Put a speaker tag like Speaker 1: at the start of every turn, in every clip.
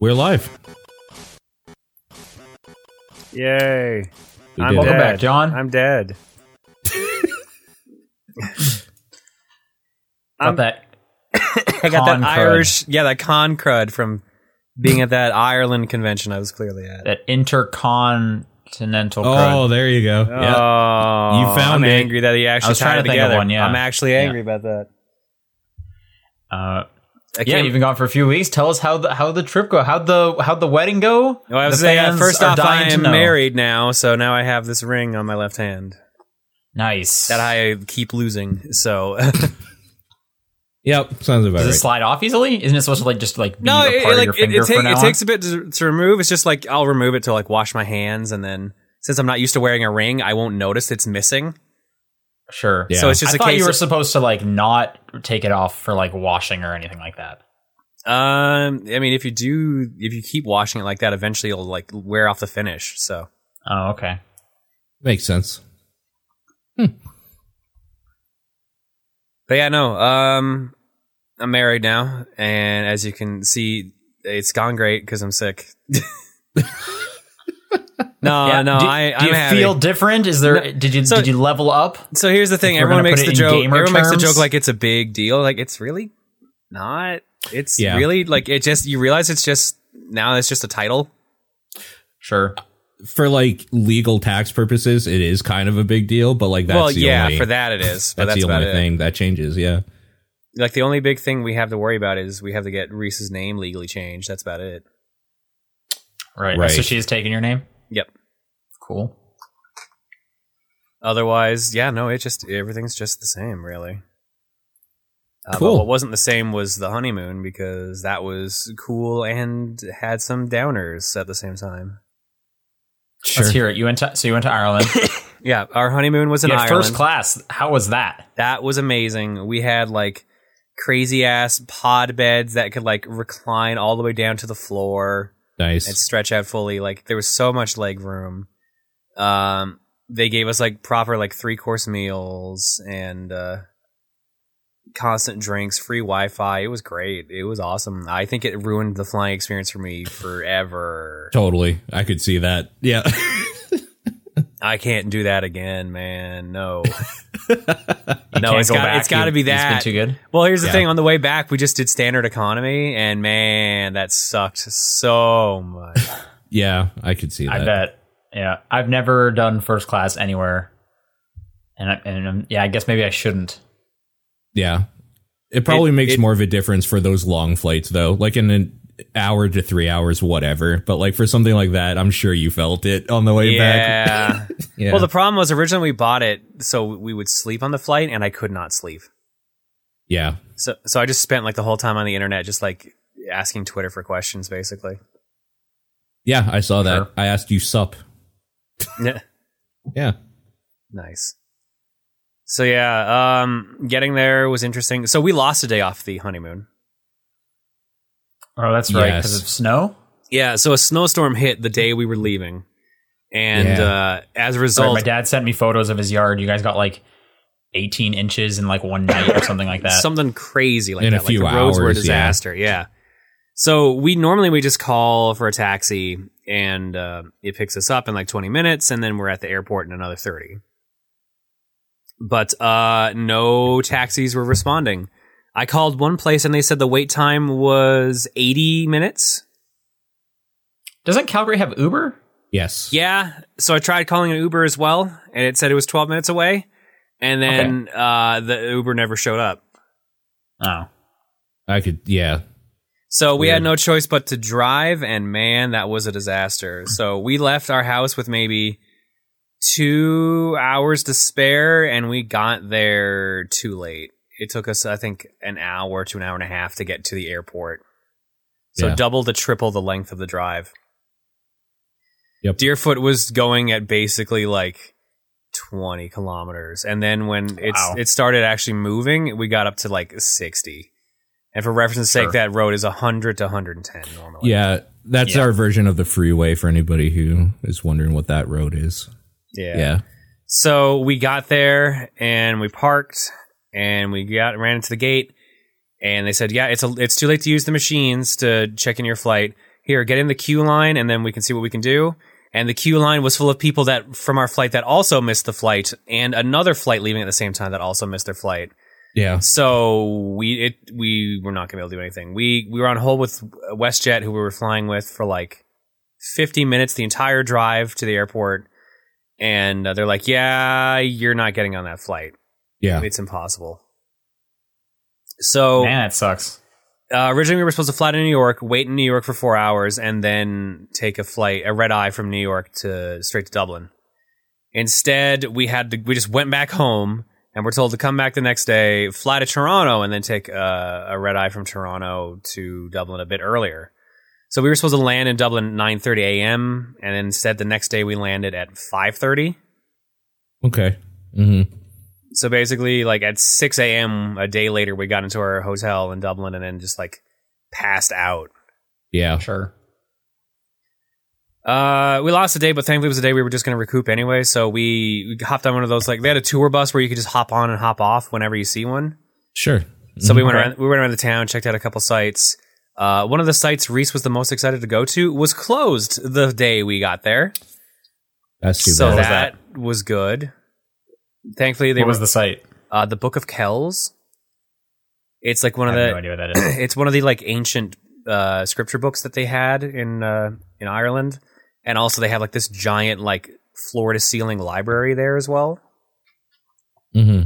Speaker 1: We're live.
Speaker 2: Yay.
Speaker 1: We
Speaker 2: I'm
Speaker 1: did it.
Speaker 2: dead.
Speaker 3: Welcome back, John.
Speaker 2: I'm dead.
Speaker 3: Got
Speaker 2: I'm-
Speaker 3: that.
Speaker 2: I got
Speaker 3: Con
Speaker 2: that
Speaker 3: crud.
Speaker 2: Irish, yeah, that con crud from being at that Ireland convention I was clearly at.
Speaker 3: That intercontinental.
Speaker 1: Oh,
Speaker 3: crud.
Speaker 1: there you go. Yeah.
Speaker 2: Oh,
Speaker 1: You found
Speaker 2: I'm
Speaker 1: it.
Speaker 2: angry that he actually
Speaker 3: was
Speaker 2: tied
Speaker 3: trying
Speaker 2: it
Speaker 3: to think of
Speaker 2: together.
Speaker 3: one, yeah.
Speaker 2: I'm actually
Speaker 3: Yeah.
Speaker 2: angry about that.
Speaker 3: Uh,
Speaker 2: I
Speaker 3: yeah,
Speaker 2: can't-
Speaker 3: you've been gone for a few weeks. Tell us how the how the trip go. How the how the wedding go?
Speaker 2: Well, I was
Speaker 3: the
Speaker 2: saying, uh,
Speaker 3: fans
Speaker 2: first
Speaker 3: are
Speaker 2: off, I
Speaker 3: dying to
Speaker 2: am
Speaker 3: know.
Speaker 2: married now, so now I have this ring on my left hand
Speaker 3: Nice.
Speaker 2: that I keep losing. So
Speaker 1: Yep. Sounds about
Speaker 3: Does it
Speaker 1: right.
Speaker 3: slide off easily? Isn't it supposed to like just like be
Speaker 2: no,
Speaker 3: a
Speaker 2: it, it,
Speaker 3: part of
Speaker 2: like,
Speaker 3: your
Speaker 2: it,
Speaker 3: finger
Speaker 2: it,
Speaker 3: for
Speaker 2: take-
Speaker 3: now
Speaker 2: it
Speaker 3: on?
Speaker 2: takes a bit to, to remove. It's just like I'll remove it to like wash my hands, and then since I'm not used to wearing a ring, I won't notice it's missing.
Speaker 3: Sure.
Speaker 1: Yeah.
Speaker 2: So it's
Speaker 3: I
Speaker 2: just a
Speaker 3: thought
Speaker 2: case.
Speaker 3: you were
Speaker 2: of-
Speaker 3: supposed to like not take it off for like washing or anything like that.
Speaker 2: um, I mean, if you do, if you keep washing it like that, eventually it'll like wear off the finish. So
Speaker 3: Oh, okay.
Speaker 1: Makes sense.
Speaker 2: But yeah, no. Um, I'm married now, and as you can see, it's gone great because I'm sick. no,
Speaker 3: Yeah,
Speaker 2: Uh, no,
Speaker 3: do,
Speaker 2: I,
Speaker 3: do
Speaker 2: I'm
Speaker 3: you
Speaker 2: happy.
Speaker 3: feel different? Is there? Did you
Speaker 2: so-
Speaker 3: did you level up?
Speaker 2: so here's the thing:
Speaker 3: if we're
Speaker 2: everyone
Speaker 3: gonna
Speaker 2: makes
Speaker 3: put
Speaker 2: the
Speaker 3: it in
Speaker 2: joke.
Speaker 3: gamer
Speaker 2: Everyone makes the
Speaker 3: terms?
Speaker 2: joke like it's a big deal. Like it's really not. It's
Speaker 1: Yeah.
Speaker 2: really like it just. You realize it's just now. It's just a title.
Speaker 3: Sure.
Speaker 1: For like legal tax purposes, it is kind of a big deal, but like that's
Speaker 2: well,
Speaker 1: the
Speaker 2: yeah,
Speaker 1: only,
Speaker 2: for that it is. But
Speaker 1: that's,
Speaker 2: that's,
Speaker 1: the
Speaker 2: about
Speaker 1: only
Speaker 2: it.
Speaker 1: thing that changes. Yeah.
Speaker 2: Like the only big thing we have to worry about is we have to get Reese's name legally changed. That's about it.
Speaker 3: Right.
Speaker 1: Right.
Speaker 3: So she's taking your name.
Speaker 2: Yep.
Speaker 3: Cool.
Speaker 2: otherwise, yeah, no, it just everything's just the same, really. Uh, but
Speaker 1: Cool.
Speaker 2: what wasn't the same was the honeymoon because that was cool and had some downers at the same time.
Speaker 1: Sure.
Speaker 3: Let's hear it. You went to so you went to Ireland.
Speaker 2: Yeah, our honeymoon was in
Speaker 3: Yeah,
Speaker 2: Ireland.
Speaker 3: first class. How was that?
Speaker 2: that was amazing. We had like crazy ass pod beds that could like recline all the way down to the floor. and
Speaker 1: Nice.
Speaker 2: stretch out fully. Like there was so much leg room. Um, they gave us like proper like three course meals and uh, constant drinks, free Wi Fi. It was great. It was awesome. I think it ruined the flying experience for me forever.
Speaker 1: Totally. I could see that. Yeah.
Speaker 2: I can't do that again, man. No.
Speaker 3: You
Speaker 2: No,
Speaker 3: can't
Speaker 2: it's
Speaker 3: go
Speaker 2: got-
Speaker 3: back.
Speaker 2: it's gotta
Speaker 3: You-
Speaker 2: be that.
Speaker 3: It's been too good.
Speaker 2: Well, here's the
Speaker 1: Yeah.
Speaker 2: thing. On the way back, we just did standard economy, and man, that sucked so much.
Speaker 1: yeah. I could see that.
Speaker 3: I bet. Yeah, I've never done first class anywhere, and I, and um, yeah, I guess maybe I shouldn't.
Speaker 1: Yeah. It probably makes
Speaker 2: it-
Speaker 1: more of a difference for those long flights though. Like in an hour to 3 hours whatever. But like for something like that, I'm sure you felt it on the way back.
Speaker 2: yeah.
Speaker 1: Yeah.
Speaker 2: Well, the problem was originally we bought it so we would sleep on the flight, and I could not sleep.
Speaker 1: yeah.
Speaker 2: So, so I just spent like the whole time on the internet, just like asking Twitter for questions, basically.
Speaker 1: Yeah, I saw that.
Speaker 3: Sure.
Speaker 1: I asked you sup.
Speaker 2: Yeah.
Speaker 1: Yeah.
Speaker 2: nice. So yeah, um, getting there was interesting. So we lost a day off the honeymoon.
Speaker 3: Oh, that's right,
Speaker 1: Yes.
Speaker 3: because of snow.
Speaker 2: Yeah. So a snowstorm hit the day we were leaving, and
Speaker 1: Yeah.
Speaker 2: uh, as a
Speaker 3: Sorry,
Speaker 2: result,
Speaker 3: my dad sent me photos of his yard. You guys got like 18 inches in like one night or something like that.
Speaker 2: something crazy like
Speaker 1: In a
Speaker 2: that.
Speaker 1: few
Speaker 2: like the roads were a
Speaker 1: hours, yeah.
Speaker 2: disaster. Yeah. So we normally we just call for a taxi and uh, it picks us up in like 20 minutes and then we're at the airport in another 30. But uh, no taxis were responding. I called one place and they said the wait time was 80 minutes.
Speaker 3: Doesn't Calgary have Uber?
Speaker 1: Yes.
Speaker 2: Yeah. So I tried calling an Uber as well and it said it was 12 minutes away. And then uh, the Uber never showed up.
Speaker 3: Oh,
Speaker 1: I could yeah.
Speaker 2: So we
Speaker 1: Weird.
Speaker 2: had no choice but to drive, and man, that was a disaster. So we left our house with maybe two hours to spare, and we got there too late. It took us, I think, an hour to an hour and a half to get to the airport. So
Speaker 1: Yeah.
Speaker 2: double to triple the length of the drive.
Speaker 1: Yep.
Speaker 2: Deerfoot was going at basically like twenty kilometers, and then when it's
Speaker 3: Wow.
Speaker 2: it started actually moving, we got up to like sixty. And for reference's sake,
Speaker 3: Sure.
Speaker 2: that road is 100 to 110 normally.
Speaker 1: Yeah, that's
Speaker 3: Yeah.
Speaker 1: our version of the freeway for anybody who is wondering what that road is.
Speaker 2: yeah.
Speaker 1: Yeah.
Speaker 2: So we got there and we parked and we got ran into the gate and they said, "Yeah, it's a, it's too late to use the machines to check in your flight. here, get in the queue line, and then we can see what we can do. And the queue line was full of people that from our flight that also missed the flight, and another flight leaving at the same time that also missed their flight.
Speaker 1: Yeah.
Speaker 2: So we it we were not gonna be able to do anything. We we were on hold with WestJet, who we were flying with for like 50 minutes, the entire drive to the airport, and uh, they're like, "Yeah, you're not getting on that flight.
Speaker 1: Yeah.
Speaker 2: It's impossible." So
Speaker 3: Man, that sucks.
Speaker 2: uh, originally we were supposed to fly to New York, wait in New York for four hours, and then take a flight, a red eye from New York to straight to Dublin. Instead, we had to, we just went back home, and we're told to come back the next day, fly to Toronto, and then take uh, a red eye from Toronto to Dublin a bit earlier. So we were supposed to land in Dublin at 9:30 a.m., and instead the next day we landed at 5:30.
Speaker 1: Okay. hmm
Speaker 2: So basically, like at 6 a.m. a day later, we got into our hotel in Dublin, and then just like passed out.
Speaker 1: Yeah.
Speaker 3: Sure.
Speaker 2: Uh, we lost a day, but thankfully it was a day we were just going to recoup anyway. So we, we hopped on one of those like they had a tour bus where you could just hop on and hop off whenever you see one.
Speaker 1: Sure. Mm-hmm.
Speaker 2: So we went
Speaker 3: Mm-hmm. Okay.
Speaker 2: around. We went around the town, checked out a couple sites. Uh, one of the sites Reese was the most excited to go to was closed the day we got there.
Speaker 1: That's too
Speaker 2: so
Speaker 1: bad.
Speaker 3: was
Speaker 2: that, was good. Thankfully, they
Speaker 3: What
Speaker 2: were
Speaker 3: was the site?
Speaker 2: uh, the Book of Kells. It's like one
Speaker 3: I
Speaker 2: of
Speaker 3: have
Speaker 2: the
Speaker 3: no idea what that is.
Speaker 2: it's one of the like ancient uh, scripture books that they had in uh, in Ireland, and also they have like this giant like floor to ceiling library there as well.
Speaker 1: hmm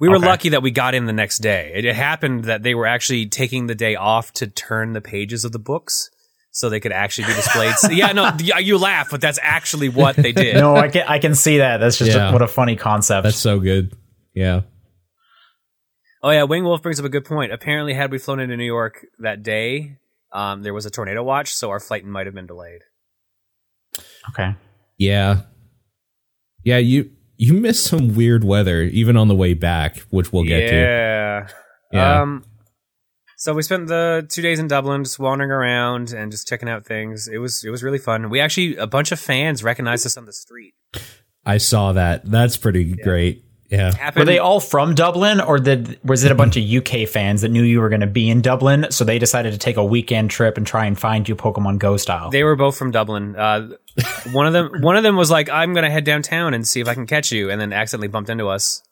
Speaker 2: We were
Speaker 3: Okay.
Speaker 2: lucky that we got in the next day. It, it happened that they were actually taking the day off to turn the pages of the books so they could actually be displayed. So- yeah, no, yeah, you laugh, but that's actually what they did.
Speaker 3: no, I can I can see that. That's just
Speaker 1: Yeah.
Speaker 3: what a funny concept.
Speaker 1: That's so good. Yeah.
Speaker 2: Oh yeah, Wing Wolf brings up a good point. Apparently, had we flown into New York that day, um, there was a tornado watch, so our flight might have been delayed.
Speaker 3: okay.
Speaker 1: Yeah. Yeah, you you missed some weird weather even on the way back, which we'll get to.
Speaker 2: yeah.
Speaker 1: Yeah.
Speaker 2: Um, so we spent the two days in Dublin, just wandering around and just checking out things. It was it was really fun. We actually a bunch of fans recognized us on the street.
Speaker 1: I saw that. That's pretty great. Yeah.
Speaker 2: Happened,
Speaker 3: Were they all from Dublin, or did was it a bunch of UK fans that knew you were going to be in Dublin, so they decided to take a weekend trip and try and find you Pokemon Go style?
Speaker 2: They were both from Dublin. Uh, one of them one of them was like, "I'm gonna head downtown and see if I can catch you," and then accidentally bumped into us.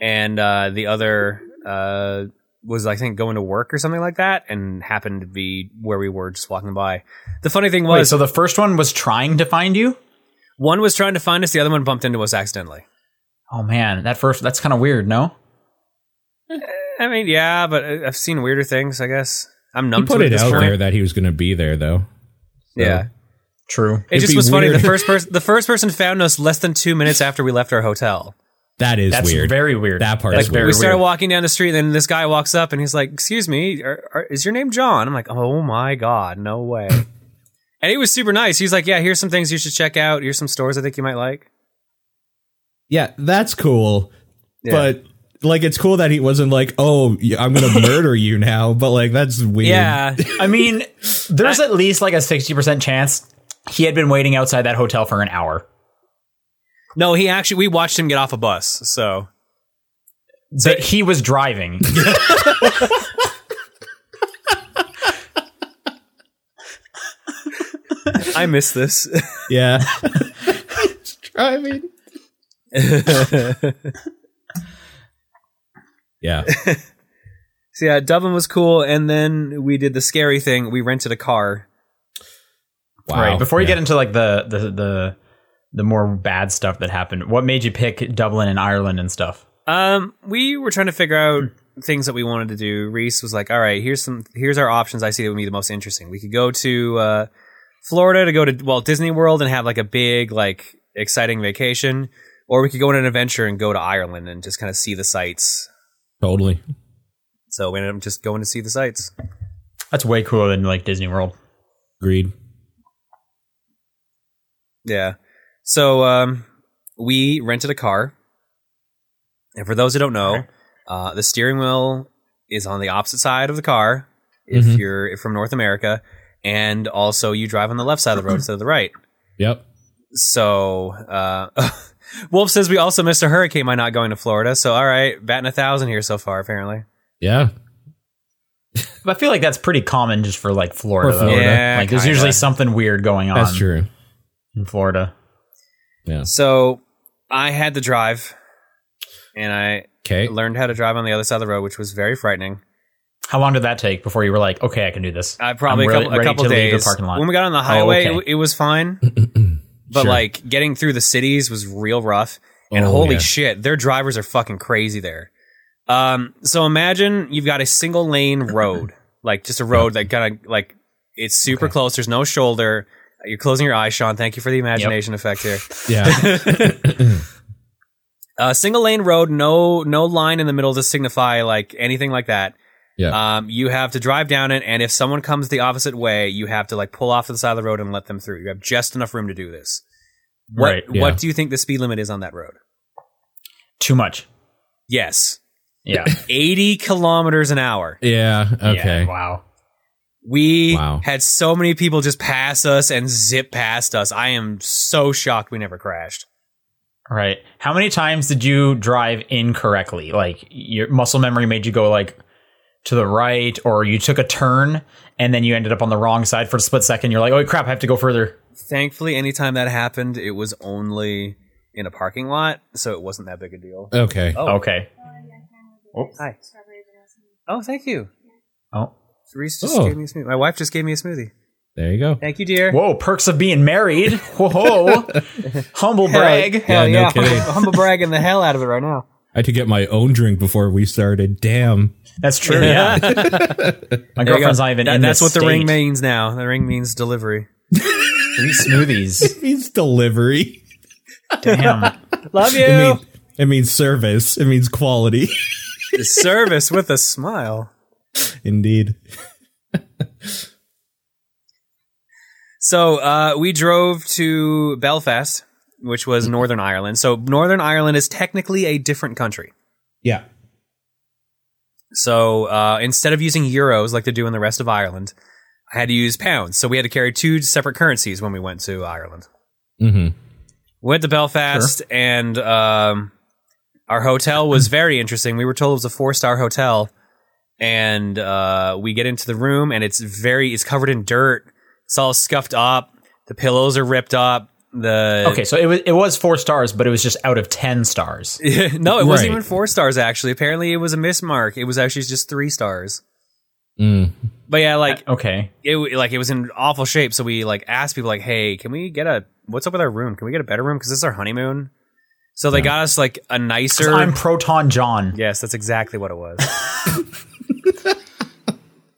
Speaker 2: And uh, the other uh, was, I think, going to work or something like that, and happened to be where we were, just walking by. The funny thing was,
Speaker 3: Wait, so the first one was trying to find you.
Speaker 2: one was trying to find us, the other one bumped into us accidentally.
Speaker 3: Oh man, that first that's kind of weird. No,
Speaker 2: I mean, yeah, but I- I've seen weirder things. I guess I'm numb
Speaker 1: He put
Speaker 2: to it. at
Speaker 1: it
Speaker 2: this
Speaker 1: out
Speaker 2: point.
Speaker 1: there that he was going to be there though. So,
Speaker 2: Yeah,
Speaker 3: true.
Speaker 2: it
Speaker 1: It'd
Speaker 2: just
Speaker 1: be
Speaker 2: was funny.
Speaker 1: weird.
Speaker 2: The first person, the first person found us less than two minutes after we left our hotel.
Speaker 1: That is
Speaker 3: That's
Speaker 1: weird.
Speaker 3: very weird.
Speaker 1: That part
Speaker 3: That's
Speaker 1: is
Speaker 3: very
Speaker 2: we
Speaker 1: weird.
Speaker 2: started
Speaker 3: weird.
Speaker 2: walking down the street, and then this guy walks up and he's like, "Excuse me, are, are, is your name John?" I'm like, "Oh my god, no way!" and he was super nice. He's like, "Yeah, here's some things you should check out. Here's some stores I think you might like."
Speaker 1: yeah, that's cool.
Speaker 2: Yeah.
Speaker 1: But like it's cool that he wasn't like, "Oh, y- I'm going to murder you now." But like that's weird.
Speaker 2: yeah,
Speaker 3: I mean, there's at least like a sixty percent chance he had been waiting outside that hotel for an hour.
Speaker 2: no, he actually we watched him get off a bus. So
Speaker 3: That he was driving.
Speaker 2: I miss this.
Speaker 1: Yeah. driving. yeah.
Speaker 2: So yeah, Dublin was cool, and then we did the scary thing. We rented a car.
Speaker 1: Wow.
Speaker 3: Right. Before you
Speaker 1: Yeah.
Speaker 3: get into like the, the the the more bad stuff that happened, what made you pick Dublin and Ireland and stuff?
Speaker 2: Um, we were trying to figure out things that we wanted to do. Reese was like, "All right, here's some here's our options. I see that would be the most interesting. We could go to uh, Florida to go to Walt Disney World and have like a big like exciting vacation, or we could go on an adventure and go to Ireland and just kind of see the sights."
Speaker 1: totally.
Speaker 2: So we ended up just going to see the sights.
Speaker 3: That's way cooler than like Disney World.
Speaker 1: Agreed.
Speaker 2: Yeah. So um, we rented a car, and for those who don't know, uh, the steering wheel is on the opposite side of the car if
Speaker 1: Mhm.
Speaker 2: you're from North America, and also you drive on the left side of the road instead of the right.
Speaker 1: Yep.
Speaker 2: So uh, Wolf says we also missed a hurricane by not going to Florida. So all right, batting a thousand here so far apparently.
Speaker 1: Yeah.
Speaker 3: But I feel like that's pretty common just for like Florida.
Speaker 1: Or
Speaker 3: though.
Speaker 1: Florida.
Speaker 2: Yeah,
Speaker 3: like there's
Speaker 2: kinda.
Speaker 3: usually something weird going on
Speaker 1: That's true.
Speaker 3: in Florida.
Speaker 1: Yeah.
Speaker 2: So I had to drive, and I
Speaker 1: Okay.
Speaker 2: learned how to drive on the other side of the road, which was very frightening.
Speaker 3: How long did that take before you were like, okay, I can do this?
Speaker 2: I Uh, probably
Speaker 3: I'm
Speaker 2: a
Speaker 3: really
Speaker 2: couple, a
Speaker 3: ready
Speaker 2: couple
Speaker 3: to leave
Speaker 2: days
Speaker 3: the parking lot. Oh,
Speaker 2: when we got on the highway,
Speaker 3: okay.
Speaker 2: it, it was fine, but
Speaker 1: Sure.
Speaker 2: like getting through the cities was real rough. And
Speaker 1: Oh,
Speaker 2: holy
Speaker 1: yeah.
Speaker 2: shit, their drivers are fucking crazy there. Um, so imagine you've got a single lane road, like just a road that kind of like it's super
Speaker 1: Okay.
Speaker 2: close. There's no shoulder. You're closing your eyes, Sean. Thank you for the imagination effect here.
Speaker 1: Yeah.
Speaker 2: A Uh, single lane road, no no line in the middle to signify like anything like that.
Speaker 1: Yeah.
Speaker 2: Um, you have to drive down it, and if someone comes the opposite way, you have to like pull off to the side of the road and let them through. You have just enough room to do this. What,
Speaker 3: Right,
Speaker 1: yeah.
Speaker 2: What do you think the speed limit is on that road?
Speaker 3: Too much.
Speaker 2: Yes,
Speaker 3: Yeah.
Speaker 2: eighty kilometers an hour.
Speaker 1: yeah. Okay.
Speaker 3: Yeah, wow.
Speaker 2: We
Speaker 1: Wow.
Speaker 2: had so many people just pass us and zip past us. I am so shocked we never crashed.
Speaker 3: Right. How many times did you drive incorrectly? Like your muscle memory made you go like to the right, or you took a turn and then you ended up on the wrong side for a split second. You're like, oh crap, I have to go further.
Speaker 2: Thankfully, anytime that happened, it was only in a parking lot, so it wasn't that big a deal.
Speaker 1: Okay.
Speaker 2: Oh.
Speaker 3: Okay.
Speaker 2: Hi. Oh, thank you.
Speaker 3: Oh.
Speaker 2: Reese just
Speaker 1: Oh.
Speaker 2: gave me a smoothie. My wife just gave me a smoothie.
Speaker 1: There you go.
Speaker 2: Thank you, dear.
Speaker 3: Whoa, perks of being married. Whoa. Humble
Speaker 2: Hell-
Speaker 3: brag.
Speaker 2: Hell
Speaker 1: Yeah, no
Speaker 2: yeah.
Speaker 1: kidding.
Speaker 2: Humble bragging the hell out of it right now.
Speaker 1: I had to get my own drink before we started. Damn.
Speaker 3: That's true. Yeah. My
Speaker 2: There you go.
Speaker 3: girlfriend's not even
Speaker 2: That-
Speaker 3: in
Speaker 2: That's
Speaker 3: this
Speaker 2: what the ring
Speaker 3: state.
Speaker 2: means now. The ring means delivery.
Speaker 3: Three smoothies.
Speaker 1: It means delivery.
Speaker 3: Damn.
Speaker 2: Love you.
Speaker 1: It, mean, it means service. It means quality.
Speaker 2: Service with a smile.
Speaker 1: Indeed.
Speaker 2: So uh, we drove to Belfast, which was Northern Ireland. So Northern Ireland is technically a different country.
Speaker 1: Yeah.
Speaker 2: So uh, instead of using euros like they do in the rest of Ireland, I had to use pounds. So we had to carry two separate currencies when we went to Ireland.
Speaker 1: Mm-hmm.
Speaker 2: Went to Belfast, and um, our hotel was very interesting. We were told it was a four star hotel, and uh, we get into the room, and it's very it's covered in dirt. It's all scuffed up. The pillows are ripped up. The
Speaker 3: Okay, so it was it was four stars, but it was just out of ten stars.
Speaker 2: no, it wasn't
Speaker 1: Right.
Speaker 2: even four stars. Actually, apparently it was a mismark. It was actually just three stars.
Speaker 1: Mm.
Speaker 2: But yeah,
Speaker 3: Uh,
Speaker 2: like
Speaker 3: Okay.
Speaker 2: it w- like it was in awful shape. So we like asked people like, "Hey, can we get a what's up with our room? Can we get a better room? Because this is our honeymoon." So they got us like a nicer.
Speaker 3: I'm Proton John.
Speaker 2: yes, that's exactly what it was.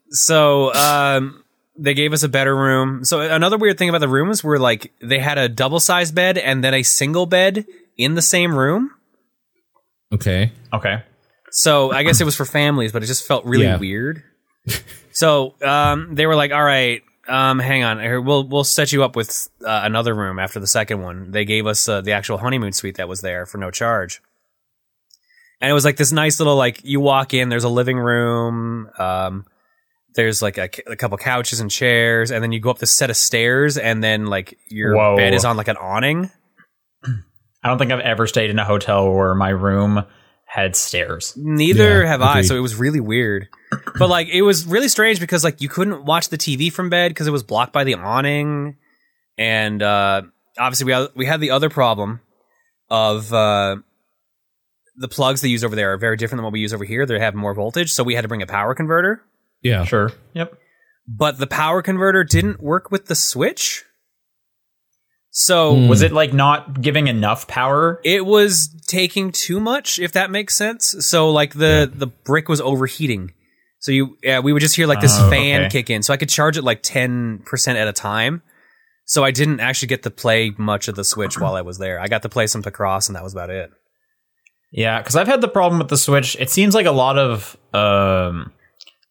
Speaker 2: so um, they gave us a better room. So another weird thing about the rooms were like they had a double sized bed and then a single bed in the same room.
Speaker 1: Okay.
Speaker 3: Okay.
Speaker 2: So I guess it was for families, but it just felt really
Speaker 1: Yeah.
Speaker 2: weird. So um, they were like, "All right, um, hang on, here, we'll we'll set you up with uh, another room after the second one." They gave us uh, the actual honeymoon suite that was there for no charge, and it was like this nice little like you walk in, there's a living room, um, there's like a, c- a couple couches and chairs, and then you go up this set of stairs, and then like your
Speaker 3: Whoa.
Speaker 2: bed is on like an awning.
Speaker 3: I don't think I've ever stayed in a hotel where my room had stairs.
Speaker 2: Neither
Speaker 1: Yeah,
Speaker 2: have I,
Speaker 1: agreed.
Speaker 2: so it was really weird. But like it was really strange because like you couldn't watch the TV from bed because it was blocked by the awning, and uh, obviously we had, we had the other problem of uh, the plugs they use over there are very different than what we use over here. They have more voltage, so we had to bring a power converter.
Speaker 1: Yeah.
Speaker 3: Sure. Yep.
Speaker 2: But the power converter didn't work with the switch, so
Speaker 1: Hmm.
Speaker 3: Was it like not giving enough power?
Speaker 2: it was taking too much if that makes sense so like the the brick was overheating so you yeah we would just hear like this
Speaker 3: Oh,
Speaker 2: fan
Speaker 3: okay.
Speaker 2: kick in so i could charge it like 10% at a time so i didn't actually get to play much of the switch while i was there i got to play some Pacross and that was about it
Speaker 3: Yeah, because I've had the problem with the Switch. It seems like a lot of um,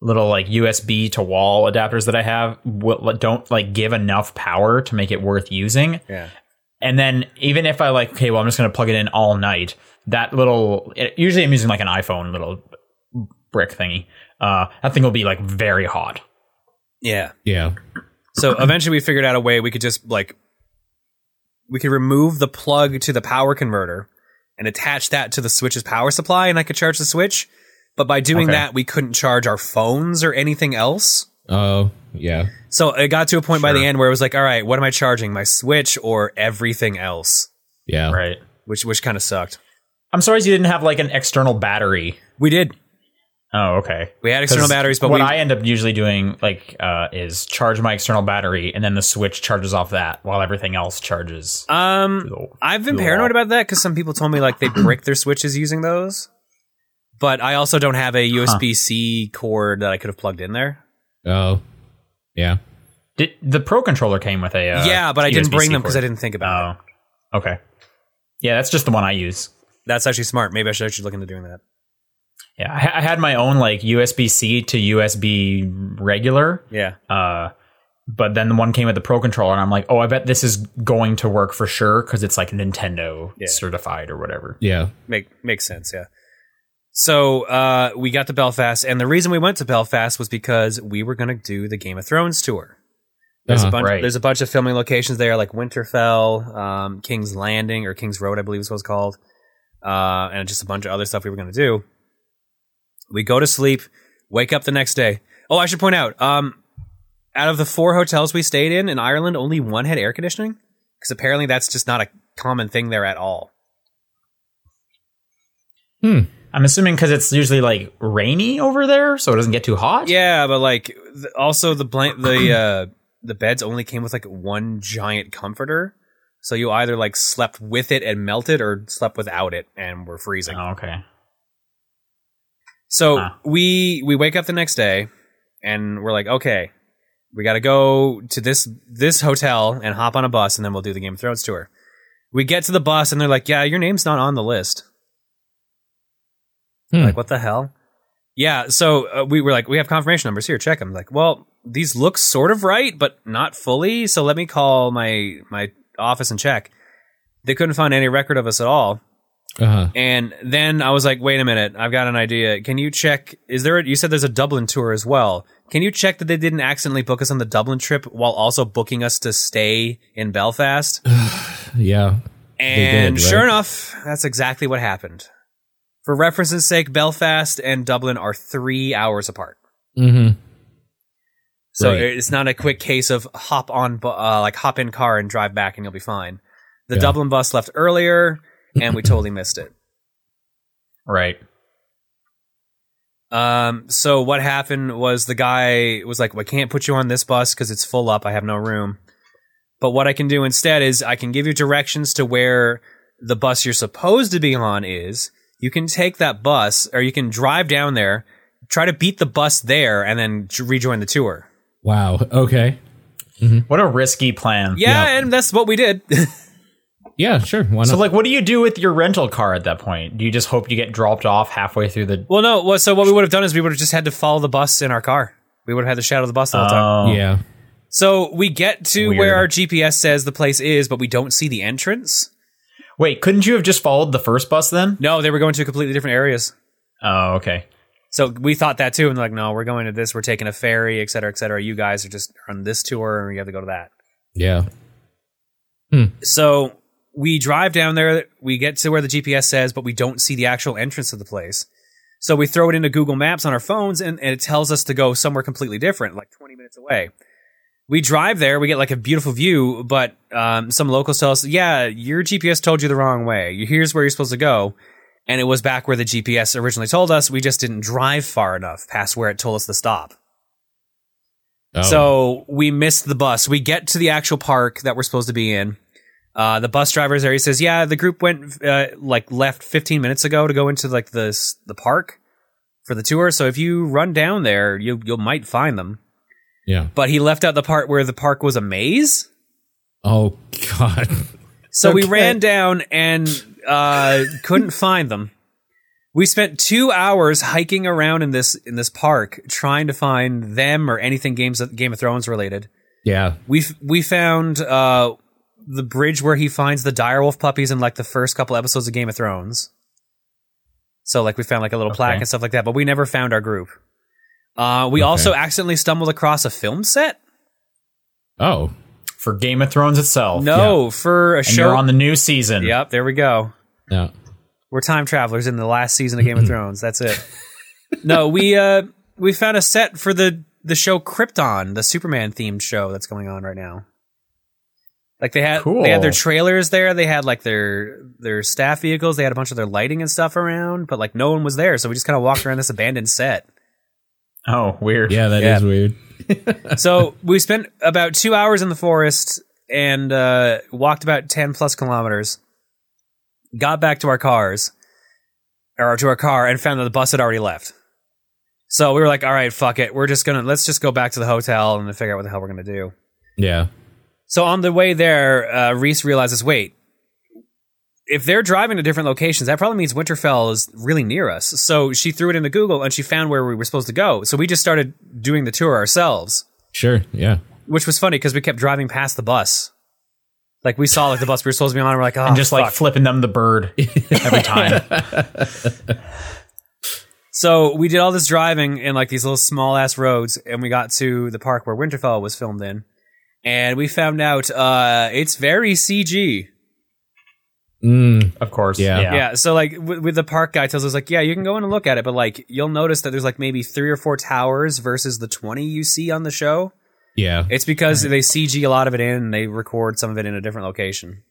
Speaker 3: little like USB to wall adapters that I have will, don't like give enough power to make it worth using.
Speaker 2: yeah
Speaker 3: And then even if I like, okay, well, I'm just going to plug it in all night. That little, it, usually I'm using like an iPhone little brick thingy. Uh, that thing will be like very hot.
Speaker 2: yeah
Speaker 1: Yeah.
Speaker 2: so eventually we figured out a way we could just like we could remove the plug to the power converter and attach that to the switch's power supply and i could charge the switch But by doing
Speaker 3: Okay.
Speaker 2: that, we couldn't charge our phones or anything else.
Speaker 1: Oh, yeah.
Speaker 2: So it got to a point by the
Speaker 3: Sure.
Speaker 2: end where it was like, all right, what am I charging? My Switch or everything else?
Speaker 1: Yeah.
Speaker 3: Right.
Speaker 2: Which which kind of sucked.
Speaker 3: I'm surprised you didn't have like an external battery.
Speaker 2: We did.
Speaker 3: Oh, okay.
Speaker 2: We had external
Speaker 3: 'Cause
Speaker 2: batteries, but
Speaker 3: what
Speaker 2: we
Speaker 3: I end up usually doing like uh, is charge my external battery, and then the Switch charges off that while everything else charges.
Speaker 2: um
Speaker 3: So-
Speaker 2: I've been
Speaker 3: the
Speaker 2: paranoid
Speaker 3: wall.
Speaker 2: about that because some people told me like they break their switches using those. But I also don't have a USB C cord that I could have plugged in there.
Speaker 1: Oh, yeah.
Speaker 3: Did, the Pro controller came with a uh,
Speaker 2: yeah, but I didn't bring
Speaker 3: USB-C
Speaker 2: them because I
Speaker 3: cord.
Speaker 2: didn't think about it.
Speaker 3: Oh, okay. Yeah, that's just the one I use.
Speaker 2: That's actually smart. Maybe I should actually look into doing that.
Speaker 3: Yeah, I, ha- I had my own like USB C to USB regular,
Speaker 2: Yeah.
Speaker 3: uh, but then the one came with the Pro controller, and I'm like, oh, I bet this is going to work for sure because it's like Nintendo
Speaker 2: Yeah.
Speaker 3: certified or whatever.
Speaker 1: Yeah.
Speaker 2: Make makes sense, yeah. So uh, we got to Belfast, and the reason we went to Belfast was because we were gonna do the Game of Thrones tour. There's a
Speaker 1: Uh-huh.
Speaker 2: bunch.
Speaker 3: Right.
Speaker 2: There's a bunch of filming locations there, like Winterfell, um, King's Landing, or King's Road, I believe is what it's called, uh, and just a bunch of other stuff we were gonna do. We go to sleep, wake up the next day. Oh, I should point out, um, out of the four hotels we stayed in in Ireland, only one had air conditioning because apparently that's just not a common thing there at all.
Speaker 3: I'm assuming because it's usually like rainy over there, so it doesn't get too hot.
Speaker 2: Yeah, but like th- also the blank the uh the beds only came with like one giant comforter. So you either like slept with it and melted or slept without it and were freezing.
Speaker 3: Oh, okay.
Speaker 2: So
Speaker 3: Huh.
Speaker 2: we we wake up the next day and we're like, okay, we got to go to this this hotel and hop on a bus and then we'll do the Game of Thrones tour. We get to the bus and they're like, yeah, your name's not on the list.
Speaker 1: Hmm.
Speaker 2: Like what the hell? Yeah, so uh, we were like, we have confirmation numbers here. Check them. Like, well, these look sort of right, but not fully. So let me call my my office and check. They couldn't find any record of us at all.
Speaker 1: Uh huh.
Speaker 2: And then I was like, wait a minute, I've got an idea. Can you check? Is there? A, you said there's a Dublin tour as well. Can you check that they didn't accidentally book us on the Dublin trip while also booking us to stay in Belfast?
Speaker 1: Yeah.
Speaker 2: And
Speaker 1: did, right?
Speaker 2: sure enough, that's exactly what happened. For reference's sake, Belfast and Dublin are three hours apart.
Speaker 1: Mm
Speaker 2: So
Speaker 1: Right.
Speaker 2: it's not a quick case of hop on, bu- uh, like hop in car and drive back and you'll be fine. The
Speaker 1: Yeah.
Speaker 2: Dublin bus left earlier and we totally missed it.
Speaker 3: Right.
Speaker 2: Um, so what happened was the guy was like, "Well, I can't put you on this bus because it's full up. I have no room. But what I can do instead is I can give you directions to where the bus you're supposed to be on is. You can take that bus, or you can drive down there, try to beat the bus there, and then j- rejoin the tour.
Speaker 1: Wow. Okay.
Speaker 3: What a risky plan.
Speaker 2: Yeah,
Speaker 1: Yeah.
Speaker 2: and that's what we did.
Speaker 1: Yeah. Sure. Why not?
Speaker 3: So, like, what do you do with your rental car at that point? Do you just hope you get dropped off halfway through the?
Speaker 2: well, no, well, so what we would have done is we would have just had to follow the bus in our car. We would have had to shadow the bus the whole time.
Speaker 3: Oh.
Speaker 1: yeah.
Speaker 2: So we get to
Speaker 3: Weird.
Speaker 2: where our GPS says the place is, but we don't see the entrance.
Speaker 3: Wait, couldn't you have just followed the first bus then?
Speaker 2: No, they were going to completely different areas.
Speaker 3: Oh, okay.
Speaker 2: So we thought that too, and they're like, no, we're going to this. We're taking a ferry, et cetera, et cetera. You guys are just on this tour, and you have to go to that.
Speaker 1: Yeah.
Speaker 2: So we drive down there. We get to where the GPS says, but we don't see the actual entrance of the place. So we throw it into Google Maps on our phones, and, and it tells us to go somewhere completely different, like 20 minutes away. We drive there. We get like a beautiful view, but um, some locals tell us, yeah, your GPS told you the wrong way. Here's where you're supposed to go. And it was back where the GPS originally told us. We just didn't drive far enough past where it told us to stop.
Speaker 1: Oh.
Speaker 2: So we missed the bus. We get to the actual park that we're supposed to be in. Uh, the bus driver's there. He says, "Yeah, the group went uh, like left 15 minutes ago to go into like the s- the park for the tour. So if you run down there, you you might find them."
Speaker 1: Yeah.
Speaker 2: But he left out the part where the park was a maze.
Speaker 1: Oh God.
Speaker 2: So we
Speaker 3: Okay.
Speaker 2: ran down and uh, couldn't find them. We spent two hours hiking around in this in this park trying to find them or anything games Game of Thrones related.
Speaker 1: Yeah.
Speaker 2: We f- we found uh, the bridge where he finds the direwolf puppies in like the first couple episodes of Game of Thrones. So like we found like a little plaque
Speaker 3: Okay.
Speaker 2: and stuff like that, but we never found our group. Uh, we
Speaker 1: Okay.
Speaker 2: also accidentally stumbled across a film set.
Speaker 1: Oh.
Speaker 3: For Game of Thrones itself.
Speaker 2: No, for a
Speaker 3: And
Speaker 2: show.
Speaker 3: you're on the new season.
Speaker 2: yep, there we go.
Speaker 1: Yeah.
Speaker 2: We're time travelers in the last season of Game of Thrones. That's it. no, we uh we found a set for the the show Krypton, the Superman themed show that's going on right now. Like they had
Speaker 3: Cool.
Speaker 2: they had their trailers there, they had like their their staff vehicles, they had a bunch of their lighting and stuff around, but like no one was there, so we just kind of walked around this abandoned set.
Speaker 3: Oh, weird.
Speaker 1: yeah, that is
Speaker 2: Yeah.
Speaker 1: weird.
Speaker 2: So we spent about two hours in the forest and uh, walked about ten plus kilometers. Got back to our cars, or to our car, and found that the bus had already left. So we were like, "All right, fuck it. We're just gonna let's just go back to the hotel and then figure out what the hell we're gonna do."
Speaker 1: Yeah.
Speaker 2: So on the way there, uh, Reese realizes, wait, if they're driving to different locations, that probably means Winterfell is really near us. So she threw it into Google and she found where we were supposed to go. So we just started doing the tour ourselves
Speaker 1: Sure. Yeah.
Speaker 2: which was funny because we kept driving past the bus. Like we saw like the bus we were supposed to be on, and we're like, oh,
Speaker 3: And just like
Speaker 2: fuck.
Speaker 3: flipping them the bird every time.
Speaker 2: So we did all this driving in like these little small ass roads, and we got to the park where Winterfell was filmed in, and we found out uh, it's very CG.
Speaker 1: Mm,
Speaker 3: of course.
Speaker 1: Yeah.
Speaker 2: Yeah. so like w- with the park guy tells us like, yeah, you can go in and look at it, but like you'll notice that there's like maybe three or four towers versus the twenty you see on the show.
Speaker 1: yeah.
Speaker 2: It's because they CG a lot of it in, and they record some of it in a different location.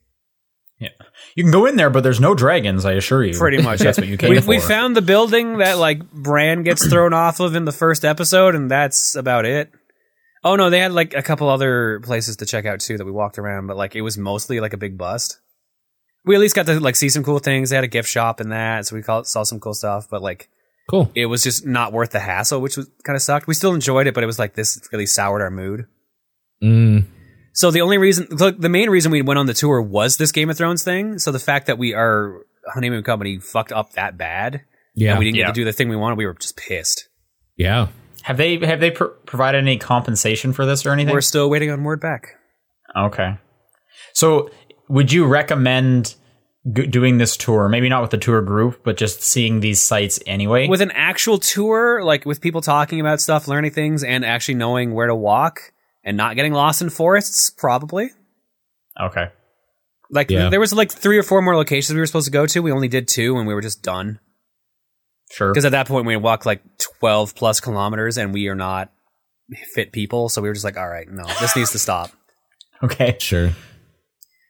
Speaker 3: You can go in there, but there's no dragons, I assure you.
Speaker 2: Pretty much,
Speaker 3: That's what you came
Speaker 2: we,
Speaker 3: for.
Speaker 2: we found the building that like Bran gets thrown off of in the first episode, and that's about it. Oh no, they had like a couple other places to check out too that we walked around, but like it was mostly like a big bust. We at least got to like see some cool things. They had a gift shop and that, so we call, saw some cool stuff. But like
Speaker 1: Cool.
Speaker 2: it was just not worth the hassle, which was kind of sucked. We still enjoyed it, but it was like this really soured our mood.
Speaker 1: Mm,
Speaker 2: So the only reason, look, the main reason we went on the tour was this Game of Thrones thing. So the fact that we our honeymoon company fucked up that bad
Speaker 1: yeah.
Speaker 2: and we didn't
Speaker 3: Yeah.
Speaker 2: get to do the thing we wanted. We were just pissed.
Speaker 1: yeah.
Speaker 3: have they have they pr- provided any compensation for this or anything?
Speaker 2: We're still waiting on word back.
Speaker 3: Okay. So, would you recommend g- doing this tour? Maybe not with the tour group, but just seeing these sites anyway.
Speaker 2: With an actual tour, like with people talking about stuff, learning things, and actually knowing where to walk and not getting lost in forests, probably.
Speaker 3: okay.
Speaker 2: Like
Speaker 1: Yeah.
Speaker 2: there was like three or four more locations we were supposed to go to. We only did two, and we were just done
Speaker 3: Sure.
Speaker 2: because at that point we had walked like twelve plus kilometers, and we are not fit people. So we were just like, all right, no, this needs to stop.
Speaker 3: Okay.
Speaker 1: Sure.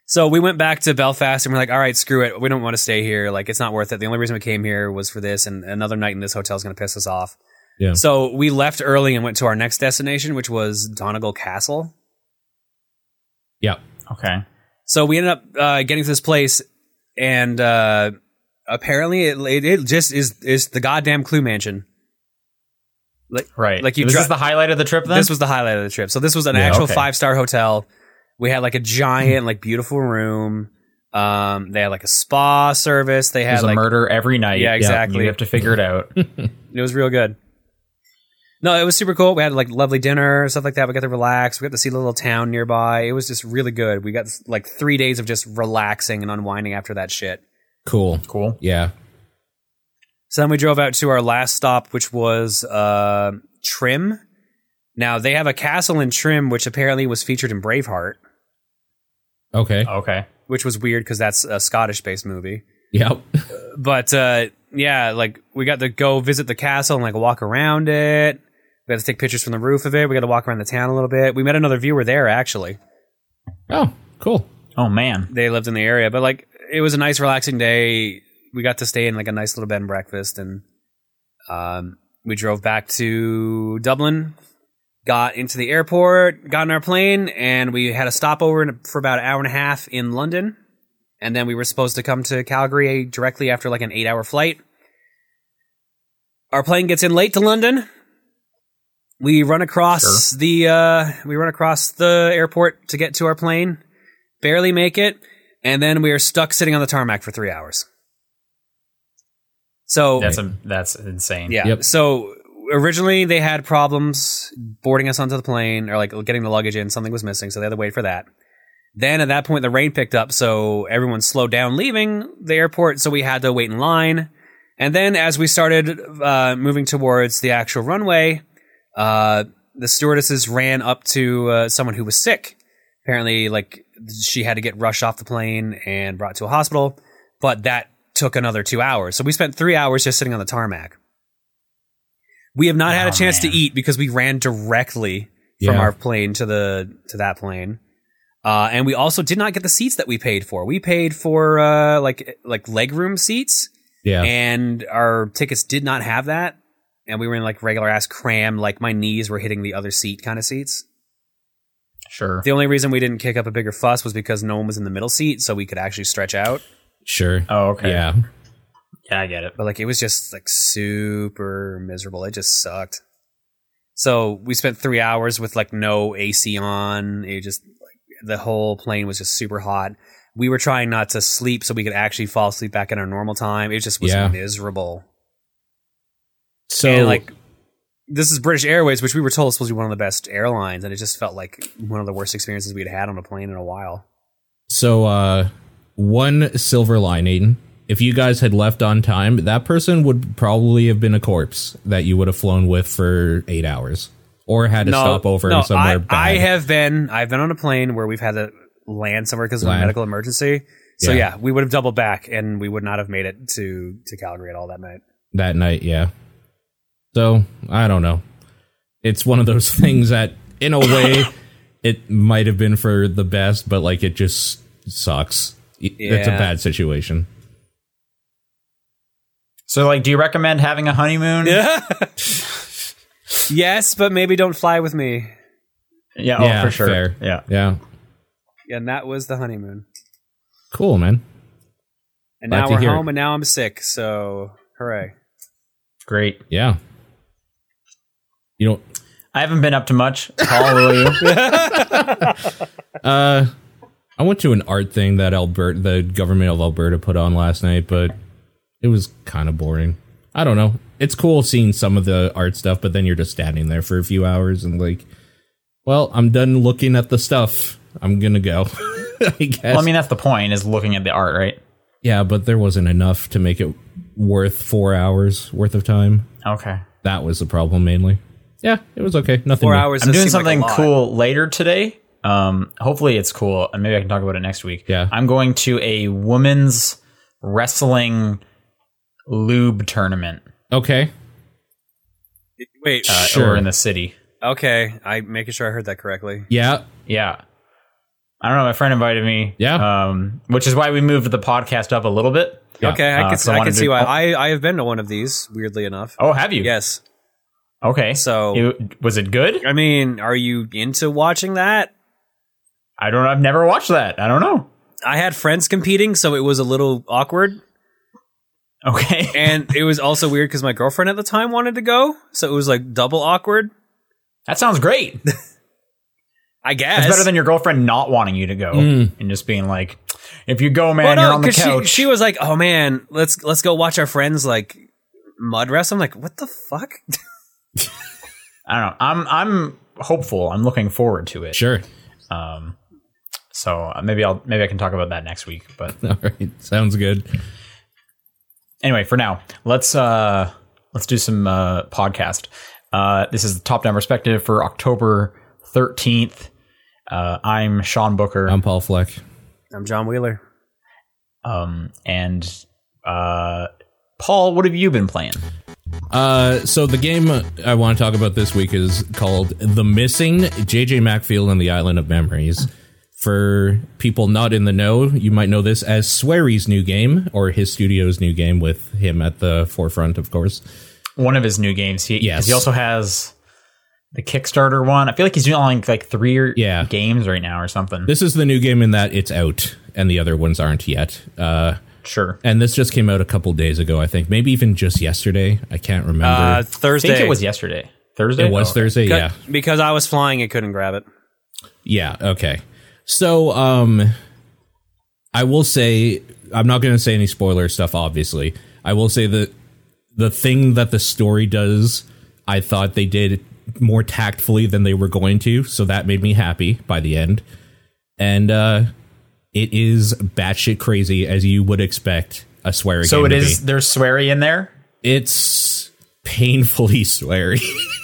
Speaker 2: So we went back to Belfast and we're like, all right, screw it. We don't want to stay here. Like, it's not worth it. The only reason we came here was for this, and another night in this hotel is going to piss us off.
Speaker 1: Yeah.
Speaker 2: So we left early and went to our next destination, which was Donegal Castle.
Speaker 1: Yeah.
Speaker 3: Okay.
Speaker 2: So we ended up uh, getting to this place, and uh, apparently it, it, it just is is the goddamn Clue Mansion.
Speaker 3: Right.
Speaker 2: Like you
Speaker 3: This
Speaker 2: dri-
Speaker 3: is the highlight of the trip. Then
Speaker 2: This was the highlight of the trip. So this was an
Speaker 3: Yeah,
Speaker 2: actual
Speaker 3: okay.
Speaker 2: five star hotel. We had like a giant, like beautiful room. Um, they had like a spa service. They had
Speaker 3: There's
Speaker 2: like
Speaker 3: a murder every night.
Speaker 2: Yeah, exactly.
Speaker 3: You have to figure it out.
Speaker 2: It was real good. No, it was super cool. We had like lovely dinner, stuff like that. We got to relax. We got to see the little town nearby. It was just really good. We got like three days of just relaxing and unwinding after that shit.
Speaker 1: Cool.
Speaker 3: cool.
Speaker 1: Yeah.
Speaker 2: So then we drove out to our last stop, which was uh, Trim. Now they have a castle in Trim, which apparently was featured in Braveheart,
Speaker 1: Okay.
Speaker 2: Uh,
Speaker 3: Okay.
Speaker 2: which was weird because that's a Scottish-based movie.
Speaker 1: Yep.
Speaker 2: but uh, yeah, like we got to go visit the castle and like walk around it. We got to take pictures from the roof of it. We got to walk around the town a little bit. We met another viewer there actually.
Speaker 1: Oh, cool.
Speaker 3: Oh man.
Speaker 2: They lived in the area, but like it was a nice, relaxing day. We got to stay in like a nice little bed and breakfast, and um, we drove back to Dublin. Got into the airport, got in our plane, and we had a stopover in, for about an hour and a half in London. And then we were supposed to come to Calgary directly after like an eight hour flight. Our plane gets in late to London. We run across the uh, we run across the airport to get to our plane, barely make it, and then we are stuck sitting on the tarmac for three hours. So
Speaker 3: That's a that's insane.
Speaker 2: yeah.
Speaker 1: Yep.
Speaker 2: So originally they had problems boarding us onto the plane or like getting the luggage in. Something was missing, so they had to wait for that. Then at that point the rain picked up, so everyone slowed down leaving the airport, so we had to wait in line. And then as we started uh, moving towards the actual runway, uh, the stewardesses ran up to uh, someone who was sick. Apparently, like she had to get rushed off the plane and brought to a hospital, but that took another two hours. So we spent three hours just sitting on the tarmac. We have not had a
Speaker 3: Oh,
Speaker 2: chance
Speaker 3: man.
Speaker 2: to eat because we ran directly from
Speaker 1: Yeah.
Speaker 2: our plane to the to that plane. Uh, and we also did not get the seats that we paid for. We paid for uh, like like legroom seats,
Speaker 1: Yeah.
Speaker 2: and our tickets did not have that. And we were in like regular ass cram, like my knees were hitting the other seat kind of seats.
Speaker 3: Sure.
Speaker 2: The only reason we didn't kick up a bigger fuss was because no one was in the middle seat, so we could actually stretch out.
Speaker 1: sure.
Speaker 3: Oh, okay.
Speaker 1: Yeah.
Speaker 3: Yeah, I get it.
Speaker 2: But like it was just like super miserable. It just sucked. So we spent three hours with like no AC on. It just like the whole plane was just super hot. We were trying not to sleep so we could actually fall asleep back in our normal time. It just was
Speaker 1: Yeah.
Speaker 2: miserable.
Speaker 1: So
Speaker 2: and like this is British Airways, which we were told was supposed to be one of the best airlines, and it just felt like one of the worst experiences we'd had on a plane in a while.
Speaker 1: So, uh, one silver lining if you guys had left on time, that person would probably have been a corpse that you would have flown with for eight hours or had to stop over
Speaker 2: no,
Speaker 1: somewhere
Speaker 2: I,
Speaker 1: bad.
Speaker 2: I have been I've been on a plane where we've had to land somewhere because of a
Speaker 1: Land.
Speaker 2: medical emergency. So
Speaker 1: Yeah.
Speaker 2: yeah. we would have doubled back and we would not have made it to to Calgary at all that night.
Speaker 1: that night, yeah. So, I don't know. It's one of those things that, in a way, it might have been for the best, but like it just sucks. It's a
Speaker 2: Yeah.
Speaker 1: bad situation.
Speaker 3: So, like, do you recommend having a honeymoon?
Speaker 2: yes, but maybe don't fly with me.
Speaker 3: Yeah, oh,
Speaker 1: Yeah,
Speaker 3: for sure.
Speaker 1: fair.
Speaker 3: Yeah.
Speaker 1: Yeah.
Speaker 2: And that was the honeymoon.
Speaker 1: Cool, man.
Speaker 2: And
Speaker 1: Glad
Speaker 2: now
Speaker 1: to
Speaker 2: we're
Speaker 1: hear it.
Speaker 2: home and now I'm sick. So hooray.
Speaker 3: Great.
Speaker 1: Yeah. You don't
Speaker 3: I haven't been up to much. Paul, will you?
Speaker 1: Uh, I went to an art thing that Albert, the government of Alberta, put on last night, but it was kind of boring. I don't know. It's cool seeing some of the art stuff, but then you're just standing there for a few hours and like, well, I'm done looking at the stuff. I'm gonna go. I guess.
Speaker 3: Well, I mean, that's the point is looking at the art, right?
Speaker 1: yeah, but there wasn't enough to make it worth four hours worth of time.
Speaker 3: Okay.
Speaker 1: That was the problem mainly. Yeah, it was okay. Nothing.
Speaker 2: Four
Speaker 1: new.
Speaker 2: hours.
Speaker 3: I'm
Speaker 2: does
Speaker 3: doing
Speaker 2: seem like a
Speaker 3: something
Speaker 2: lot.
Speaker 3: cool later today. Um, hopefully it's cool, and maybe I can talk about it next week.
Speaker 1: Yeah.
Speaker 3: I'm going to a women's wrestling lube tournament
Speaker 1: Okay.
Speaker 2: Wait.
Speaker 3: uh,
Speaker 1: Sure.
Speaker 3: over in the city.
Speaker 2: Okay. I making sure I heard that correctly.
Speaker 1: Yeah.
Speaker 3: Yeah. I don't know. My friend invited me.
Speaker 1: Yeah.
Speaker 3: Um, which is why we moved the podcast up a little bit.
Speaker 1: Yeah.
Speaker 2: Okay, I
Speaker 3: Uh,
Speaker 2: can
Speaker 3: so I
Speaker 2: I
Speaker 3: wanna
Speaker 2: can
Speaker 3: do-
Speaker 2: see why.
Speaker 3: oh.
Speaker 2: I I have been to one of these, weirdly enough.
Speaker 3: Oh, have you?
Speaker 2: Yes.
Speaker 3: Okay.
Speaker 2: So-
Speaker 3: It- was it good?
Speaker 2: I mean, are you into watching that?
Speaker 3: I don't. I've never watched that. I don't know.
Speaker 2: I had friends competing, so it was a little awkward,
Speaker 3: Okay.
Speaker 2: and it was also weird because my girlfriend at the time wanted to go, so it was like double awkward.
Speaker 3: That sounds great. It's
Speaker 2: I guess
Speaker 3: better than your girlfriend not wanting you to go
Speaker 1: Mm.
Speaker 3: and just being like, "If you go, man,
Speaker 2: well,
Speaker 3: you're
Speaker 2: no,
Speaker 3: on the
Speaker 2: 'cause she,
Speaker 3: couch."
Speaker 2: she was like, "Oh man, let's let's go watch our friends like mud wrestle." I'm like, "What the fuck?"
Speaker 3: I don't know. I'm I'm hopeful. I'm looking forward to it.
Speaker 1: Sure.
Speaker 3: Um, so uh, maybe I'll maybe I can talk about that next week. But
Speaker 1: All right. Sounds good.
Speaker 3: anyway, for now, let's uh let's do some uh podcast. Uh, this is the top down perspective for October thirteenth. Uh, I'm Sean Booker.
Speaker 1: I'm Paul Fleck.
Speaker 2: I'm John Wheeler.
Speaker 3: Um, and uh, Paul, what have you been playing?
Speaker 1: Uh, so the game I want to talk about this week is called The Missing JJ Macfield and the Island of Memories. For people not in the know, you might know this as Sweary's new game or his studio's new game with him at the forefront, of course.
Speaker 3: One of his new games. He, 'cause
Speaker 1: Yes.
Speaker 3: He also has the Kickstarter one. I feel like he's doing like like three or
Speaker 1: Yeah.
Speaker 3: games right now or something.
Speaker 1: This is the new game in that it's out and the other ones aren't yet. Uh,
Speaker 3: sure.
Speaker 1: and this just came out a couple days ago, I think. Maybe even just yesterday. I can't remember.
Speaker 2: Uh,
Speaker 3: I
Speaker 2: Thursday
Speaker 3: think it was yesterday. Thursday.
Speaker 1: it was
Speaker 3: Oh, okay.
Speaker 1: Thursday, yeah.
Speaker 2: because I was flying, it couldn't grab it.
Speaker 1: Yeah, okay. So um I will say I'm not going to say any spoiler stuff obviously. I will say that the thing that the story does, I thought they did more tactfully than they were going to, so that made me happy by the end. And uh it is batshit crazy as you would expect a swear
Speaker 3: So
Speaker 1: game
Speaker 3: it
Speaker 1: to
Speaker 3: is.
Speaker 1: be.
Speaker 3: There's sweary in there.
Speaker 1: It's painfully sweary.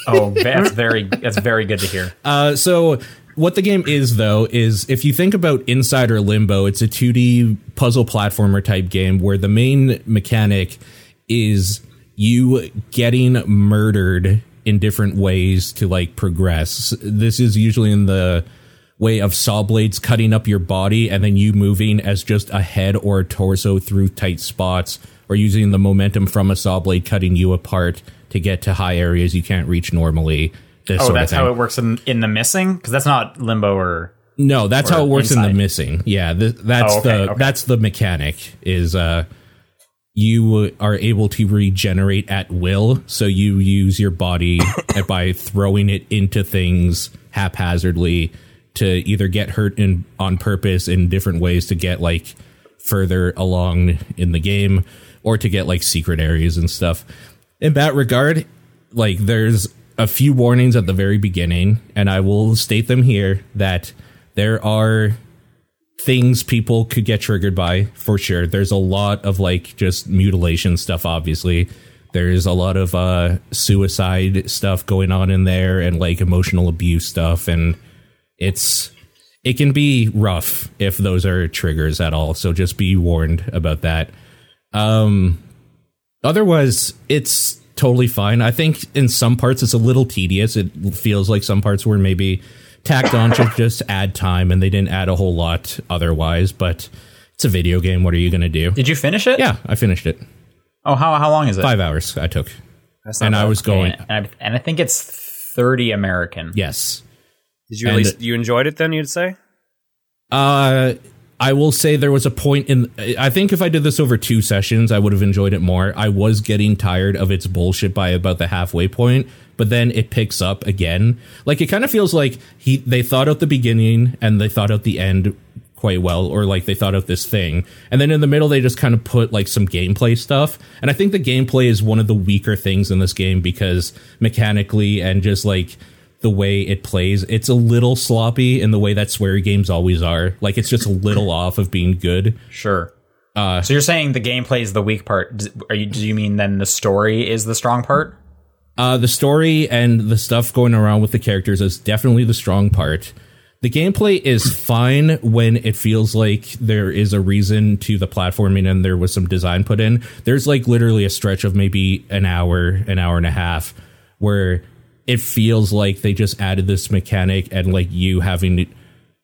Speaker 3: Oh, that's very that's very good to hear.
Speaker 1: Uh, so what the game is though is if you think about Insider Limbo, it's a 2D puzzle platformer type game where the main mechanic is you getting murdered in different ways to like progress. This is usually in the way of saw blades cutting up your body and then you moving as just a head or a torso through tight spots or using the momentum from a saw blade cutting you apart to get to high areas you can't reach normally. This
Speaker 3: Oh,
Speaker 1: sort
Speaker 3: that's
Speaker 1: of
Speaker 3: how
Speaker 1: thing.
Speaker 3: it works in in the missing because that's not limbo or
Speaker 1: No, that's how it works in
Speaker 3: inside.
Speaker 1: the missing. Yeah, th- that's
Speaker 3: Oh, okay,
Speaker 1: the
Speaker 3: okay.
Speaker 1: that's the mechanic is uh you are able to regenerate at will, so you use your body by throwing it into things haphazardly to either get hurt in on purpose in different ways to get like further along in the game or to get like secret areas and stuff. In that regard, like there's a few warnings at the very beginning and i will state them here that there are things people could get triggered by for sure there's a lot of like just mutilation stuff obviously there's a lot of uh suicide stuff going on in there and like emotional abuse stuff and it's it can be rough if those are triggers at all so just be warned about that um otherwise it's totally fine i think in some parts it's a little tedious it feels like some parts were maybe tacked on to just add time and they didn't add a whole lot otherwise but it's a video game what are you going to do
Speaker 3: did you finish it?
Speaker 1: yeah i finished it
Speaker 3: Oh, how how long is it?
Speaker 1: five hours i took
Speaker 2: That's not
Speaker 1: and
Speaker 2: bad.
Speaker 1: i was going
Speaker 3: And, and I, and I think it's thirty American.
Speaker 1: yes
Speaker 2: Did you
Speaker 1: and-
Speaker 2: at least you enjoyed it then? You'd say.
Speaker 1: Uh, I will say there was a point in. I think if I did this over two sessions, I would have enjoyed it more. I was getting tired of its bullshit by about the halfway point, but then it picks up again. Like it kind of feels like he they thought out the beginning and they thought out the end quite well, or like they thought out this thing, and then in the middle they just kind of put like some gameplay stuff. And I think the gameplay is one of the weaker things in this game because mechanically and just like the way it plays. It's a little sloppy in the way that Swery games always are. Like it's just a little off of being good.
Speaker 3: Sure. so you're saying the gameplay is the weak part. D- Are you, do you mean then the story is the strong part?
Speaker 1: Uh, the story and the stuff going around with the characters is definitely the strong part. The gameplay is fine when it feels like there is a reason to the platforming and there was some design put in. There's like literally a stretch of maybe an hour, an hour and a half where it feels like they just added this mechanic and like you having to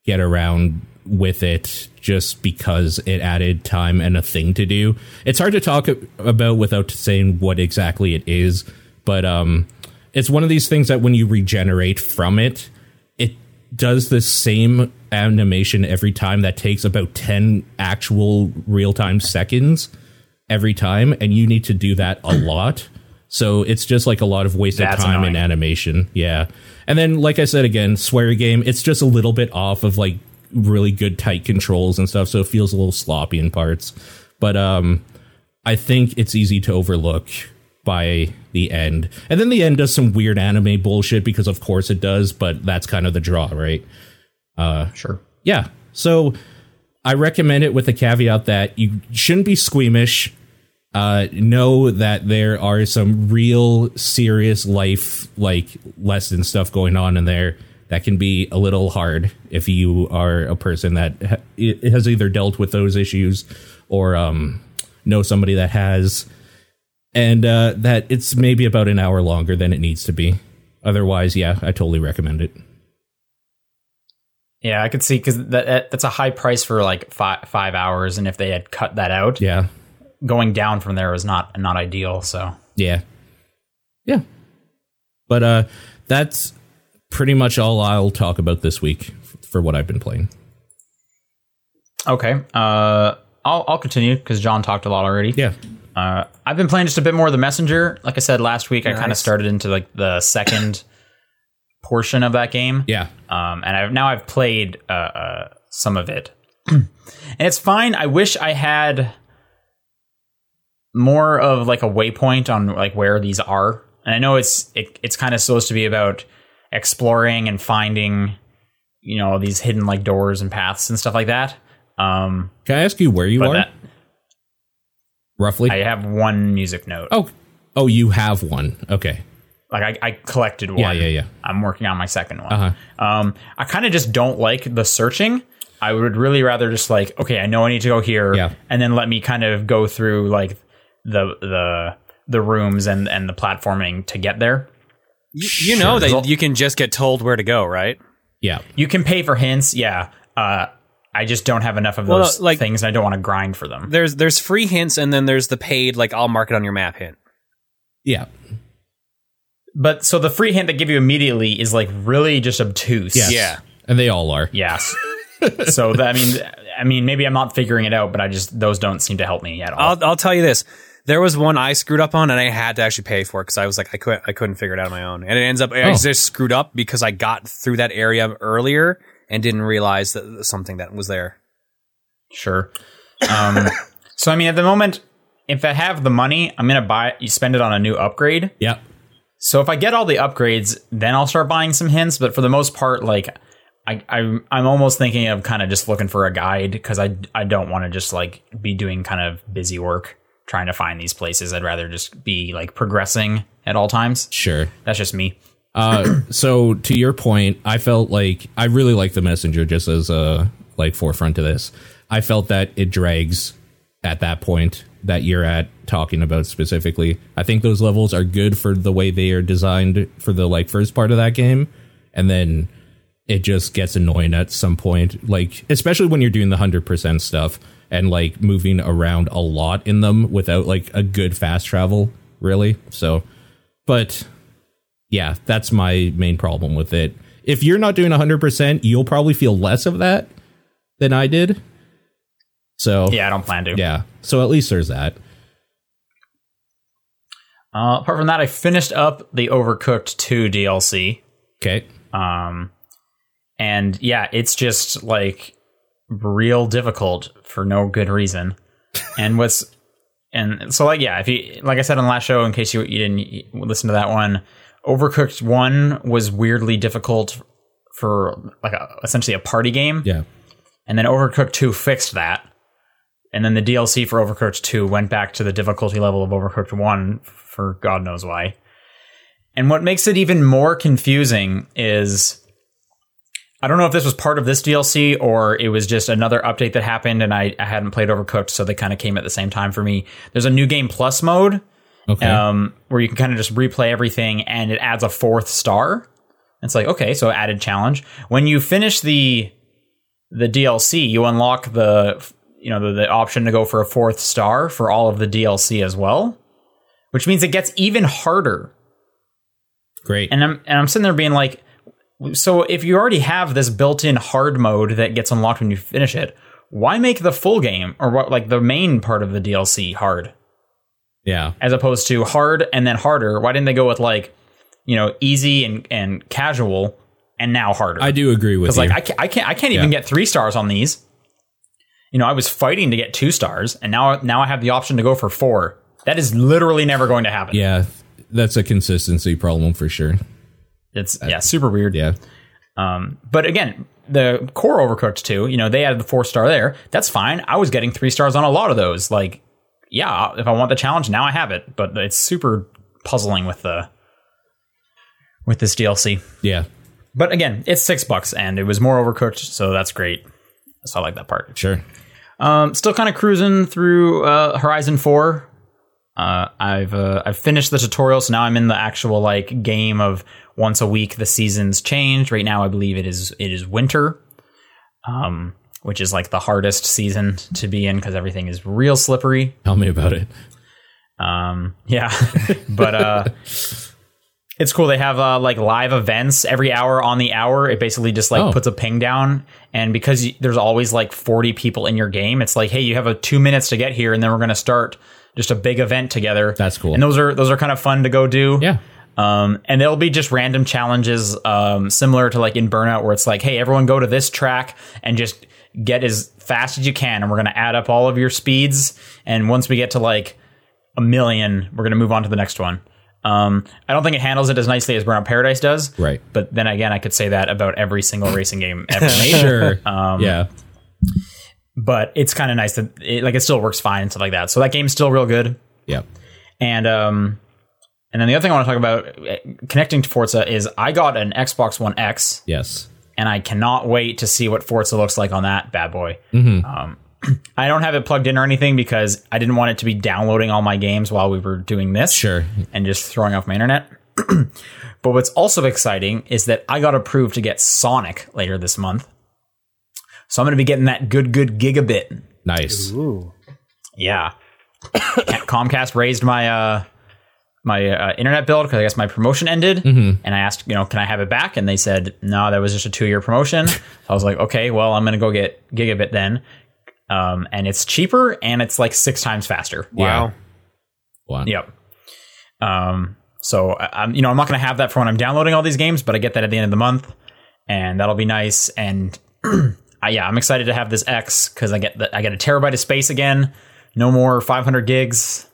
Speaker 1: get around with it just because it added time and a thing to do. It's hard to talk a- about without saying what exactly it is, but um it's one of these things that when you regenerate from it, it does the same animation every time that takes about 10 actual real-time seconds every time and you need to do that a lot. So it's just like a lot of wasted
Speaker 3: That's
Speaker 1: time
Speaker 3: annoying.
Speaker 1: and animation. Yeah. And then like I said again, swear game, it's just a little bit off of like really good tight controls and stuff, so it feels a little sloppy in parts. But um I think it's easy to overlook by the end. And then the end does some weird anime bullshit because of course it does, but that's kind of the draw, right?
Speaker 3: Sure.
Speaker 1: yeah. So I recommend it with the caveat that you shouldn't be squeamish. Uh, know that there are some real serious life like lesson stuff going on in there that can be a little hard if you are a person that ha- i- has either dealt with those issues or um, know somebody that has and uh, that it's maybe about an hour longer than it needs to be otherwise yeah i totally recommend it
Speaker 3: Yeah, I could see because that, that that's a high price for like five five hours, and if they had cut that out,
Speaker 1: yeah
Speaker 3: going down from there was not not ideal. So
Speaker 1: Yeah. Yeah. But uh that's pretty much all I'll talk about this week f- for what I've been playing.
Speaker 3: okay, uh, I'll I'll continue because John talked a lot already.
Speaker 1: Yeah.
Speaker 3: Uh, I've been playing just a bit more of the messenger. Like I said last week, I kind of
Speaker 2: Nice.
Speaker 3: started into like the second portion of that game.
Speaker 1: Yeah.
Speaker 3: um, and I've now I've played uh, uh, some of it, and it's fine. I wish I had more of like a waypoint on like where these are, and I know it's it, it's kind of supposed to be about exploring and finding, you know, these hidden like doors and paths and stuff like that. Um,
Speaker 1: Can I ask you where you
Speaker 3: but
Speaker 1: are
Speaker 3: that,
Speaker 1: roughly?
Speaker 3: I have one music note.
Speaker 1: oh. Oh, you have one. Okay.
Speaker 3: Like I, I collected one.
Speaker 1: Yeah, yeah, yeah.
Speaker 3: I'm working on my second one.
Speaker 1: Uh-huh.
Speaker 3: Um, I kind of just don't like the searching. I would really rather just like, okay, I know I need to go here,
Speaker 1: Yeah.
Speaker 3: and then let me kind of go through like the the the rooms and and the platforming to get there.
Speaker 2: You, you know that you can just get told where to go, right?
Speaker 1: Yeah.
Speaker 3: You can pay for hints, yeah. Uh, I just don't have enough of
Speaker 2: Well,
Speaker 3: those
Speaker 2: like-
Speaker 3: things, and I don't want to grind for them.
Speaker 2: There's there's free hints, and then there's the paid like I'll mark it on your map hint.
Speaker 1: Yeah.
Speaker 3: But so the free hint they give you immediately is like really just obtuse.
Speaker 1: Yes.
Speaker 2: Yeah.
Speaker 1: And they all are.
Speaker 3: Yes. so that, I mean, I mean, maybe I'm not figuring it out, but I just those don't seem to help me
Speaker 1: Oh.
Speaker 3: at all.
Speaker 2: I'll I'll tell you this. There was one I screwed up on, and I had to actually pay for it because I was like I couldn't I couldn't figure it out on my own, and it ends up I
Speaker 1: Oh.
Speaker 2: just screwed up because I got through that area earlier and didn't realize that something that was there.
Speaker 3: Sure. Um, so I mean, at the moment, if I have the money, I'm gonna buy. You spend it on a new upgrade.
Speaker 1: Yep.
Speaker 3: So if I get all the upgrades, then I'll start buying some hints. But for the most part, like I, I'm, I'm almost thinking of kind of just looking for a guide because I, I don't want to just like be doing kind of busy work trying to find these places. I'd rather just be like progressing at all times.
Speaker 1: Sure.
Speaker 3: That's just me.
Speaker 1: Uh, so to your point, I felt like I really like the messenger just as a like forefront to this. I felt that it drags at that point that you're at talking about specifically. I think those levels are good for the way they are designed for the like first part of that game, and then it just gets annoying at some point. Like especially when you're doing the hundred percent stuff and like moving around a lot in them without like a good fast travel, really. So, but yeah, that's my main problem with it. If you're not doing 100%, you'll probably feel less of that than I did. So,
Speaker 3: Yeah, I don't plan to.
Speaker 1: yeah. So at least there's that.
Speaker 3: Uh, apart from that, I finished up the Overcooked 2 DLC.
Speaker 1: Okay.
Speaker 3: Um, and yeah, it's just like real difficult for no good reason. and what's and so like yeah, if you like I said on the last show, in case you you didn't listen to that one, Overcooked One was weirdly difficult for like a, essentially a party game,
Speaker 1: Yeah.
Speaker 3: and then Overcooked Two fixed that. And then the DLC for Overcooked 2 went back to the difficulty level of Overcooked 1 for God knows why. And what makes it even more confusing is I don't know if this was part of this DLC or it was just another update that happened and I, I hadn't played Overcooked, so they kind of came at the same time for me. There's a new game plus mode
Speaker 1: Okay.
Speaker 3: um, where you can kind of just replay everything and it adds a fourth star. It's like, okay, so added challenge. When you finish the the DLC, you unlock the you know the, the option to go for a fourth star for all of the DLC as well, which means it gets even harder.
Speaker 1: Great.
Speaker 3: And I'm and I'm sitting there being like, so if you already have this built-in hard mode that gets unlocked when you finish it, why make the full game or what like the main part of the DLC hard?
Speaker 1: yeah.
Speaker 3: as opposed to hard and then harder. Why didn't they go with like, you know, easy and, and casual and now harder?
Speaker 1: I do agree with
Speaker 3: because
Speaker 1: you.
Speaker 3: like I can't I can't I can't even
Speaker 1: Yeah.
Speaker 3: get three stars on these. You know, I was fighting to get two stars, and now now I have the option to go for four. That is literally never going to happen.
Speaker 1: yeah. That's a consistency problem for sure.
Speaker 3: It's yeah, super weird.
Speaker 1: Yeah.
Speaker 3: Um, but again, the core Overcooked 2, you know, they added the four star there. That's fine. I was getting three stars on a lot of those. Like, yeah, if I want the challenge, now I have it. But it's super puzzling with the with this DLC.
Speaker 1: Yeah.
Speaker 3: But again, it's six bucks and it was more overcooked, so that's great. So I like that part.
Speaker 1: Sure.
Speaker 3: Um, still kind of cruising through uh, Horizon Four. Uh, I've uh, I've finished the tutorial, so now I'm in the actual like game of once a week. The seasons change. Right now, I believe it is it is winter, um, which is like the hardest season to be in because everything is real slippery.
Speaker 1: Tell me about it.
Speaker 3: Um, yeah, but uh, it's cool. They have uh, like live events every hour on the hour. It basically just like
Speaker 1: Oh.
Speaker 3: puts a ping down, and because y there's always like 40 people in your game, it's like, hey, you have a two minutes to get here, and then we're gonna start just a big event together.
Speaker 1: That's cool.
Speaker 3: And those are those are kind of fun to go do.
Speaker 1: Yeah.
Speaker 3: Um, and there'll be just random challenges, um, similar to like in Burnout, where it's like, hey, everyone go to this track and just get as fast as you can, and we're gonna add up all of your speeds. And once we get to like a million, we're gonna move on to the next one. Um, I don't think it handles it as nicely as Burnout Paradise does,
Speaker 1: Right.
Speaker 3: But then again, I could say that about every single racing game ever made.
Speaker 1: Sure. Um, yeah.
Speaker 3: But it's kind of nice that it, like it still works fine and stuff like that. So that game's still real good.
Speaker 1: Yeah.
Speaker 3: And um, and then the other thing I want to talk about eh, connecting to Forza is I got an Xbox One X,
Speaker 1: Yes.
Speaker 3: and I cannot wait to see what Forza looks like on that bad boy. Um, I don't have it plugged in or anything because I didn't want it to be downloading all my games while we were doing this.
Speaker 1: Sure.
Speaker 3: And just throwing off my internet. but what's also exciting is that I got approved to get Sonic later this month. So I'm going to be getting that good, good gigabit.
Speaker 1: Nice.
Speaker 2: Ooh.
Speaker 3: Yeah. Comcast raised my uh, my uh, internet bill because I guess my promotion ended, and I asked, you know, can I have it back? And they said, no, that was just a two year promotion. so I was like, okay, well, I'm gonna go get gigabit then, um, and it's cheaper and it's like six times faster.
Speaker 2: Wow.
Speaker 1: Wow.
Speaker 3: Yep. Um, so I, I'm, you know, I'm not going to have that for when I'm downloading all these games, but I get that at the end of the month, and that'll be nice. And I, yeah, I'm excited to have this X because I get the, I get a terabyte of space again. No more 500 gigs.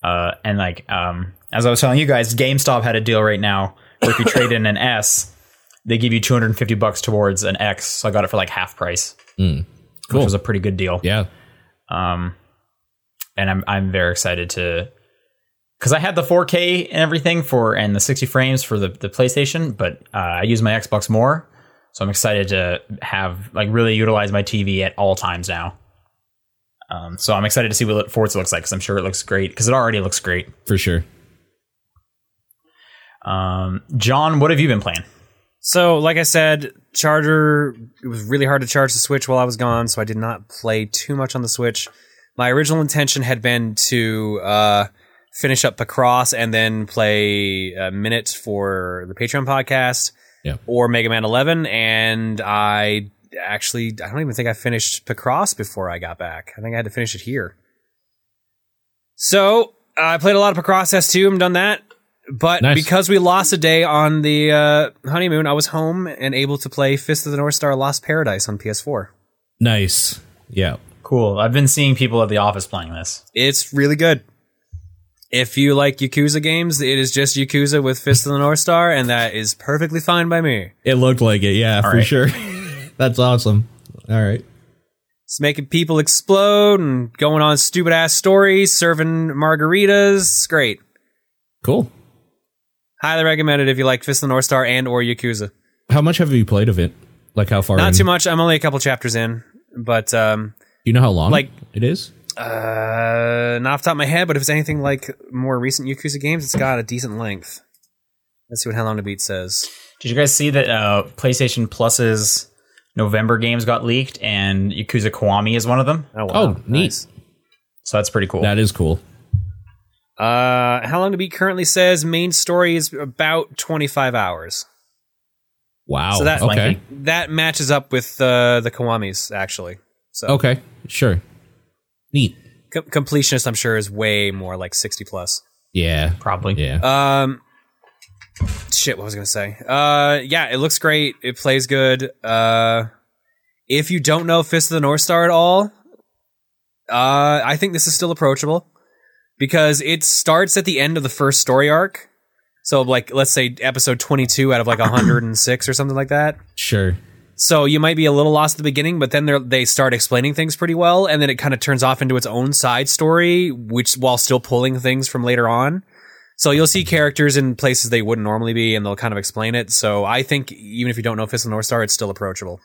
Speaker 3: Uh, and like um, as I was telling you guys, GameStop had a deal right now where if you trade in an S, they give you 250 bucks towards an X. So I got it for like half price,
Speaker 1: Cool.
Speaker 3: which was a pretty good deal
Speaker 1: yeah.
Speaker 3: and I'm I'm very excited to because I had the 4K and everything for and the 60 frames for the the PlayStation, but uh, I use my Xbox more, so I'm excited to have like really utilize my TV at all times now. Um, so I'm excited to see what it- Forza looks like because I'm sure it looks great because it already looks great.
Speaker 1: For sure.
Speaker 3: Um, John, what have you been playing?
Speaker 2: So, like I said, charger. It was really hard to charge the Switch while I was gone, so I did not play too much on the Switch. My original intention had been to uh, finish up Pacross and then play uh, minutes for the Patreon podcast
Speaker 1: Yeah.
Speaker 2: or Mega Man 11, and I actually I don't even think I finished Pacross before I got back. I think I had to finish it here. So uh, I played a lot of Pacross S2. I'm done that, but
Speaker 1: Nice.
Speaker 2: because we lost a day on the uh, honeymoon, I was home and able to play Fist of the North Star Lost Paradise on PS4.
Speaker 1: Nice. Yeah.
Speaker 3: Cool. I've been seeing people at the office playing this.
Speaker 2: It's really good. If you like Yakuza games, it is just Yakuza with Fist of the North Star, and that is perfectly fine by me.
Speaker 1: It looked like it. Yeah, for
Speaker 3: right.
Speaker 1: sure. That's awesome. All right.
Speaker 2: It's making people explode and going on stupid ass stories, serving margaritas. It's great.
Speaker 1: Cool.
Speaker 2: Highly recommend it if you like Fist of the North Star and or Yakuza.
Speaker 1: How much have you played of it? Like how far?
Speaker 2: Not
Speaker 1: in?
Speaker 2: too much. I'm only a couple chapters in, but um,
Speaker 1: Do you know how long
Speaker 2: Like-
Speaker 1: it is?
Speaker 2: uh, not off the top of my head. But if it's anything like more recent Yakuza games, it's got a decent length. Let's see what How Long to Beat says.
Speaker 3: Did you guys see that uh, PlayStation Plus's November games got leaked and Yakuza Kiwami is one of them?
Speaker 2: Oh, wow.
Speaker 1: Oh, neat.
Speaker 2: Nice.
Speaker 3: So that's pretty cool.
Speaker 1: That is cool.
Speaker 2: Uh, How Long to Beat currently says main story is about 25 hours.
Speaker 1: Wow.
Speaker 2: so that
Speaker 1: okay.
Speaker 2: that matches up with uh, the Kiwamis actually. So
Speaker 1: Okay. Sure. Neat.
Speaker 2: Com- completionist, I'm sure, is way more like 60 plus.
Speaker 1: Yeah.
Speaker 3: Probably.
Speaker 1: Yeah.
Speaker 2: Um, shit, what was I gonna say? Uh, yeah, it looks great. It plays good. Uh, if you don't know Fist of the North Star at all, uh, I think this is still approachable because it starts at the end of the first story arc. So, like, let's say episode 22 out of like 106 or something like that.
Speaker 1: sure.
Speaker 2: So you might be a little lost at the beginning, but then they're- they start explaining things pretty well, and then it kind of turns off into its own side story, which while still pulling things from later on. So you'll see characters in places they wouldn't normally be, and they'll kind of explain it. So I think even if you don't know Fist of the North Star, it's still approachable.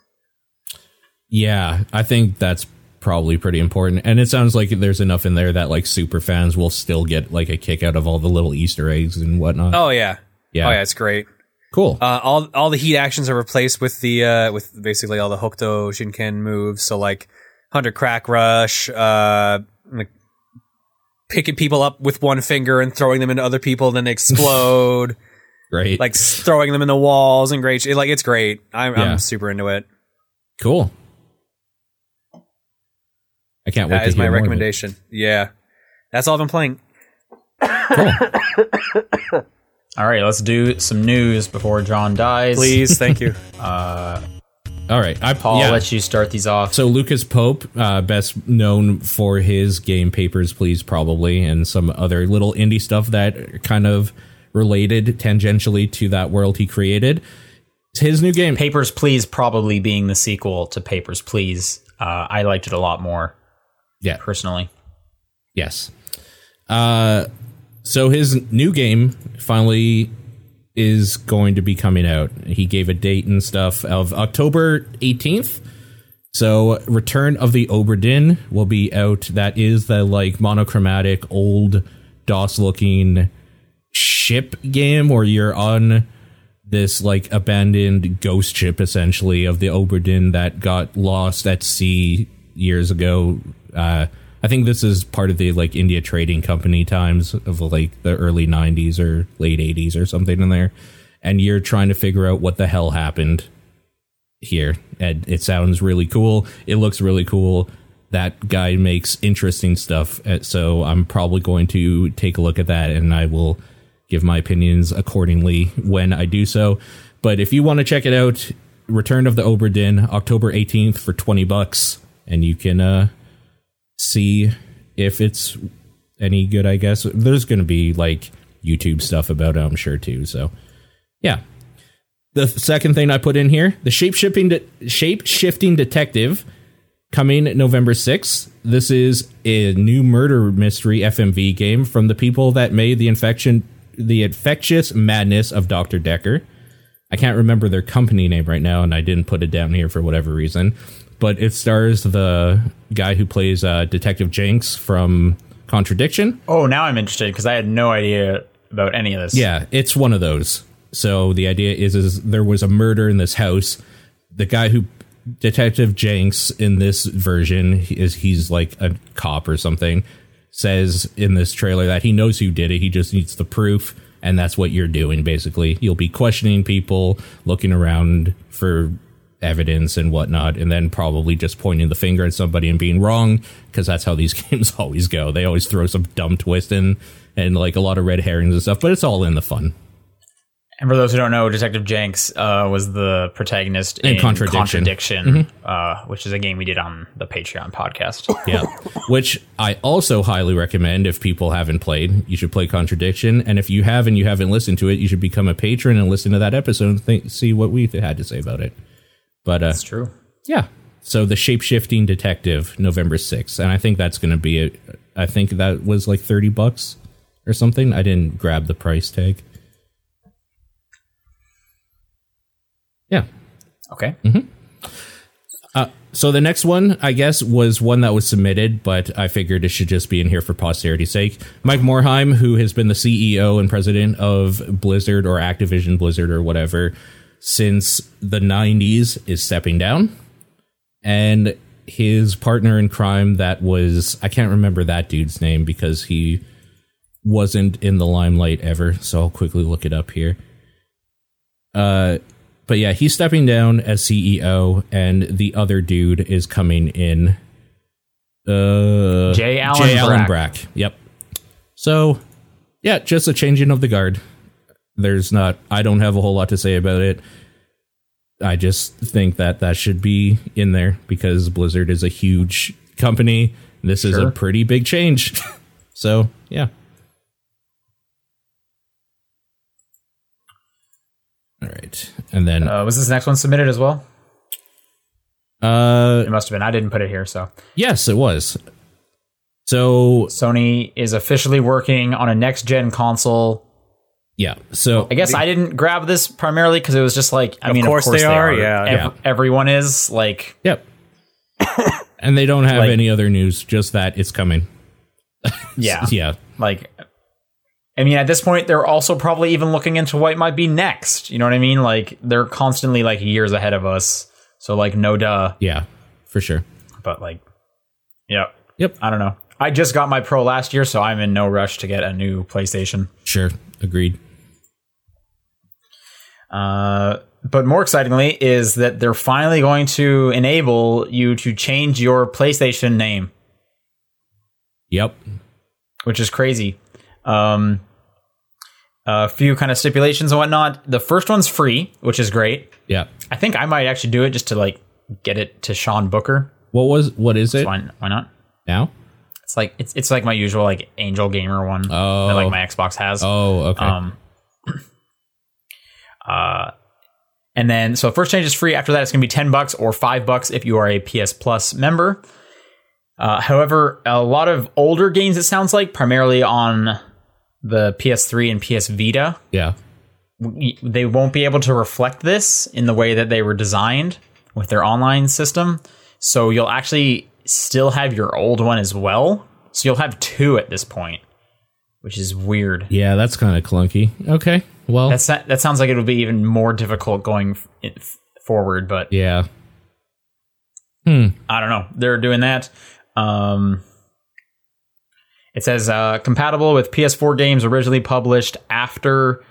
Speaker 1: Yeah. I think that's probably pretty important. And it sounds like there's enough in there that like super fans will still get like a kick out of all the little Easter eggs and whatnot.
Speaker 2: Oh yeah,
Speaker 1: yeah.
Speaker 2: oh yeah, it's great.
Speaker 1: Cool.
Speaker 2: Uh, all all the heat actions are replaced with the uh, with basically all the Hokuto Shinken moves. So like Hunter Crack Rush, uh, like picking people up with one finger and throwing them into other people, and then they explode.
Speaker 1: Great.
Speaker 2: like s- throwing them in the walls and great. sh- Like it's great. I'm,
Speaker 1: Yeah.
Speaker 2: I'm super into it.
Speaker 1: cool. I can't wait
Speaker 2: That
Speaker 1: to
Speaker 2: is
Speaker 1: hear
Speaker 2: my
Speaker 1: more of it.
Speaker 2: recommendation. Yeah, that's all I've been playing.
Speaker 3: All right, let's do some news before John dies.
Speaker 2: Please, thank you.
Speaker 1: All right. I
Speaker 3: Paul,
Speaker 1: Paul.
Speaker 3: I'll let you start these off.
Speaker 1: So Lucas Pope, uh, best known for his game Papers, Please, probably, and some other little indie stuff that are kind of related tangentially to that world he created. His new game,
Speaker 3: Papers, Please, probably being the sequel to Papers, Please. Uh, I liked it a lot more.
Speaker 1: Yeah.
Speaker 3: personally.
Speaker 1: yes. Uh, so his new game finally is going to be coming out. He gave a date and stuff of October 18th. So, Return of the Oberdin will be out. That is the like monochromatic old DOS looking ship game where you're on this like abandoned ghost ship essentially of the Oberdin that got lost at sea years ago. Uh, I think this is part of the like India Trading Company times of like the early 90s or late 80s or something in there. And you're trying to figure out what the hell happened here. And it sounds really cool. It looks really cool. That guy makes interesting stuff. Uh, So I'm probably going to take a look at that and I will give my opinions accordingly when I do so. But if you want to check it out, Return of the Oberdin, October 18th for 20 bucks. And you can uh, see if it's any good, I guess. There's going to be like YouTube stuff about it, I'm sure, too. So yeah, the second thing I put in here, the shape shifting de- shape shifting detective coming November 6th. This is a new murder mystery FMV game from the people that made the infection the infectious madness of Dr. Decker. I can't remember their company name right now and I didn't put it down here for whatever reason, but it stars the guy who plays uh, Detective Jenks from Contradiction.
Speaker 3: Oh, now I'm interested because I had no idea about any of this.
Speaker 1: Yeah, it's one of those. So the idea is is there was a murder in this house. The guy who Detective Jenks in this version he is he's like a cop or something says in this trailer that he knows who did it. He just needs the proof and that's what you're doing basically. You'll be questioning people, looking around for evidence and whatnot and then probably just pointing the finger at somebody and being wrong because that's how these games always go. They always throw some dumb twist in and like a lot of red herrings and stuff, but it's all in the fun.
Speaker 3: And for those who don't know, Detective Jenks uh, was the protagonist
Speaker 1: In
Speaker 3: in,
Speaker 1: Contradiction. Mm-hmm.
Speaker 3: Contradiction, uh, which is a game we did on the Patreon podcast.
Speaker 1: yeah which i also highly recommend if people haven't played you should play contradiction and if you have and you haven't listened to it you should become a patron and listen to that episode and think, see what we had to say about it but uh,
Speaker 3: That's true.
Speaker 1: yeah so the shape-shifting detective november 6th and i think that's going to be it i think that was like 30 bucks or something i didn't grab the price tag yeah
Speaker 3: Okay.
Speaker 1: Mm-hmm. So the next one, I guess, was one that was submitted, but I figured it should just be in here for posterity's sake. Mike Morheim, who has been the CEO and president of Blizzard or Activision Blizzard or whatever since the 90s, is stepping down. And his partner in crime, that was, I can't remember that dude's name because he wasn't in the limelight ever. So I'll quickly look it up here. Uh, but yeah, he's stepping down as CEO, and the other dude is coming in. Uh,
Speaker 3: Jay Allen Brack.
Speaker 1: Yep. So, yeah, just a changing of the guard. There's not. I don't have a whole lot to say about it. I just think that that should be in there because Blizzard is a huge company. This is a
Speaker 3: Sure.
Speaker 1: pretty big change. so, yeah. All right. And then
Speaker 3: Uh, was this next one submitted as well?
Speaker 1: uh
Speaker 3: It must have been. I didn't put it here. So
Speaker 1: yes, it was. So,
Speaker 3: Sony is officially working on a next gen console.
Speaker 1: yeah. So,
Speaker 3: I guess I didn't grab this primarily because it was just like I mean,
Speaker 2: course
Speaker 3: of course
Speaker 2: they
Speaker 3: they,
Speaker 2: are, yeah.
Speaker 3: Ev- everyone is like
Speaker 1: yep. and they don't have
Speaker 3: Like-
Speaker 1: any other news, just that it's coming.
Speaker 3: yeah
Speaker 1: Yeah.
Speaker 3: like i mean at this point they're also probably even looking into what might be next you know what i mean like they're constantly like years ahead of us so like no duh
Speaker 1: Yeah. For sure.
Speaker 3: but like yeah
Speaker 1: Yep.
Speaker 3: i don't know i just got my pro last year so i'm in no rush to get a new playstation
Speaker 1: Sure. Agreed.
Speaker 3: uh but more excitingly is that they're finally going to enable you to change your playstation name
Speaker 1: Yep.
Speaker 3: which is crazy. Um, a few kind of stipulations and whatnot. The first one's free, which is great.
Speaker 1: Yeah.
Speaker 3: I think I might actually do it just to like get it to Sean Booker.
Speaker 1: What was what is it
Speaker 3: Why, why not?
Speaker 1: now?
Speaker 3: It's like it's it's like my usual like Angel Gamer one
Speaker 1: Oh.
Speaker 3: that like my Xbox has.
Speaker 1: Oh, okay.
Speaker 3: Um, uh, and then so first change is free. After that, it's going to be ten bucks or five bucks if you are a PS Plus member. Uh, however, a lot of older games, it sounds like, primarily on the PS3 and PS Vita,
Speaker 1: yeah.
Speaker 3: we- they won't be able to reflect this in the way that they were designed with their online system. So you'll actually still have your old one as well. So you'll have two at this point, which is weird.
Speaker 1: Yeah, that's kind of clunky. Okay. Well,
Speaker 3: That's that, that sounds like it would be even more difficult going f- f- forward, but
Speaker 1: yeah. Hmm.
Speaker 3: I don't know. They're doing that. Um, it says uh, compatible with PS4 games originally published after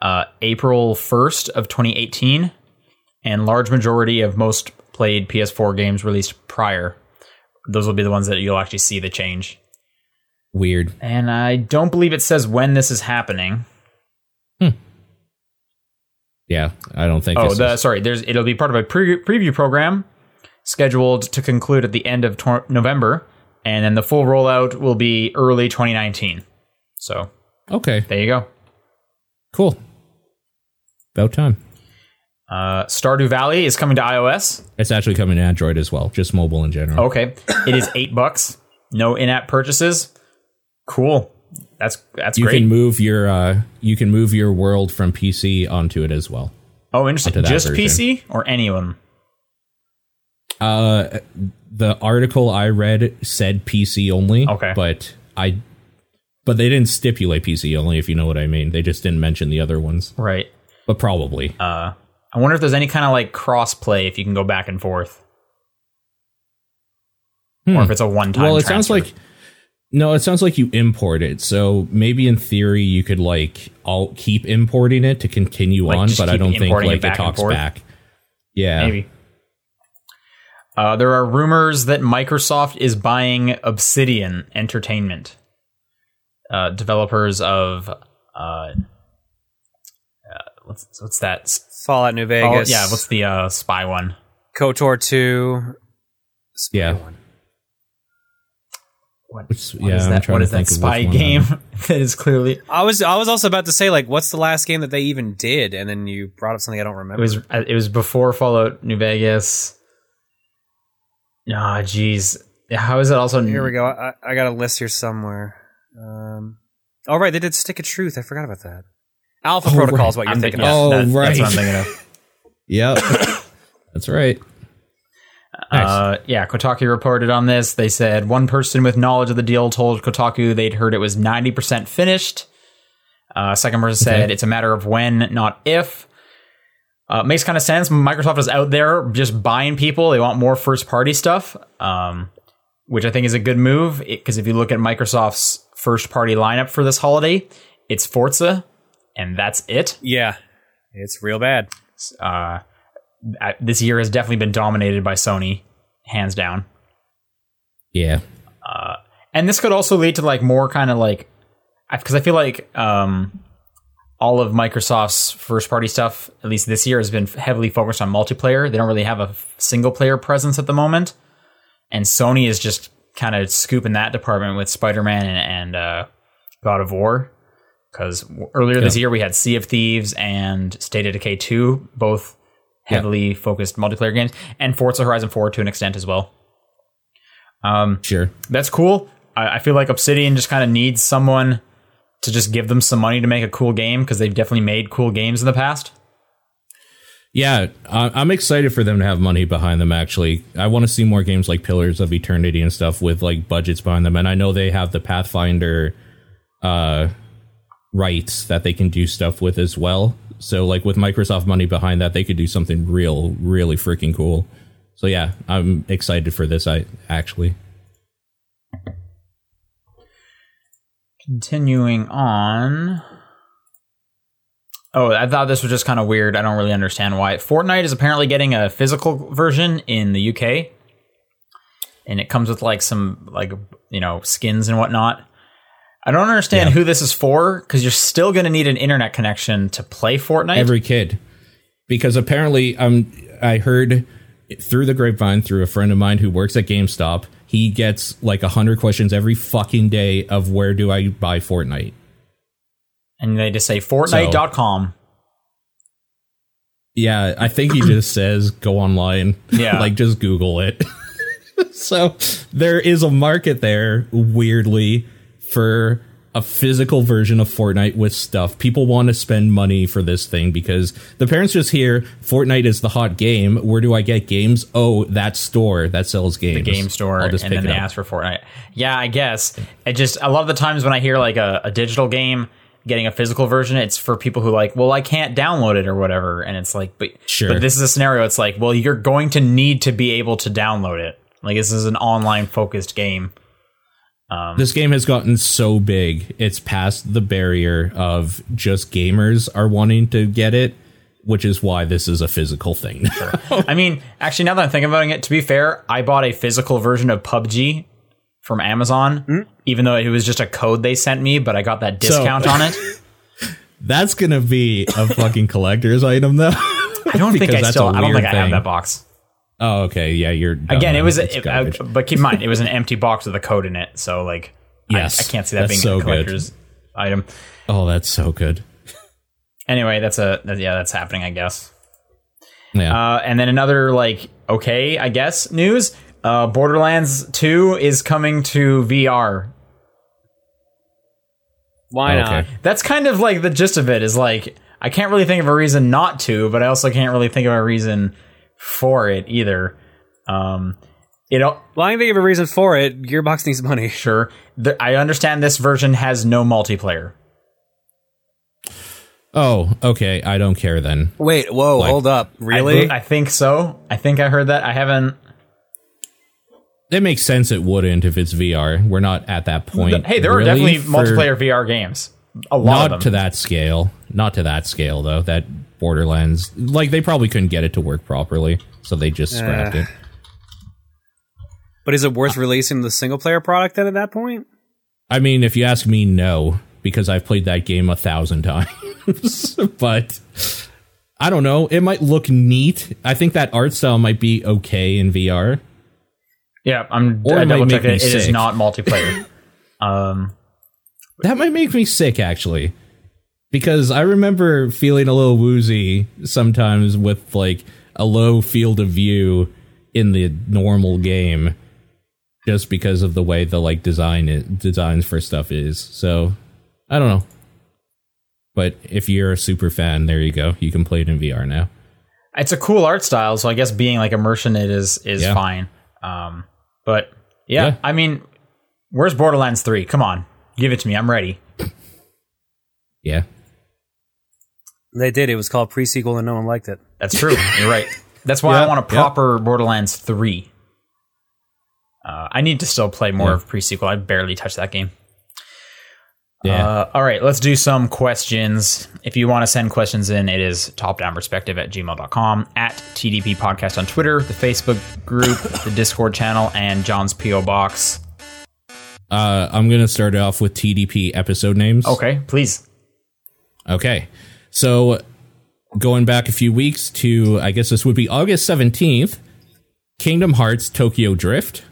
Speaker 3: uh, April 1st of 2018, and large majority of most played PS4 games released prior. Those will be the ones that you'll actually see the change.
Speaker 1: Weird.
Speaker 3: And I don't believe it says when this is happening.
Speaker 1: Yeah, I don't think.
Speaker 3: Oh,
Speaker 1: this
Speaker 3: the,
Speaker 1: is-
Speaker 3: sorry. There's it'll be part of a pre- preview program scheduled to conclude at the end of tor- November, and then the full rollout will be early 2019. So
Speaker 1: okay.
Speaker 3: there you go.
Speaker 1: Cool. About time.
Speaker 3: Uh, Stardew Valley is coming to iOS.
Speaker 1: It's actually coming to Android as well, just mobile in general.
Speaker 3: Okay, it is eight bucks. No in-app purchases. Cool. That's that's
Speaker 1: you
Speaker 3: great.
Speaker 1: can move your uh, you can move your world from PC onto it as well.
Speaker 3: oh, interesting.
Speaker 1: onto that
Speaker 3: Just
Speaker 1: version.
Speaker 3: PC or anyone?
Speaker 1: Uh, the article I read said PC only.
Speaker 3: Okay.
Speaker 1: but I but they didn't stipulate PC only. If you know what I mean, they just didn't mention the other ones.
Speaker 3: Right.
Speaker 1: But probably
Speaker 3: Uh, I wonder if there's any kind of like cross-play if you can go back and forth, or if it's a one-time.
Speaker 1: Hmm. well, it
Speaker 3: transfer.
Speaker 1: sounds like no, it sounds like you import it. So maybe in theory you could like all keep importing it to continue
Speaker 3: Like,
Speaker 1: on,
Speaker 3: just
Speaker 1: but I
Speaker 3: keep
Speaker 1: don't think
Speaker 3: importing it
Speaker 1: like it,
Speaker 3: back and
Speaker 1: talks
Speaker 3: forth?
Speaker 1: back. Yeah,
Speaker 3: Maybe. Uh, there are rumors that Microsoft is buying Obsidian Entertainment, uh, developers of uh, uh, what's what's that? S-
Speaker 2: Fallout New
Speaker 3: oh,
Speaker 2: Vegas.
Speaker 3: yeah, what's the uh, spy one?
Speaker 2: KOTOR 2. Spy
Speaker 1: Yeah.
Speaker 2: one.
Speaker 3: What,
Speaker 1: Which-
Speaker 3: what
Speaker 1: yeah,
Speaker 3: is
Speaker 1: I'm
Speaker 3: that?
Speaker 1: trying
Speaker 3: What
Speaker 1: to
Speaker 3: is that
Speaker 1: think of
Speaker 3: spy
Speaker 1: which one
Speaker 3: game that is clearly? It
Speaker 2: I was I was also about to say like what's the last game that they even did and then you brought up something I don't remember.
Speaker 3: was uh, it was before Fallout New Vegas. Ah, jeez, how is it also?
Speaker 2: Here we go. I, I got a list here somewhere. Um, oh right, they did Stick of Truth. I forgot about that. Alpha
Speaker 1: Oh,
Speaker 2: Protocol
Speaker 1: right.
Speaker 2: is what you're
Speaker 3: I'm
Speaker 2: thinking
Speaker 3: thinking. Yeah,
Speaker 2: of.
Speaker 1: Oh,
Speaker 3: that- That's what
Speaker 1: right.
Speaker 3: I'm thinking of.
Speaker 1: yeah, that's right.
Speaker 3: Uh, yeah, Kotaku reported on this. They said one person with knowledge of the deal told Kotaku they'd heard it was 90% finished. Uh, second person said
Speaker 1: Okay.
Speaker 3: it's a matter of when, not if. Uh, makes kind of sense. Microsoft is out there just buying people. They want more first party stuff, um, which I think is a good move because if you look at Microsoft's first party lineup for this holiday, it's Forza, and that's it
Speaker 2: Yeah, it's real bad.
Speaker 3: uh, I- this year has definitely been dominated by Sony, hands down.
Speaker 1: Yeah,
Speaker 3: And this could also lead to like more kind of like, because I feel like um, all of Microsoft's first party stuff, at least this year, has been heavily focused on multiplayer. They don't really have a single player presence at the moment, and Sony is just kind of scooping that department with Spider Man and, and uh, God of War. Because earlier this year we had Sea of Thieves and State of Decay 2, both heavily focused multiplayer games, and Forza Horizon 4 to an extent as well. Um,
Speaker 1: sure.
Speaker 3: that's cool. I, I feel like Obsidian just kind of needs someone to just give them some money to make a cool game because they've definitely made cool games in the past.
Speaker 1: Yeah, I- I'm excited for them to have money behind them. Actually, I want to see more games like Pillars of Eternity and stuff with like budgets behind them. And I know they have the Pathfinder uh, rights that they can do stuff with as well. So, like with Microsoft money behind that, they could do something real, really freaking cool. So, yeah, I'm excited for this. I actually,
Speaker 3: Continuing on. Oh, I thought this was just kind of weird. I don't really understand why. Fortnite is apparently getting a physical version in the UK. And it comes with like some like you know skins and whatnot. I don't understand who this is for because you're still going to need an internet connection to play Fortnite.
Speaker 1: every kid, because apparently, um, I heard through the grapevine through a friend of mine who works at GameStop, he gets like a hundred questions every fucking day of where do I buy Fortnite.
Speaker 3: and they just say Fortnite.com.
Speaker 1: Yeah, I think he just says go online.
Speaker 3: Yeah.
Speaker 1: like just Google it. so there is a market there, weirdly, for a physical version of Fortnite with stuff. People want to spend money for this thing because the parents just hear Fortnite is the hot game. Where do I get games? Oh, that store that sells games.
Speaker 3: game store,
Speaker 1: I'll just
Speaker 3: and
Speaker 1: pick
Speaker 3: then they
Speaker 1: it up.
Speaker 3: ask for Fortnite. Yeah, I guess it just a lot of the times when I hear like a, a digital game getting a physical version, it's for people who like, well, I can't download it or whatever, and it's like, but
Speaker 1: Sure.
Speaker 3: but this is a scenario. It's like, well, you're going to need to be able to download it. Like this is an online focused game.
Speaker 1: This game has gotten so big, it's past the barrier of just gamers are wanting to get it, which is why this is a physical thing. Oh.
Speaker 3: I mean, actually, now that I'm thinking about it, to be fair, I bought a physical version of PUBG from Amazon,
Speaker 1: Hmm?
Speaker 3: even though it was just a code they sent me, but I got that discount on it.
Speaker 1: That's gonna be a fucking collector's item, though.
Speaker 3: I don't think
Speaker 1: Because
Speaker 3: I
Speaker 1: that's
Speaker 3: still.
Speaker 1: a
Speaker 3: I don't
Speaker 1: weird
Speaker 3: think I have
Speaker 1: thing.
Speaker 3: that box.
Speaker 1: Oh, okay, yeah, you're dumb,
Speaker 3: Again, it
Speaker 1: man.
Speaker 3: was,
Speaker 1: It's
Speaker 3: it, I,
Speaker 1: garbage.
Speaker 3: but keep in mind, it was an empty box with a code in it. So like, I-
Speaker 1: Yes,
Speaker 3: I, can't see that
Speaker 1: that's
Speaker 3: being
Speaker 1: so
Speaker 3: a
Speaker 1: good.
Speaker 3: collector's item.
Speaker 1: oh, that's so good.
Speaker 3: Anyway, that's a that, yeah, that's happening, I guess.
Speaker 1: Yeah,
Speaker 3: Uh, and then another like okay, I guess news. Uh, Borderlands Two is coming to VR.
Speaker 2: Why not?
Speaker 1: Okay.
Speaker 3: That's kind of like the gist of it. Is like I can't really think of a reason not to, but I also can't really think of a reason for it either. Um, it al-
Speaker 2: Well, I can think of a reason for it. Gearbox needs money.
Speaker 3: sure. The, I understand this version has no multiplayer.
Speaker 1: oh, okay, I don't care then.
Speaker 2: Wait, whoa,
Speaker 1: hold
Speaker 2: up.
Speaker 3: I, be- I think so. I think I heard that. I haven't.
Speaker 1: It makes sense it wouldn't if it's VR. We're not at that point.
Speaker 3: Hey, there are
Speaker 1: Really,
Speaker 3: definitely
Speaker 1: for-
Speaker 3: multiplayer VR games. A
Speaker 1: Not
Speaker 3: lot of
Speaker 1: to
Speaker 3: them.
Speaker 1: that scale. Not to that scale though. That Borderlands, like they probably couldn't get it to work properly, so they just scrapped
Speaker 3: Eh.
Speaker 2: Yeah.
Speaker 1: it.
Speaker 2: but is it worth releasing the single player product then at that point?
Speaker 1: I mean, if you ask me, no, because I've played that game a thousand times. but I don't know. It might look neat. I think that art style might be okay in VR.
Speaker 3: Yeah, I'm.
Speaker 1: Or
Speaker 3: I
Speaker 1: it might
Speaker 3: double
Speaker 1: make
Speaker 3: checked
Speaker 1: me
Speaker 3: it. It is
Speaker 1: sick.
Speaker 3: not multiplayer. um,
Speaker 1: That might make me sick, actually. Because I remember feeling a little woozy sometimes with like a low field of view in the normal game just because of the way the like design it, designs for stuff is. So, I don't know. But if you're a super fan, there you go. You can play it in VR now.
Speaker 3: it's a cool art style, so I guess being like immersed in it is is
Speaker 1: Yeah.
Speaker 3: fine. Um, but yeah,
Speaker 1: Yeah.
Speaker 3: I mean, where's Borderlands Three? Come on, give it to me. I'm ready.
Speaker 1: Yeah.
Speaker 2: They did. It was called pre sequel and no one liked it.
Speaker 3: That's true. You're right. That's why
Speaker 1: Yeah,
Speaker 3: I want a
Speaker 1: yeah.
Speaker 3: proper Borderlands Three. Uh, I need to still play more
Speaker 1: Yeah.
Speaker 3: of prequel. I barely touched that game.
Speaker 1: Yeah.
Speaker 3: Uh, all right, let's do some questions. If you want to send questions in, it is topdownperspective at gmail.com, at TDP Podcast on Twitter, the Facebook group, the Discord channel, and John's P.O. Box.
Speaker 1: Uh, I'm going to start off with TDP episode names.
Speaker 3: Okay, please.
Speaker 1: Okay. So going back a few weeks to, I guess this would be August 17th, Kingdom Hearts Tokyo Drift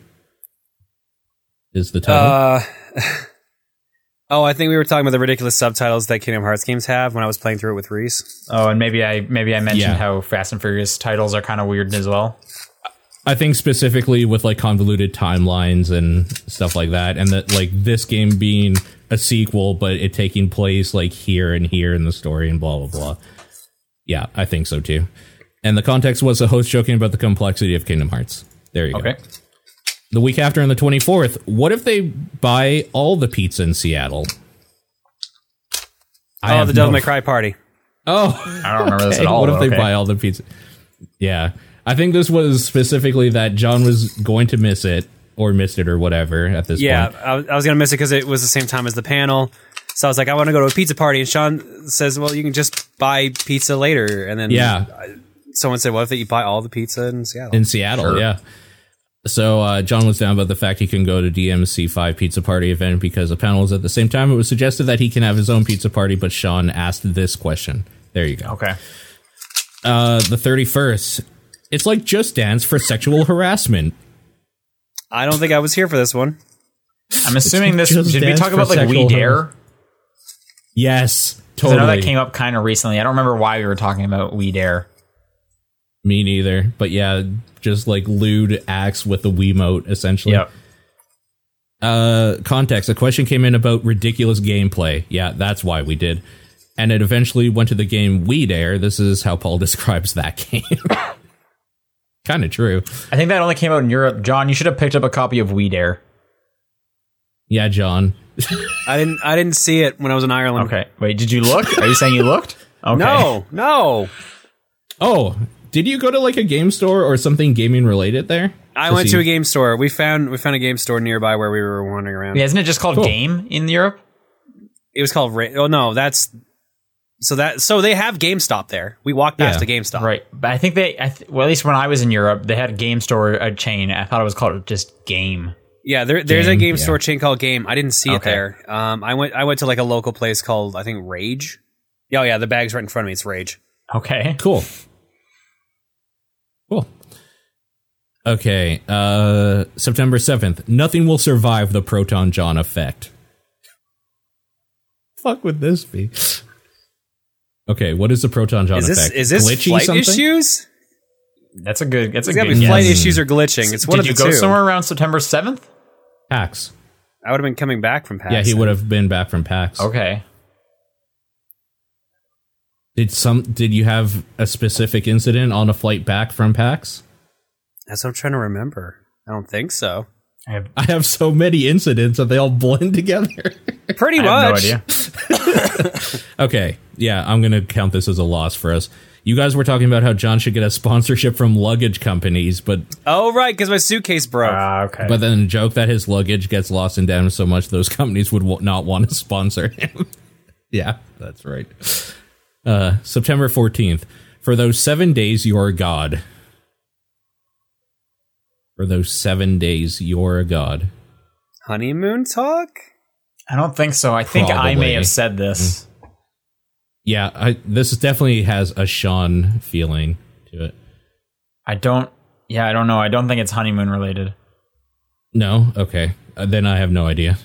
Speaker 1: is the title.
Speaker 2: Uh, oh, I think we were talking about the ridiculous subtitles that Kingdom Hearts games have when I was playing through it with Reese.
Speaker 3: Oh, and maybe I maybe I mentioned
Speaker 1: Yeah.
Speaker 3: how Fast and Furious titles are kind of weird as well.
Speaker 1: I think specifically with like convoluted timelines and stuff like that. And that like this game being a sequel, but it taking place like here and here in the story and blah, blah, blah. Yeah, I think so too. And the context was the host joking about the complexity of Kingdom Hearts. There you go.
Speaker 3: Okay.
Speaker 1: the week after on the 24th what if they buy all the pizza in seattle I
Speaker 2: Oh,
Speaker 1: have
Speaker 2: the Devil
Speaker 1: no-
Speaker 2: May Cry party.
Speaker 1: oh
Speaker 3: I don't remember this
Speaker 1: okay.
Speaker 3: at all.
Speaker 1: what if
Speaker 3: though,
Speaker 1: they
Speaker 3: okay.
Speaker 1: buy all the pizza yeah i think this was specifically that john was going to miss it or missed it or whatever at this
Speaker 2: Yeah,
Speaker 1: point
Speaker 2: I, was- I was gonna miss it because it was the same time as the panel. So I was like, I want to go to a pizza party, and Sean says, "Well, you can just buy pizza later." And then
Speaker 1: yeah
Speaker 2: someone said, "What if you buy all the pizza in Seattle?"
Speaker 1: in seattle yeah so uh, john was down about the fact he couldn't go to dmc5 pizza party event because the panel was at the same time it was suggested that he can have his own pizza party but sean asked this question there you go
Speaker 3: Okay.
Speaker 1: uh, the 31st. It's like Just Dance for sexual harassment.
Speaker 2: I don't think I was here for this one.
Speaker 3: I'm assuming this.
Speaker 1: Just
Speaker 3: Did we
Speaker 1: dance
Speaker 3: talk
Speaker 1: for
Speaker 3: about like We
Speaker 1: sexual
Speaker 3: Dare?
Speaker 1: harass- Yes,
Speaker 3: 'Cause
Speaker 1: totally.
Speaker 3: I know that came up kind of recently. I don't remember why we were talking about We Dare.
Speaker 1: Me neither. But yeah, just like lewd acts with the Wiimote, essentially. uh, context, a question came in about ridiculous gameplay. Yeah, that's why we did. And it eventually went to the game Weed Air. This is how Paul describes that game. kind of true.
Speaker 3: I think that only came out in Europe. John, you should have picked up a copy of Weed Air.
Speaker 1: Yeah, John.
Speaker 2: I didn't. I didn't see it when I was in Ireland.
Speaker 3: Okay. Wait, did you look? Are you saying you looked? Okay.
Speaker 2: No, no.
Speaker 1: Oh, did you go to like a game store or something gaming related there?
Speaker 2: I went
Speaker 1: see-
Speaker 2: to a game store. We found we found a game store nearby where we were wandering around.
Speaker 3: Yeah, isn't it just called
Speaker 1: Cool.
Speaker 3: Game in Europe?
Speaker 2: It was called. Ra- oh no, that's so that so they have GameStop there. We walked past
Speaker 1: Yeah,
Speaker 2: a GameStop.
Speaker 3: Right. But I think they, I th- well, at least when I was in Europe, they had a game store a chain. I thought it was called just Game.
Speaker 2: Yeah, there, there's a
Speaker 1: Game,
Speaker 2: game
Speaker 1: yeah.
Speaker 2: store chain called Game. I didn't see it
Speaker 3: Okay.
Speaker 2: there. Um, I went I went to like a local place called I think Rage. Yeah, Oh yeah, the bag's right in front of me. It's Rage.
Speaker 3: Okay.
Speaker 1: Cool. Cool. Okay. Uh, September 7th. Nothing will survive the Proton John effect. Fuck would this be? Okay, what is Oh, the Proton John
Speaker 2: is this
Speaker 1: effect?
Speaker 2: is this
Speaker 1: Glitchy
Speaker 2: flight
Speaker 1: something?
Speaker 2: issues?
Speaker 3: That's a good, that's
Speaker 2: It's
Speaker 3: a
Speaker 2: gotta
Speaker 3: good
Speaker 2: be
Speaker 3: guess.
Speaker 2: flight issues or glitching. It's one
Speaker 3: Did
Speaker 2: of
Speaker 3: you
Speaker 2: the
Speaker 3: go
Speaker 2: two.
Speaker 3: somewhere around September 7th?
Speaker 1: PAX.
Speaker 2: I would have been coming back from PAX.
Speaker 1: Yeah, he would have been back from PAX.
Speaker 3: Okay.
Speaker 1: Did some did you have a specific incident on a flight back from PAX?
Speaker 2: That's what I'm trying to remember. I don't think so.
Speaker 3: I have,
Speaker 1: I have so many incidents that they all blend together.
Speaker 2: Pretty
Speaker 3: I
Speaker 2: much.
Speaker 3: have no idea.
Speaker 1: Okay. Yeah, I'm going to count this as a loss for us. You guys were talking about how John should get a sponsorship from luggage companies, but
Speaker 2: Oh right, because my suitcase broke.
Speaker 3: Ah, okay.
Speaker 1: but then joke that his luggage gets lost and damaged so much those companies would w- not want to sponsor him. yeah, that's right. Uh, September 14th. For those 7 days you're a god. For those 7 days you're a god.
Speaker 2: Honeymoon talk.
Speaker 3: I don't think so. I think I may
Speaker 1: Probably.
Speaker 3: have said this.
Speaker 1: Yeah, I, this is definitely has a Sean feeling to it.
Speaker 3: I don't. Yeah, I don't know. I don't think it's honeymoon related.
Speaker 1: No. Okay. Uh, then I have no idea.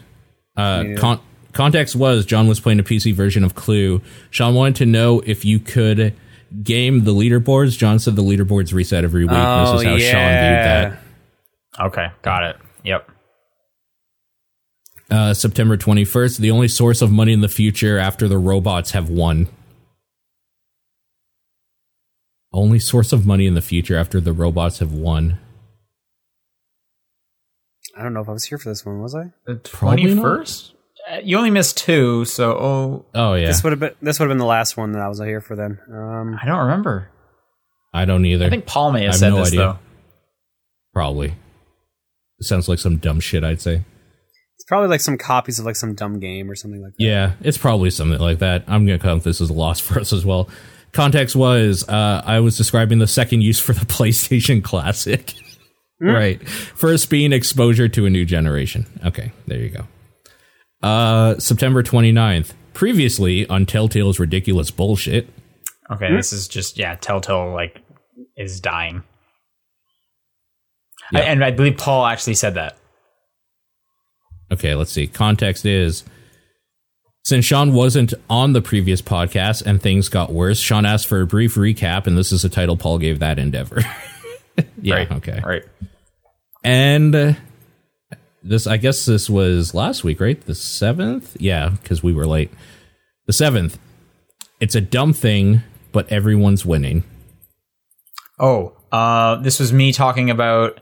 Speaker 1: Uh,
Speaker 2: Yeah.
Speaker 1: con- context was John was playing a PC version of Clue. Sean wanted to know if you could game the leaderboards. John said the leaderboards reset every week.
Speaker 2: Oh,
Speaker 1: this is how Sean viewed
Speaker 3: Okay, got it. Yep.
Speaker 1: that. Uh, September 21st, the only source of money in the future after the robots have won. Only source of money in the future after the robots have won.
Speaker 2: I don't know if I was here for this one, was I?
Speaker 3: The
Speaker 1: Probably
Speaker 3: twenty
Speaker 1: not.
Speaker 3: first. Uh, You only missed two, so oh,
Speaker 1: Oh, yeah.
Speaker 2: This would have been this would have been the last one that I was here for then. Um,
Speaker 3: I don't remember.
Speaker 1: I don't either.
Speaker 3: I think Paul may
Speaker 1: I
Speaker 3: have
Speaker 1: have
Speaker 3: said
Speaker 1: no
Speaker 3: this
Speaker 1: idea.
Speaker 3: though.
Speaker 1: Probably. sounds like some dumb shit, I'd say.
Speaker 2: it's probably like some copies of like some dumb game or something like that.
Speaker 1: Yeah, it's probably something like that. I'm going to count this as a loss for us as well. Context was uh, I was describing the second use for the PlayStation Classic. Right. First being exposure to a new generation. Okay, there you go. Uh, September 29th. Previously on Telltale's Ridiculous Bullshit.
Speaker 3: Okay, this is just yeah. Telltale like is dying, I,
Speaker 1: Yeah.
Speaker 3: and I believe Paul actually said that.
Speaker 1: Okay, let's see. Context is since Sean wasn't on the previous podcast and things got worse, Sean asked for a brief recap, and this is the title Paul gave that endeavor. yeah,
Speaker 3: Right.
Speaker 1: okay.
Speaker 3: Right.
Speaker 1: And uh, this, I guess this was last week, right? The seventh? Yeah, because we were late. The seventh. It's a dumb thing, but everyone's winning.
Speaker 3: Oh, uh, this was me talking about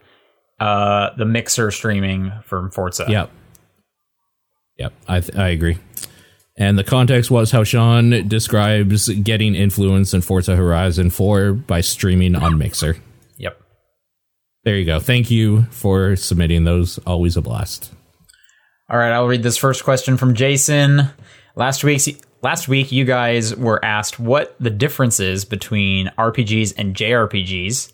Speaker 3: uh the mixer streaming from Forza.
Speaker 1: Yep. Yep, I, th- I agree. And the context was how Sean describes getting influence in Forza Horizon 4 by streaming on Mixer.
Speaker 3: Yep.
Speaker 1: There you go. Thank you for submitting those. Always a blast.
Speaker 3: All right, I'll read this first question from Jason. Last week's last week you guys were asked what the difference is between RPGs and JRPGs,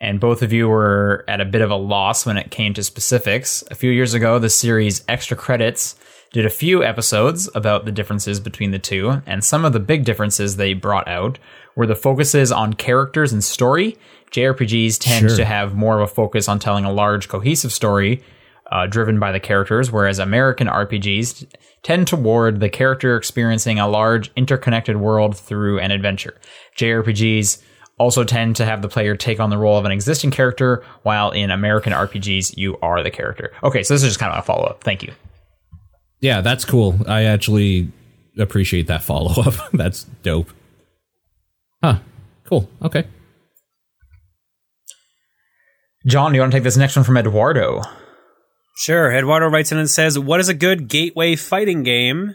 Speaker 3: and both of you were at a bit of a loss when it came to specifics. A few years ago, the series Extra Credits did a few episodes about the differences between the two, and some of the big differences they brought out were the focuses on characters and story. JRPGs tend
Speaker 1: Sure.
Speaker 3: to have more of a focus on telling a large cohesive story, uh, driven by the characters, whereas American RPGs tend toward the character experiencing a large interconnected world through an adventure. JRPGs also tend to have the player take on the role of an existing character, while in American RPGs, you are the character. Okay, so this is just kind of a follow up. Thank you.
Speaker 1: Yeah, that's cool. I actually appreciate that follow up. that's dope. Huh. Cool. Okay.
Speaker 3: John, do you want to take this next one from Eduardo?
Speaker 2: Sure. Eduardo writes in and says, What is a good gateway fighting game?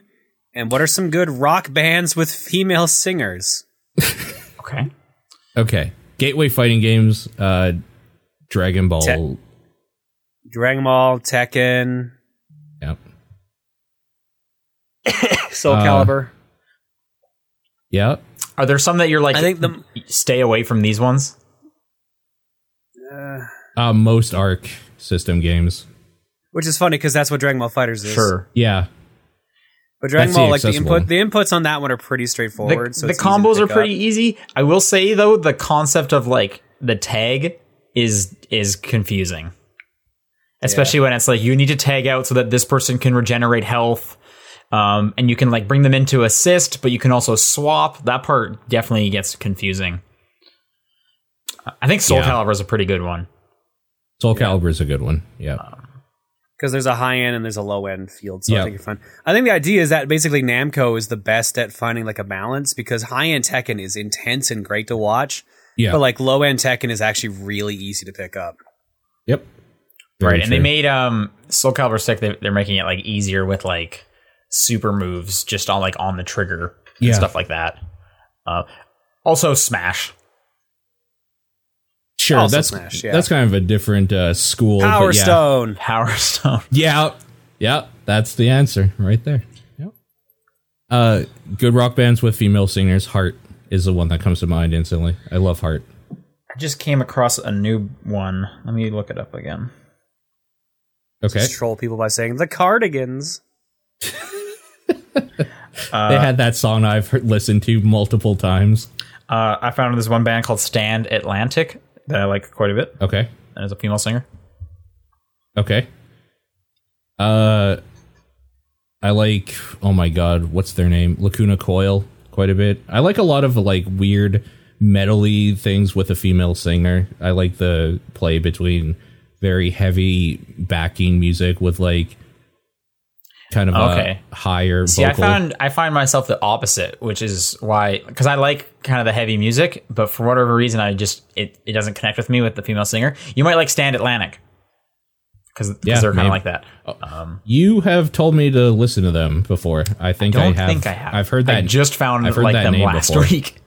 Speaker 2: And what are some good rock bands with female singers?
Speaker 3: Okay.
Speaker 1: Okay. Gateway fighting games, uh Dragon Ball.
Speaker 2: Te- Dragon Ball, Tekken,
Speaker 1: yep.
Speaker 2: Soul
Speaker 1: Uh,
Speaker 2: Calibur.
Speaker 1: Yep.
Speaker 3: Are there some that you're like?
Speaker 2: I think the-
Speaker 3: stay away from these ones.
Speaker 1: Uh most arc system games.
Speaker 2: Which is funny because that's what Dragon Ball Fighters is.
Speaker 1: Yeah.
Speaker 2: But Dragon
Speaker 1: That's the
Speaker 2: Ball, like the
Speaker 1: accessible
Speaker 2: input,
Speaker 1: one.
Speaker 2: the inputs on that one are pretty
Speaker 3: The,
Speaker 2: straightforward. so
Speaker 3: the
Speaker 2: it's easy to
Speaker 3: combos are
Speaker 2: pick up.
Speaker 3: pretty easy. I will say though, the concept of like the tag is is confusing, especially when it's like you need to tag out so that this person can regenerate health, um, and you can like bring them into assist, but you can also swap. That part definitely gets confusing. I think Soul
Speaker 1: Yeah.
Speaker 3: Calibur is a pretty good one.
Speaker 1: Soul Calibur is a good one. Yeah.
Speaker 2: because there's a high end and there's a low end field. So
Speaker 1: Yeah.
Speaker 2: I think you're fine. I think the idea is that basically Namco is the best at finding like a balance because high end Tekken is intense and great to watch,
Speaker 1: Yeah.
Speaker 2: but like low end Tekken is actually really easy to pick up.
Speaker 1: yep.
Speaker 3: right
Speaker 1: Very
Speaker 3: and they
Speaker 1: true.
Speaker 3: made um soul calibur 6 they, they're making it like easier with like super moves just on like on the trigger and
Speaker 1: Yeah.
Speaker 3: stuff like that uh, also smash
Speaker 1: Sure,
Speaker 2: Also
Speaker 1: that's
Speaker 2: Smash, yeah.
Speaker 1: that's kind of a different uh, school. but
Speaker 2: Power
Speaker 1: yeah.
Speaker 2: Stone.
Speaker 3: power stone
Speaker 1: Yeah, yeah, that's the answer right there. Yep. Uh, good rock bands with female singers. Heart is the one that comes to mind instantly. I love Heart.
Speaker 3: i just came across a new one let me look it up again
Speaker 1: Okay,
Speaker 2: Just troll people by saying the Cardigans.
Speaker 3: uh,
Speaker 1: they had that song I've heard, listened to multiple times.
Speaker 3: uh, i found this one band called stand atlantic that i like quite a bit
Speaker 1: Okay,
Speaker 3: and is a female singer
Speaker 1: okay. Uh, I like. Oh my god, what's their name? Lacuna Coil. Quite a bit. I like a lot of like weird metally things with a female singer. I like the play between very heavy backing music with like kind of
Speaker 3: Okay.
Speaker 1: a higher
Speaker 3: See,
Speaker 1: vocal.
Speaker 3: I found I find myself the opposite, which is why because I like kind of the heavy music, but for whatever reason, I just it, it doesn't connect with me with the female singer. You might like Stand Atlantic because
Speaker 1: Yeah,
Speaker 3: they're
Speaker 1: maybe.
Speaker 3: kind of like that. Um,
Speaker 1: you have told me to listen to them before. I think I,
Speaker 3: don't
Speaker 1: have.
Speaker 3: think I have.
Speaker 1: I've heard that.
Speaker 3: I just found
Speaker 1: I've heard
Speaker 3: like
Speaker 1: that
Speaker 3: them
Speaker 1: name
Speaker 3: last
Speaker 1: before.
Speaker 3: week.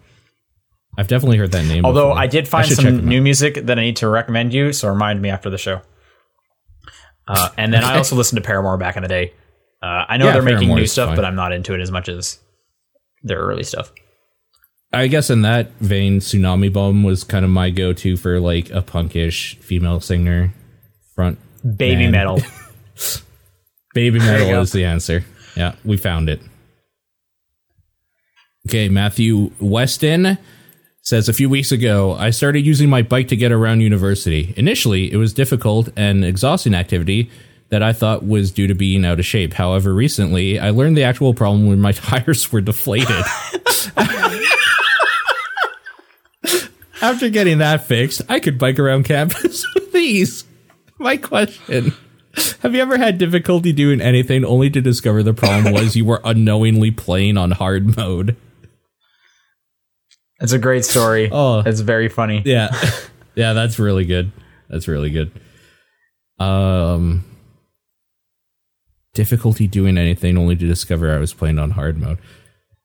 Speaker 1: I've definitely heard that name.
Speaker 3: Although
Speaker 1: before.
Speaker 3: I did find
Speaker 1: should check
Speaker 3: some
Speaker 1: them
Speaker 3: new
Speaker 1: out.
Speaker 3: music that I need to recommend you, so remind me after the show. Uh, and then I also listened to Paramore back in the day. Uh, I know
Speaker 1: Yeah,
Speaker 3: they're making
Speaker 1: Paramore
Speaker 3: new
Speaker 1: is
Speaker 3: stuff,
Speaker 1: fine.
Speaker 3: but I'm not into it as much as their early stuff.
Speaker 1: I guess in that vein, Tsunami Bomb was kind of my go-to for like a punkish female singer front.
Speaker 3: Baby
Speaker 1: Man.
Speaker 3: metal.
Speaker 1: Baby
Speaker 2: you
Speaker 1: metal
Speaker 2: go.
Speaker 1: is the answer. Yeah, we found it. Okay, Matthew Weston says a few weeks ago, I started using my bike to get around university. Initially, it was difficult and exhausting activity that I thought was due to being out of shape. However, recently, I learned the actual problem when my tires were deflated. After getting that fixed, I could bike around campus with these. My question Have you ever had difficulty doing anything only to discover the problem was you were unknowingly playing on hard mode?
Speaker 3: It's a great story.
Speaker 1: Oh.
Speaker 3: it's very funny.
Speaker 1: Yeah. yeah, that's really good. That's really good. Um difficulty doing anything only to discover I was playing on hard mode.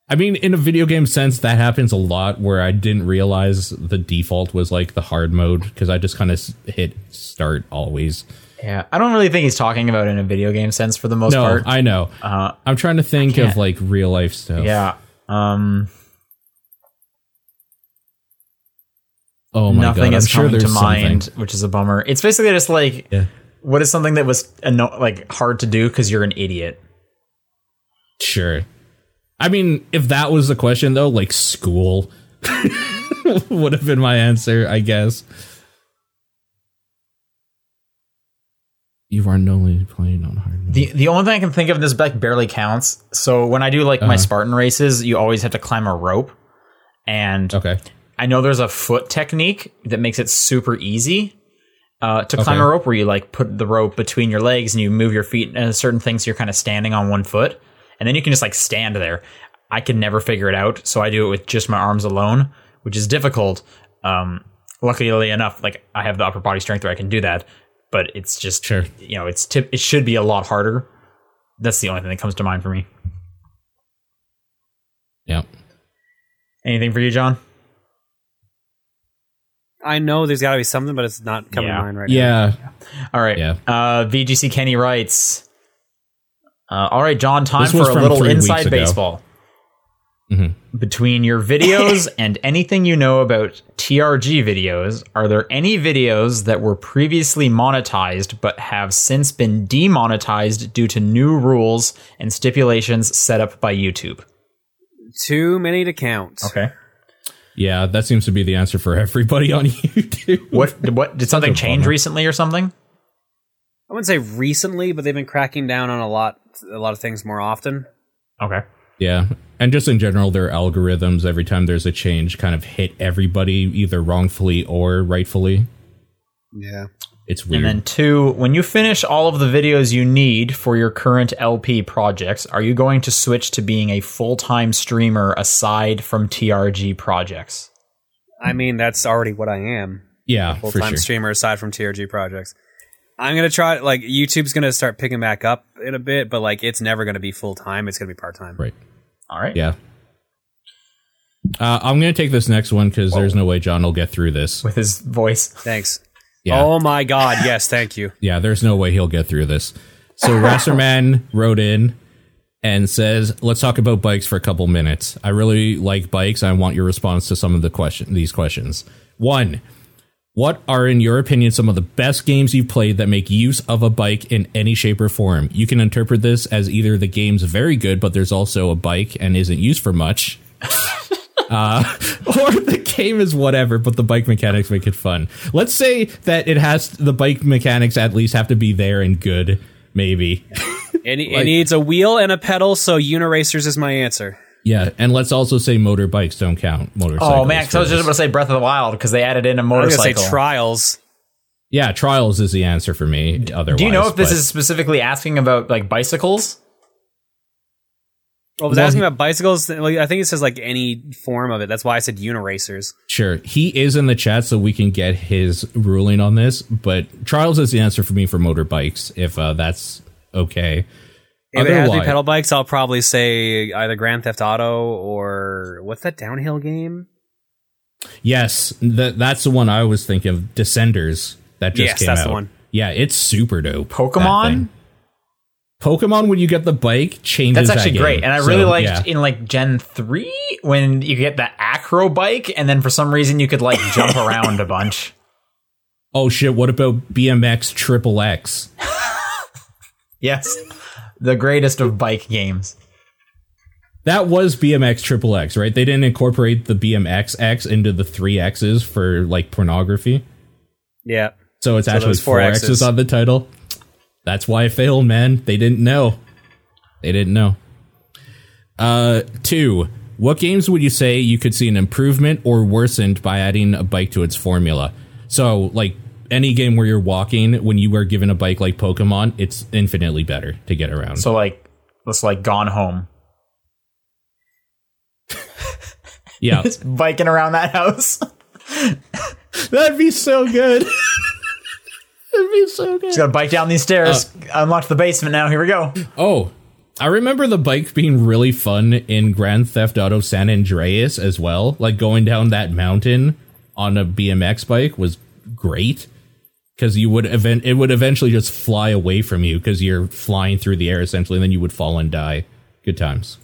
Speaker 1: I mean, in a video game sense, that happens a lot where I didn't realize the default was like the hard mode because I just kind of hit start always.
Speaker 3: Yeah, I don't really think he's talking about it in a video game sense for the most
Speaker 1: No, Uh-huh.
Speaker 3: part.
Speaker 1: I know.
Speaker 3: uh,
Speaker 1: I'm trying to think
Speaker 3: can't.
Speaker 1: of like real life stuff.
Speaker 3: yeah. Um,
Speaker 1: Oh my
Speaker 3: nothing
Speaker 1: god.
Speaker 3: is
Speaker 1: I'm sure
Speaker 3: coming
Speaker 1: there's
Speaker 3: to mind,
Speaker 1: something.
Speaker 3: which is a bummer. It's basically just like,
Speaker 1: Yeah.
Speaker 3: what is something that was anno- like hard to do because you're an idiot?
Speaker 1: Sure. I mean, if that was the question though, like school would have been my answer, I guess. You are normally playing on hard mode.
Speaker 3: The the only thing I can think of this like barely counts. So when I do like my
Speaker 1: Uh-huh.
Speaker 3: Spartan races, you always have to climb a rope, and
Speaker 1: okay.
Speaker 3: I know there's a foot technique that makes it super easy uh, to climb
Speaker 1: Okay.
Speaker 3: a rope where you like put the rope between your legs and you move your feet and certain things. So you're kind of standing on one foot and then you can just like stand there. I can never figure it out. So I do it with just my arms alone, which is difficult. Um, luckily enough, like I have the upper body strength where I can do that, but it's just,
Speaker 1: Sure.
Speaker 3: you know, it's tip- it should be a lot harder. That's the only thing that comes to mind for me.
Speaker 1: Yeah.
Speaker 3: Anything for you, John?
Speaker 2: I know there's got to be something, but it's not coming
Speaker 3: Yeah.
Speaker 2: to mind right now.
Speaker 1: Yeah.
Speaker 3: All right.
Speaker 1: Yeah.
Speaker 3: Uh, VGC Kenny writes. Uh, all right, John. Time
Speaker 1: This
Speaker 3: for
Speaker 1: was
Speaker 3: a
Speaker 1: from
Speaker 3: little
Speaker 1: three weeks
Speaker 3: inside
Speaker 1: ago.
Speaker 3: baseball.
Speaker 1: Mhm.
Speaker 3: Between your videos and anything you know about TRG videos, are there any videos that were previously monetized but have since been demonetized due to new rules and stipulations set up by YouTube?
Speaker 2: Too many to count.
Speaker 3: Okay.
Speaker 1: Yeah. That seems to be the answer for everybody on YouTube.
Speaker 3: What what did something change recently or something?
Speaker 2: I wouldn't say recently, but they've been cracking down on a lot, a lot of things more often.
Speaker 3: Okay.
Speaker 1: Yeah. And just in general, their algorithms, every time there's a change, kind of hit everybody either wrongfully or rightfully.
Speaker 2: Yeah.
Speaker 1: It's weird.
Speaker 3: And then two, when you finish all of the videos you need for your current LP projects, are you going to switch to being a full-time streamer aside from TRG projects?
Speaker 2: I mean, that's already what I am.
Speaker 1: yeah,
Speaker 2: Full
Speaker 1: for
Speaker 2: time
Speaker 1: sure.
Speaker 2: streamer aside from TRG projects. I'm gonna try like YouTube's gonna start picking back up in a bit, but like it's never gonna be full time. It's gonna be part time.
Speaker 1: Right.
Speaker 3: All right.
Speaker 1: Yeah. Uh, I'm going to take this next one because there's no way John will get through this.
Speaker 3: With his voice.
Speaker 2: Thanks.
Speaker 1: Yeah.
Speaker 2: Oh my god, yes, thank you.
Speaker 1: Yeah, there's no way he'll get through this. So Rasserman wrote in and says, "Let's talk about bikes for a couple minutes. I really like bikes. I want your response to some of the question these questions. One, what are in your opinion some of the best games you've played that make use of a bike in any shape or form? You can interpret this as either the game's very good, but there's also a bike and isn't used for much." or the game is whatever, but the bike mechanics make it fun. Let's say that it has the bike mechanics at least have to be there and good, maybe.
Speaker 2: It, it needs a wheel and a pedal, so Uniracers is my answer.
Speaker 1: Yeah, and let's also say motorbikes don't count. Motorcycles.
Speaker 3: Oh man, 'cause I was
Speaker 1: for
Speaker 3: just
Speaker 1: this.
Speaker 3: about to say Breath of the Wild because they added in a
Speaker 2: I was
Speaker 3: motorcycle.
Speaker 2: gonna say trials.
Speaker 1: yeah, trials is the answer for me. Otherwise,
Speaker 3: Do you know if this
Speaker 1: but-
Speaker 3: is specifically asking about like bicycles?
Speaker 2: Well, I Oh, was
Speaker 1: Well,
Speaker 2: asking
Speaker 1: he-
Speaker 2: about bicycles. Like, I think it says like any form of it. That's why I said Uniracers.
Speaker 1: sure he is in the chat, so we can get his ruling on this. But trials is the answer for me for motorbikes, if uh, that's okay.
Speaker 2: If it has to be
Speaker 1: Otherwise-
Speaker 2: pedal bikes, I'll probably say either Grand Theft Auto or what's that downhill game?
Speaker 1: Yes, th- that's the one I was thinking of. Descenders that just
Speaker 2: Yes,
Speaker 1: came
Speaker 2: that's the
Speaker 1: out.
Speaker 2: one.
Speaker 1: Yeah, it's super dope. that
Speaker 3: Pokemon?
Speaker 1: thing. Pokemon when you get the bike changes.
Speaker 3: That's actually
Speaker 1: that game.
Speaker 3: great, and I
Speaker 1: So,
Speaker 3: really liked
Speaker 1: yeah.
Speaker 3: in like Gen three when you get the acro bike, and then for some reason you could like jump around a bunch.
Speaker 1: Oh shit! What about BMX Triple X?
Speaker 3: Yes, the greatest of bike games.
Speaker 1: That was BMX Triple X, right? They didn't incorporate the BMX X into the three X's for like pornography,
Speaker 2: Yeah.
Speaker 1: so it's actually
Speaker 2: those four
Speaker 1: four X's.
Speaker 2: X's.
Speaker 1: on the title. That's why it failed, man. They didn't know. They didn't know. Uh, two. What games would you say you could see an improvement or worsened by adding a bike to its formula? So, like any game where you're walking, when you are given a bike like Pokemon, it's infinitely better to get around.
Speaker 3: So like, let's like Gone Home,
Speaker 1: yeah,
Speaker 3: biking around that house.
Speaker 1: that'd be so good. that'd be so good.
Speaker 3: Just gotta bike down these stairs. Unlocked the basement now. Here we go.
Speaker 1: Oh, I remember the bike being really fun in Grand Theft Auto San Andreas as well. Like going down that mountain on a BMX bike was great because you would event it would eventually just fly away from you because you're flying through the air essentially, and then you would fall and die. Good times.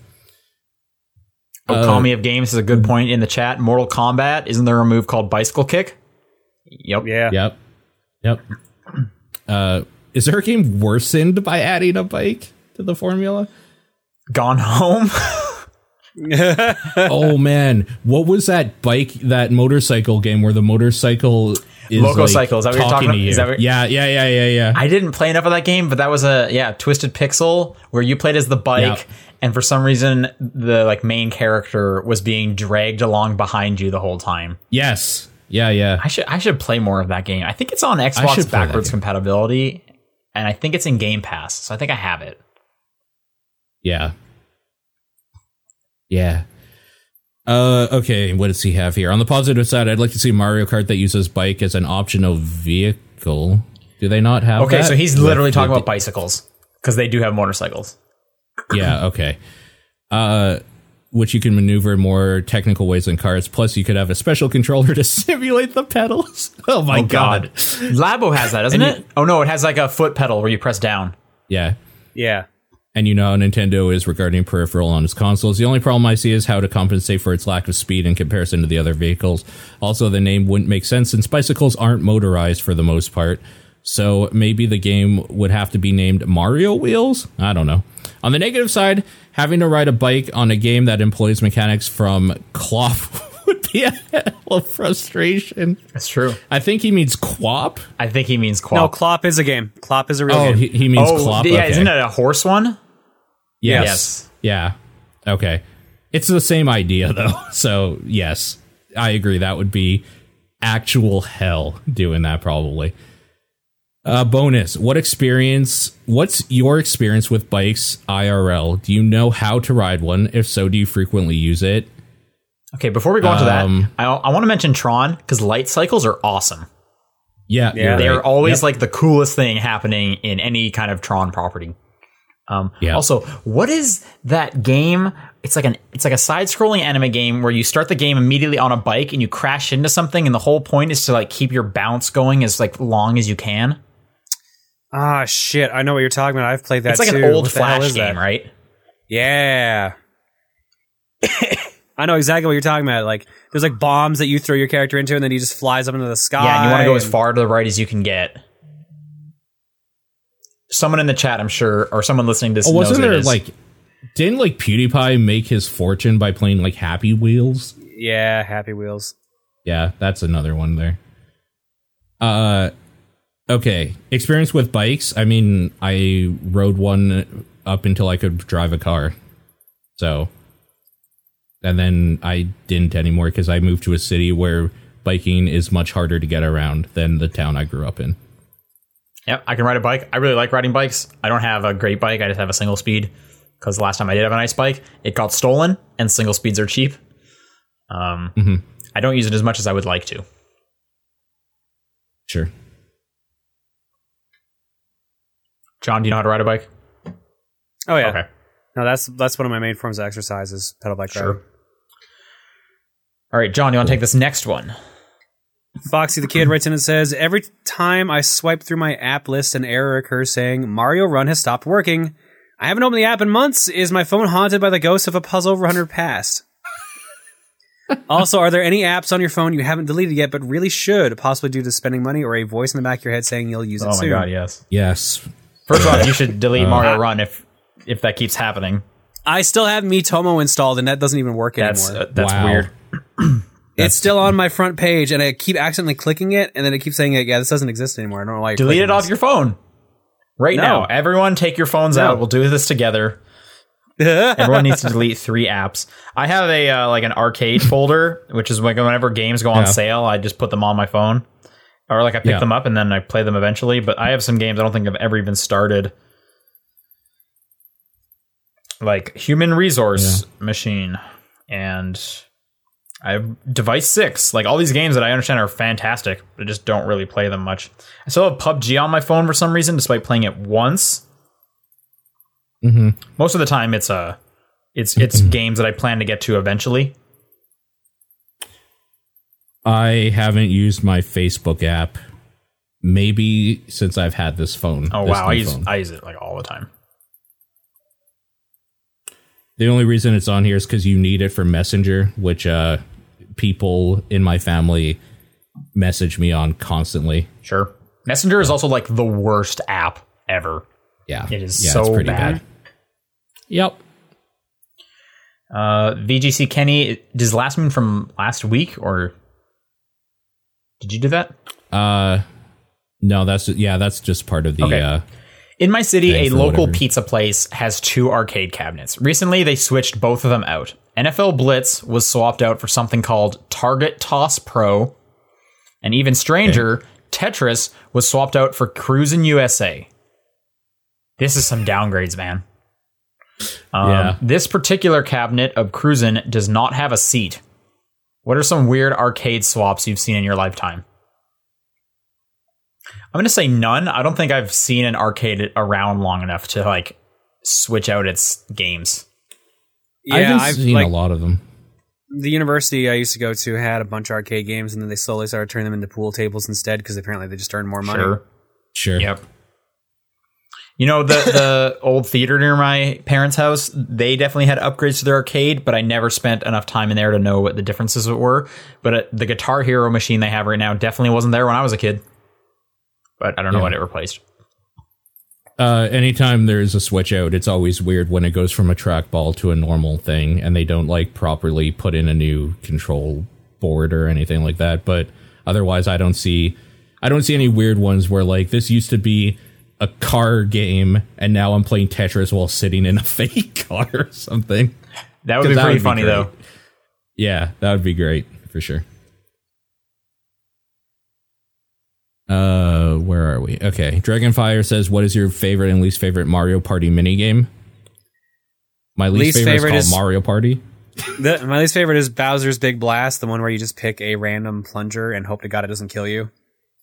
Speaker 3: Okami Oh, of games is a good point in the chat. Mortal Kombat isn't there a move called bicycle kick? Yep.
Speaker 2: Yeah.
Speaker 1: Yep, yep. Uh, is there a game worsened by adding a bike to the formula?
Speaker 3: Gone Home.
Speaker 1: oh man, what was that bike, that motorcycle game where the motorcycle is like,
Speaker 3: Mococycle, is that what you're
Speaker 1: talking to
Speaker 3: talking about?
Speaker 1: you?
Speaker 3: Is that what-
Speaker 1: yeah, yeah, yeah, yeah, yeah.
Speaker 3: I didn't play enough of that game, but that was a yeah, Twisted Pixel where you played as the bike
Speaker 1: Yeah.
Speaker 3: and for some reason the like main character was being dragged along behind you the whole time.
Speaker 1: yes, yeah, yeah.
Speaker 3: I should I should play more of that game. I think it's on
Speaker 1: should
Speaker 3: Xbox
Speaker 1: play that
Speaker 3: backwards
Speaker 1: game.
Speaker 3: compatibility and I think it's in Game Pass, so I think I have it.
Speaker 1: Yeah. Yeah. Uh, okay, what does he have here? On the positive side, I'd like to see Mario Kart that uses bike as an optional vehicle. Do they not have
Speaker 3: Okay,
Speaker 1: that?
Speaker 3: so he's literally talking
Speaker 1: With-
Speaker 3: about bicycles because they do have motorcycles.
Speaker 1: Yeah, okay. Uh which you can maneuver in more technical ways than cars. Plus, you could have a special controller to simulate the pedals. Oh my god.
Speaker 3: Labo has that, doesn't it? oh no, it has like a foot pedal where you press down.
Speaker 1: Yeah.
Speaker 2: yeah.
Speaker 1: And you know how Nintendo is regarding peripheral on its consoles. The only problem I see is how to compensate for its lack of speed in comparison to the other vehicles. Also, the name wouldn't make sense since bicycles aren't motorized for the most part. So maybe the game would have to be named Mario Wheels? I don't know. On the negative side, having to ride a bike on a game that employs mechanics from Clop would be a hell of frustration.
Speaker 3: That's true.
Speaker 1: I think he means Quap.
Speaker 3: I think he means
Speaker 2: No,
Speaker 3: quad.
Speaker 2: Klopp is a game. Klopp is a real
Speaker 1: Oh,
Speaker 2: game.
Speaker 1: he, he means Clop.
Speaker 3: yeah,
Speaker 1: okay.
Speaker 3: isn't it a horse one?
Speaker 1: Yes.
Speaker 3: Yes.
Speaker 1: Yeah. Okay. It's the same idea though. So yes, I agree. That would be actual hell doing that probably. Uh, bonus: What experience? What's your experience with bikes IRL? Do you know how to ride one? If so, do you frequently use it?
Speaker 3: Okay, before we go on to
Speaker 1: Um,
Speaker 3: that, I, I want to mention Tron because light cycles are awesome.
Speaker 1: Yeah,
Speaker 2: Yeah.
Speaker 1: you're
Speaker 3: They are
Speaker 1: right.
Speaker 3: always
Speaker 1: Yep.
Speaker 3: like the coolest thing happening in any kind of Tron property. Um,
Speaker 1: Yeah.
Speaker 3: Also, what is that game? It's like an it's like a side-scrolling anime game where you start the game immediately on a bike and you crash into something, and the whole point is to like keep your bounce going as like long as you can.
Speaker 2: Ah, shit. I know what you're talking about. I've played that
Speaker 3: It's like
Speaker 2: too.
Speaker 3: an old
Speaker 2: What the hell
Speaker 3: Flash
Speaker 2: is that?
Speaker 3: game, right?
Speaker 2: Yeah. I know exactly what you're talking about. Like, there's like bombs that you throw your character into, and then he just flies up into the sky.
Speaker 3: Yeah, and you want to go as far to the right as you can get. Someone in the chat, I'm sure, or someone listening to this,
Speaker 1: Oh,
Speaker 3: knows
Speaker 1: wasn't
Speaker 3: what it
Speaker 1: there
Speaker 3: is.
Speaker 1: like? Didn't like PewDiePie make his fortune by playing like Happy Wheels?
Speaker 2: Yeah, Happy Wheels.
Speaker 1: Yeah, that's another one there. Uh okay, experience with bikes. I mean, I rode one up until I could drive a car. So and then I didn't anymore cuz I moved to a city where biking is much harder to get around than the town I grew up in.
Speaker 3: Yep, I can ride a bike. I really like riding bikes. I don't have a great bike. I just have a single speed because the last time I did have a nice bike, it got stolen, and single speeds are cheap. Um,
Speaker 1: Mhm.
Speaker 3: I don't use it as much as I would like to.
Speaker 1: Sure.
Speaker 3: John, do you know how to ride a bike?
Speaker 2: Oh yeah.
Speaker 3: Okay,
Speaker 2: No, that's that's one of my main forms of exercise is pedal bike
Speaker 3: sure.
Speaker 2: riding.
Speaker 3: All right, John, you want to take this next one?
Speaker 2: Foxy the Kid writes in and says, Every time I swipe through my app list, an error occurs saying, Mario Run has stopped working. I haven't opened the app in months. Is my phone haunted by the ghost of a puzzle runner past? also, are there any apps on your phone you haven't deleted yet but really should, possibly due to spending money or a voice in the back of your head saying you'll use it
Speaker 3: Oh my
Speaker 2: soon?
Speaker 3: god, yes. Uh,
Speaker 1: Yes.
Speaker 3: First of all, you should delete Mario Run if if that keeps happening.
Speaker 2: I still have Mitomo installed and that doesn't even work
Speaker 3: That's
Speaker 2: anymore.
Speaker 3: uh, that's
Speaker 1: Wow.
Speaker 3: weird.
Speaker 2: it's still on my front page and I keep accidentally clicking it and then it keeps saying, yeah, this doesn't exist anymore. I don't know why. you're
Speaker 3: Delete it
Speaker 2: clicking
Speaker 3: off your phone right
Speaker 2: No.
Speaker 3: now. Everyone, take your phones out. We'll do this together.
Speaker 2: this.
Speaker 3: Everyone needs to delete three apps. I have a uh, like an arcade folder, which is like whenever games go on
Speaker 1: Yeah.
Speaker 3: sale, I just put them on my phone, or like I pick
Speaker 1: Yeah.
Speaker 3: them up and then I play them eventually. But I have some games I don't think I've ever even started, like Human Resource Machine, and I have Device Six. Like all these games that I understand are fantastic, I just don't really play them much. I still have PUBG on my phone for some reason, despite playing it once
Speaker 1: Mhm.
Speaker 3: most of the time it's uh it's it's games that I plan to get to eventually.
Speaker 1: I haven't used my Facebook app maybe since I've had this phone.
Speaker 3: Oh
Speaker 1: this
Speaker 3: wow, I
Speaker 1: new
Speaker 3: use
Speaker 1: phone.
Speaker 3: I use it like all the time.
Speaker 1: The only reason it's on here is because you need it for Messenger, which uh, people in my family message me on constantly.
Speaker 3: Sure. Messenger is also like the worst app ever.
Speaker 1: Yeah,
Speaker 3: It is
Speaker 1: yeah,
Speaker 3: so bad.
Speaker 1: Yep.
Speaker 3: Uh, VGC Kenny, does last mean from last week or did you do that?
Speaker 1: Uh, no, that's yeah, that's just part of the.
Speaker 3: Okay.
Speaker 1: Uh,
Speaker 3: In my city,
Speaker 1: Thanks
Speaker 3: a
Speaker 1: or
Speaker 3: local
Speaker 1: whatever.
Speaker 3: pizza place has two arcade cabinets. Recently, they switched both of them out. NFL Blitz was swapped out for something called Target Toss Pro, and even stranger, Tetris was swapped out for Cruisin' USA. This is some downgrades, man. Um,
Speaker 1: Yeah.
Speaker 3: This particular cabinet of Cruisin' does not have a seat. What are some weird arcade swaps you've seen in your lifetime? I'm gonna say none. I don't think I've seen an arcade around long enough to like switch out its games.
Speaker 1: I haven't
Speaker 2: I've,
Speaker 1: seen
Speaker 2: like,
Speaker 1: a lot of them.
Speaker 2: the university I used to go to had a bunch of arcade games, and then they slowly started turning them into pool tables instead because apparently they just earned more money.
Speaker 1: Sure.
Speaker 3: Yep. You know the the old theater near my parents' house. They definitely had upgrades to their arcade, but I never spent enough time in there to know what the differences were. But uh, the Guitar Hero machine they have right now definitely wasn't there when I was a kid. But I don't know
Speaker 1: Yeah.
Speaker 3: what it replaced.
Speaker 1: Uh, anytime there is a switch out, it's always weird when it goes from a trackball to a normal thing, and they don't like properly put in a new control board or anything like that. But otherwise, I don't see, I don't see any weird ones where like this used to be a car game, and now I'm playing Tetris while sitting in a fake car or something.
Speaker 3: That would
Speaker 1: 'Cause
Speaker 3: be
Speaker 1: that would
Speaker 3: pretty
Speaker 1: be
Speaker 3: funny
Speaker 1: great.
Speaker 3: though.
Speaker 1: Yeah, that would be great for sure. Uh, where are we? Okay, Dragonfire says, "What is your favorite and least favorite Mario Party minigame?" My least,
Speaker 2: Least
Speaker 1: favorite,
Speaker 2: favorite
Speaker 1: is called
Speaker 2: is-
Speaker 1: Mario Party.
Speaker 2: The, my least favorite is Bowser's Big Blast, the one where you just pick a random plunger and hope to God it doesn't kill you.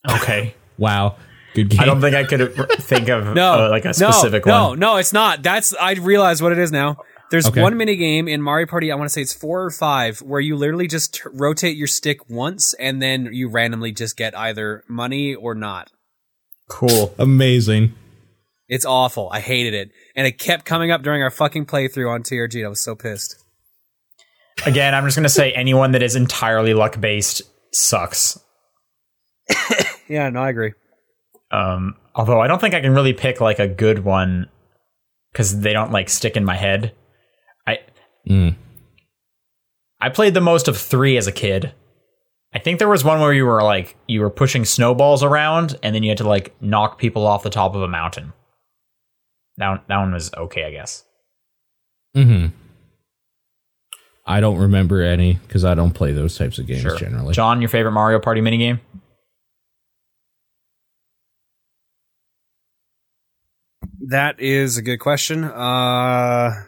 Speaker 3: Okay,
Speaker 1: Wow, good game.
Speaker 3: I don't think I could think of
Speaker 2: No,
Speaker 3: uh, like
Speaker 2: no,
Speaker 3: a specific
Speaker 2: no,
Speaker 3: one.
Speaker 2: No, no, it's not. That's I realize what it is now. There's
Speaker 1: Okay.
Speaker 2: one mini game in Mario Party. I want to say it's four or five, where you literally just t- rotate your stick once, and then you randomly just get either money or not.
Speaker 3: Cool.
Speaker 1: Amazing.
Speaker 2: It's awful. I hated it, and it kept coming up during our fucking playthrough on TRG. and I was so pissed.
Speaker 3: Again, I'm just gonna say anyone that is entirely luck based sucks.
Speaker 2: Yeah, no, I agree.
Speaker 3: Um, although I don't think I can really pick like a good one because they don't like stick in my head. I
Speaker 1: Mm.
Speaker 3: I played the most of three as a kid. I think there was one where you were like you were pushing snowballs around and then you had to like knock people off the top of a mountain. That one, that one was okay, I guess.
Speaker 1: Hmm. I don't remember any because I don't play those types of games generally.
Speaker 3: John, your favorite Mario Party minigame?
Speaker 2: That is a good question. Uh,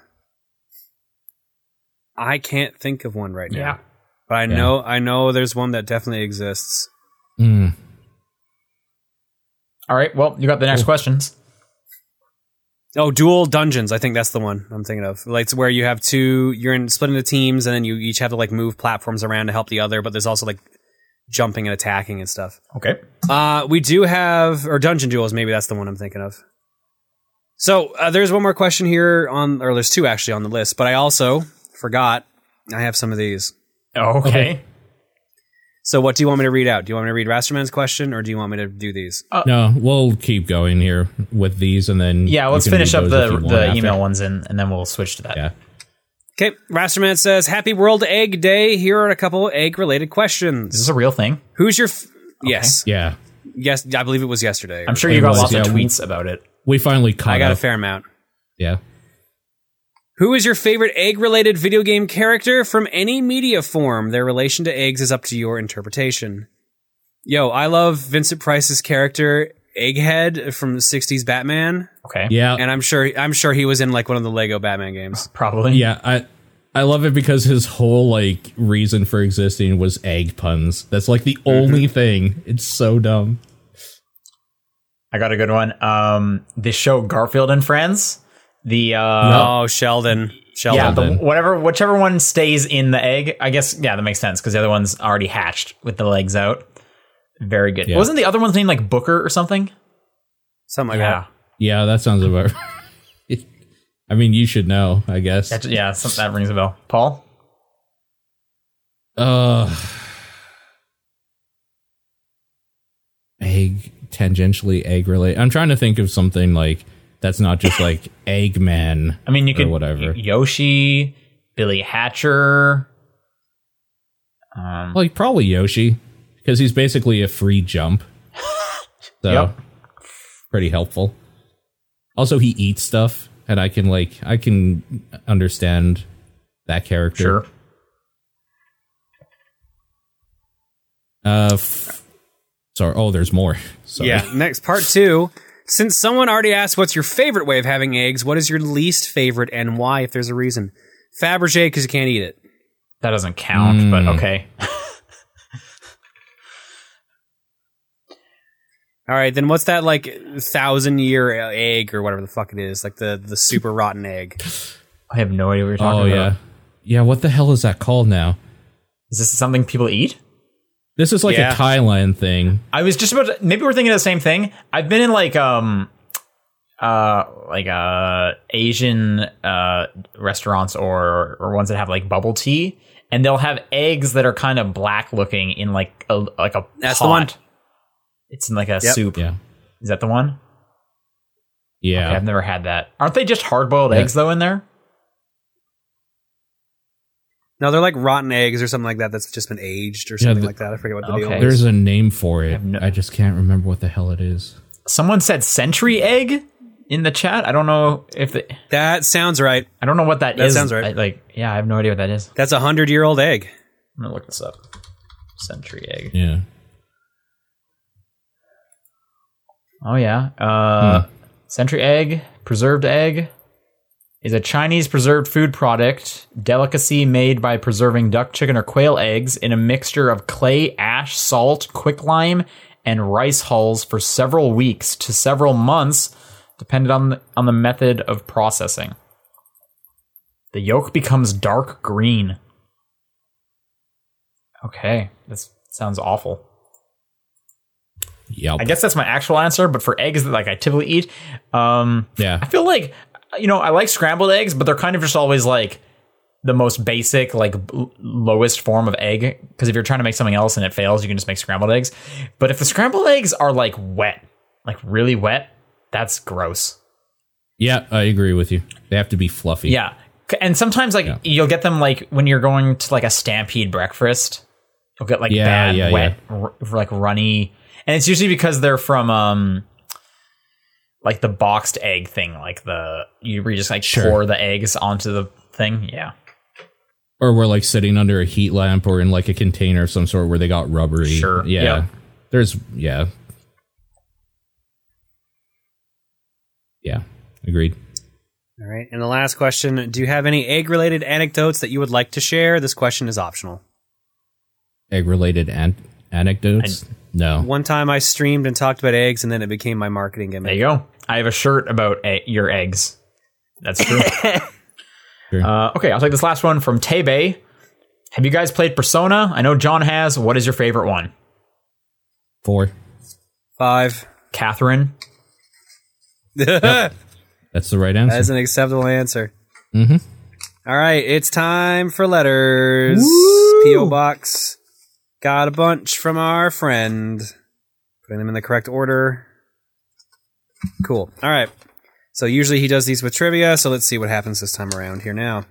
Speaker 2: I can't think of one right now. But I
Speaker 1: Yeah.
Speaker 2: know I know there's one that definitely exists.
Speaker 1: Mm.
Speaker 3: All right. Well, you got the next questions.
Speaker 2: Oh, dual dungeons. I think that's the one I'm thinking of. Like it's where you have two, you're in split into teams, and then you each have to like move platforms around to help the other. But there's also like jumping and attacking and stuff.
Speaker 3: Okay.
Speaker 2: Uh, we do have or dungeon duels. Maybe that's the one I'm thinking of. So uh, there's one more question here on, or there's two actually on the list. But I also forgot I have some of these.
Speaker 3: Okay.
Speaker 2: So what do you want me to read out? Do you want me to read Rasterman's question, or do you want me to do these?
Speaker 1: No, we'll keep going here with these, and then
Speaker 3: Yeah.
Speaker 1: you
Speaker 3: Let's
Speaker 1: can
Speaker 3: finish
Speaker 1: read
Speaker 3: up
Speaker 1: those if you
Speaker 3: the
Speaker 1: want
Speaker 3: the
Speaker 1: after.
Speaker 3: email ones and and then we'll switch to that.
Speaker 1: Yeah.
Speaker 2: Okay, Rasterman says, "Happy World Egg Day." Here are a couple egg-related
Speaker 3: Is
Speaker 2: questions.
Speaker 3: this a real thing?
Speaker 2: Who's your? F- Yes,
Speaker 1: Yeah.
Speaker 2: yes, I believe it was yesterday.
Speaker 3: I'm sure you got
Speaker 1: was,
Speaker 3: lots of
Speaker 1: yeah.
Speaker 3: tweets about it.
Speaker 1: We finally caught
Speaker 2: I got a
Speaker 1: up.
Speaker 2: fair amount.
Speaker 1: yeah.
Speaker 2: Who is your favorite egg-related video game character from any media form? Their relation to eggs is up to your interpretation. Yo, I love Vincent Price's character Egghead from the '60s Batman,
Speaker 3: Okay.
Speaker 1: Yeah.
Speaker 2: and I'm sure I'm sure he was in like one of the Lego Batman games.
Speaker 3: Probably.
Speaker 1: Yeah, I I love it because his whole like reason for existing was egg puns. That's like
Speaker 3: Mm-hmm.
Speaker 1: the only thing. It's so dumb.
Speaker 3: I got a good one. Um, the show Garfield and Friends. The uh,
Speaker 2: Oh, Sheldon, Sheldon.
Speaker 3: yeah, the,
Speaker 1: Sheldon.
Speaker 3: whatever, whichever one stays in the egg. I guess yeah, that makes sense because the other one's already hatched with the legs out. Very good.
Speaker 1: Yeah. Oh
Speaker 3: Wasn't the other one's name like Booker or something?
Speaker 2: something like that.
Speaker 1: Yeah, that sounds about. right. I mean, you should know, I guess.
Speaker 3: That's- yeah, some, that rings a bell. Paul.
Speaker 1: Uh, egg tangentially egg related. I'm trying to think of something like that's not just like Eggman.
Speaker 3: I mean, you
Speaker 1: Or
Speaker 3: could
Speaker 1: whatever.
Speaker 3: Yoshi, Billy Hatcher. Um,
Speaker 1: Like probably Yoshi, because he's basically a free jump. So
Speaker 3: Yep.
Speaker 1: pretty helpful. Also, he eats stuff, and I can like I can understand that character.
Speaker 3: sure.
Speaker 1: Uh, f- sorry. Oh, there's more. Sorry.
Speaker 2: Yeah. Next part two. Since someone already asked what's your favorite way of having eggs, what is your least favorite and why, if there's a reason? Fabergé, because you can't eat it.
Speaker 3: That doesn't count, but
Speaker 1: Mm.
Speaker 3: okay.
Speaker 2: All right, then what's that like thousand year egg or whatever the fuck it is, like the the super rotten egg?
Speaker 3: I have no idea what you're talking
Speaker 1: Oh
Speaker 3: about.
Speaker 1: yeah. Yeah. What the hell is that called now?
Speaker 3: Is this something people eat?
Speaker 1: This is like
Speaker 2: Yeah.
Speaker 1: a Thailand thing.
Speaker 3: I was just about to, maybe we're thinking of the same thing. I've been in like um uh like uh Asian uh restaurants or or ones that have like bubble tea and they'll have eggs that are kind of black looking in like a like a
Speaker 2: That's the
Speaker 3: pot.
Speaker 2: one.
Speaker 3: It's in like a
Speaker 2: Yep.
Speaker 3: soup.
Speaker 1: Yeah.
Speaker 3: Is that the one?
Speaker 1: Yeah.
Speaker 3: I've never had that. Aren't they just hard boiled
Speaker 1: Yeah.
Speaker 3: eggs though in there?
Speaker 2: No, they're like rotten eggs or something like that that's just been aged or
Speaker 1: Yeah,
Speaker 2: something
Speaker 1: the-
Speaker 2: like that. I forget what the deal
Speaker 3: Okay.
Speaker 2: is.
Speaker 1: There's a name for it. I,
Speaker 3: have no-
Speaker 1: just can't remember what the hell it is.
Speaker 3: Someone said century egg in the chat. I don't know if the,
Speaker 2: That sounds right.
Speaker 3: I don't know what that
Speaker 2: That
Speaker 3: is.
Speaker 2: sounds right.
Speaker 3: I- like yeah, I have no idea what that is.
Speaker 2: That's a hundred year old egg.
Speaker 3: I'm gonna look this up. Century egg.
Speaker 1: Yeah.
Speaker 3: Oh yeah. Uh Century egg, preserved egg is a Chinese preserved food product, delicacy made by preserving duck, chicken or quail eggs in a mixture of clay, ash, salt, quicklime, and rice hulls for several weeks to several months, depending on the, on the method of processing. The yolk becomes dark green. Okay, this sounds awful.
Speaker 1: Yelp.
Speaker 3: I guess that's my actual answer, but for eggs that like I typically eat, um,
Speaker 1: Yeah.
Speaker 3: I feel like you know I like scrambled eggs, but they're kind of just always like the most basic, like b- lowest form of egg. Because if you're trying to make something else and it fails, you can just make scrambled eggs. But if the scrambled eggs are like wet, like really wet, that's gross.
Speaker 1: Yeah, I agree with you. They have to be fluffy.
Speaker 3: Yeah, C- and sometimes like you'll get them like when you're going to like a stampede breakfast, you'll get like
Speaker 1: Yeah,
Speaker 3: bad
Speaker 1: yeah,
Speaker 3: wet, r- like runny, and it's usually because they're from um like the boxed egg thing, like the you where you just like
Speaker 1: Sure.
Speaker 3: pour the eggs onto the thing. Yeah,
Speaker 1: Or we're like sitting under a heat lamp or in like a container of some sort where they got rubbery.
Speaker 3: Sure.
Speaker 1: Yeah.
Speaker 3: Yeah.
Speaker 1: There's yeah. Yeah. Agreed.
Speaker 2: All right. And the last question Do you have any egg related anecdotes that you would like to share? This question is optional.
Speaker 1: Egg related an- anecdotes? no.
Speaker 2: One time I streamed and talked about eggs, and then it became my marketing
Speaker 3: there you
Speaker 2: gimmick.
Speaker 3: go. I have a shirt about e- your eggs. That's true.
Speaker 1: Sure.
Speaker 3: Uh, okay, I'll take this last one from Tebe. Have you guys played Persona? I know John has. What is your favorite one?
Speaker 1: Four.
Speaker 2: Five.
Speaker 3: Catherine.
Speaker 2: that
Speaker 1: That's the right answer.
Speaker 2: is an acceptable answer.
Speaker 1: Mhm.
Speaker 2: All right. It's time for letters. P.O. Box. Got a bunch from our friend. Putting them in the correct order. Cool. All right. So usually he does these with trivia, so let's see what happens this time around here now.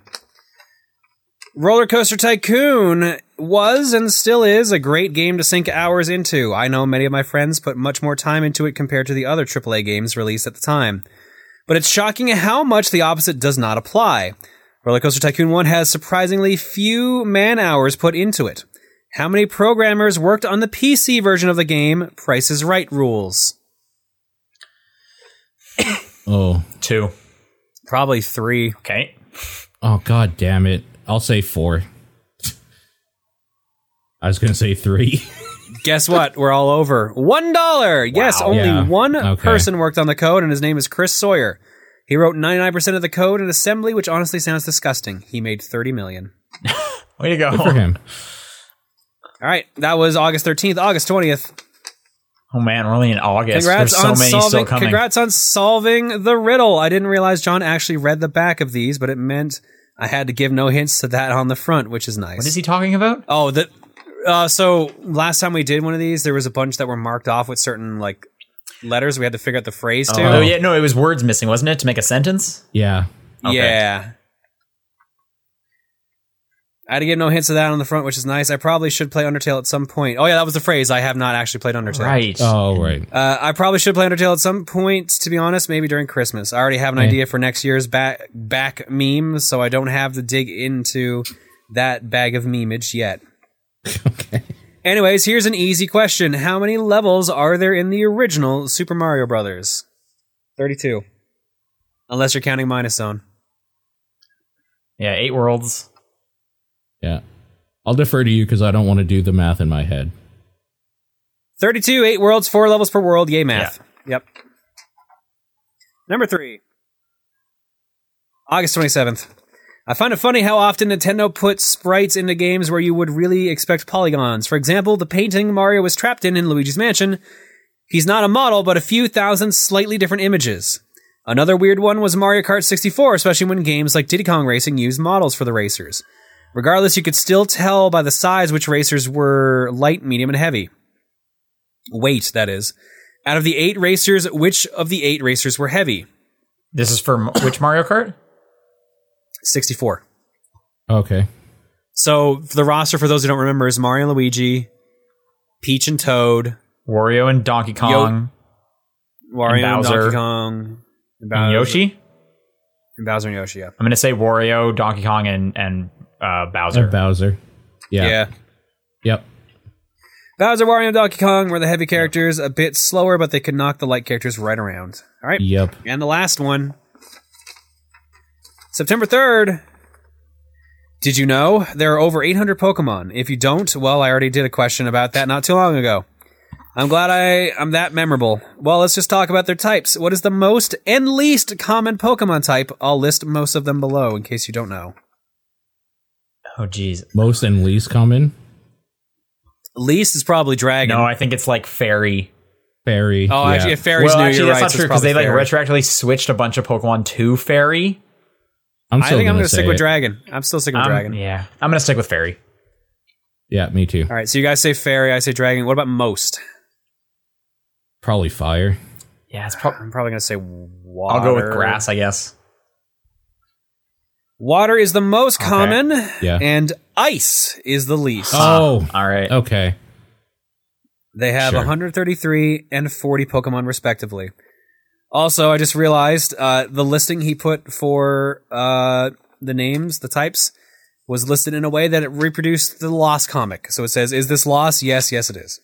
Speaker 2: Roller Coaster Tycoon was and still is a great game to sink hours into. I know many of my friends put much more time into it compared to the other AAA games released at the time. But it's shocking how much the opposite does not apply. Roller Coaster Tycoon 1 has surprisingly few man hours put into it. How many programmers worked on the PC version of the game, Price is Right rules?
Speaker 1: oh.
Speaker 3: Two.
Speaker 2: Probably three.
Speaker 3: Okay.
Speaker 1: Oh god damn it. I'll say four. I was gonna say three.
Speaker 2: Guess what? We're all over. One dollar. Yes, only
Speaker 1: Yeah.
Speaker 2: one
Speaker 1: Okay.
Speaker 2: person worked on the code, and his name is Chris Sawyer. He wrote 99% of the code in assembly, which honestly sounds disgusting. He made 30 million.
Speaker 3: Way to go.
Speaker 1: For him.
Speaker 2: All right, that was August 13th, August 20th.
Speaker 3: Oh man, we're only in August.
Speaker 2: Congrats
Speaker 3: There's so
Speaker 2: on
Speaker 3: many still
Speaker 2: solving.
Speaker 3: coming.
Speaker 2: Congrats on solving the riddle. I didn't realize John actually read the back of these, but it meant I had to give no hints to that on the front, which is nice.
Speaker 3: What is he talking about?
Speaker 2: Oh, the uh, so last time we did one of these, there was a bunch that were marked off with certain like letters. We had to figure out the phrase to.
Speaker 3: Oh yeah, no, it was words missing, wasn't it, to make a sentence?
Speaker 1: Yeah.
Speaker 3: okay.
Speaker 2: Yeah. I had to give no hints of that on the front, which is nice. I probably should play Undertale at some point. Oh yeah, that was the phrase. I have not actually played Undertale.
Speaker 3: Right.
Speaker 1: Oh, right.
Speaker 2: Uh, I probably should play Undertale at some point. To be honest, maybe during Christmas. I already have an
Speaker 1: Yeah.
Speaker 2: idea for next year's back back meme, so I don't have to dig into that bag of memeage yet.
Speaker 1: Okay.
Speaker 2: Anyways, here's an easy question: How many levels are there in the original Super Mario Brothers? Thirty-two, unless you're counting Minus Zone.
Speaker 3: yeah, eight worlds.
Speaker 1: Yeah. I'll defer to you because I don't want to do the math in my head.
Speaker 2: Thirty-two, eight worlds, four levels per world. Yay, math. Yep. Number three, August twenty-seventh. I find it funny how often Nintendo puts sprites into games where you would really expect polygons. For example, the painting Mario was trapped in in Luigi's Mansion. He's not a model, but a few thousand slightly different images. Another weird one was Mario Kart 64, especially when games like Diddy Kong Racing used models for the racers. Regardless, you could still tell by the size which racers were light, medium, and heavy. Weight, that is. Out of the eight racers, which of the eight racers were heavy?
Speaker 3: This is for m- which Mario Kart?
Speaker 2: 64.
Speaker 1: Okay.
Speaker 2: So the roster, for those who don't remember, is Mario and Luigi, Peach and Toad,
Speaker 3: Wario and Donkey Kong
Speaker 2: Wario and,
Speaker 3: Bowser.
Speaker 2: Donkey Kong, and
Speaker 3: and Yoshi.
Speaker 2: and Bowser and Yoshi. Yeah.
Speaker 3: I'm gonna say Wario, Donkey Kong, and and uh, Bowser.
Speaker 1: And Bowser. Yeah. Yep.
Speaker 2: Bowser, Wario, and Donkey Kong were the heavy characters, a bit slower, but they could knock the light characters right around. All right.
Speaker 1: Yep.
Speaker 2: And the last one September 3rd. Did you know there are over 800 Pokemon? If you don't, well, I already did a question about that not too long ago. I'm glad I, I'm that memorable. Well, let's just talk about their types. What is the most and least common Pokemon type? I'll list most of them below in case you don't know.
Speaker 3: Oh geez.
Speaker 1: Most and least common.
Speaker 2: Least is probably Dragon.
Speaker 3: No, I think it's like Fairy.
Speaker 1: Fairy.
Speaker 2: oh,
Speaker 1: yeah.
Speaker 2: actually, if Fairy's
Speaker 3: well,
Speaker 2: new,
Speaker 3: actually,
Speaker 2: you're right.
Speaker 3: that's not
Speaker 2: so
Speaker 3: true
Speaker 2: it's
Speaker 3: because they
Speaker 2: probably
Speaker 3: like
Speaker 2: Fairy.
Speaker 3: retroactively switched a bunch of Pokemon to Fairy.
Speaker 1: I'm
Speaker 2: I
Speaker 1: still
Speaker 2: think I'm
Speaker 1: gonna
Speaker 2: going to stick
Speaker 1: say
Speaker 2: with
Speaker 1: it.
Speaker 2: Dragon. I'm still sticking with
Speaker 3: Um,
Speaker 2: Dragon.
Speaker 3: Yeah, I'm gonna stick with Fairy.
Speaker 1: Yeah, me too.
Speaker 2: All right, so you guys say Fairy, I say Dragon. What about most?
Speaker 1: Probably fire.
Speaker 3: Yeah, it's prob-
Speaker 2: I'm probably going to say water.
Speaker 3: I'll go with Grass, I guess.
Speaker 2: Water is the most
Speaker 3: Okay.
Speaker 2: common,
Speaker 1: Yeah.
Speaker 2: and ice is the least.
Speaker 3: Uh,
Speaker 1: Oh.
Speaker 3: All right.
Speaker 1: Okay.
Speaker 2: they have
Speaker 1: sure.
Speaker 2: 133 and 40 Pokemon, respectively. Also, I just realized uh, the listing he put for uh, the names, the types, was listed in a way that it reproduced the Lost comic. So it says, "Is this Lost?" Yes, yes, it is.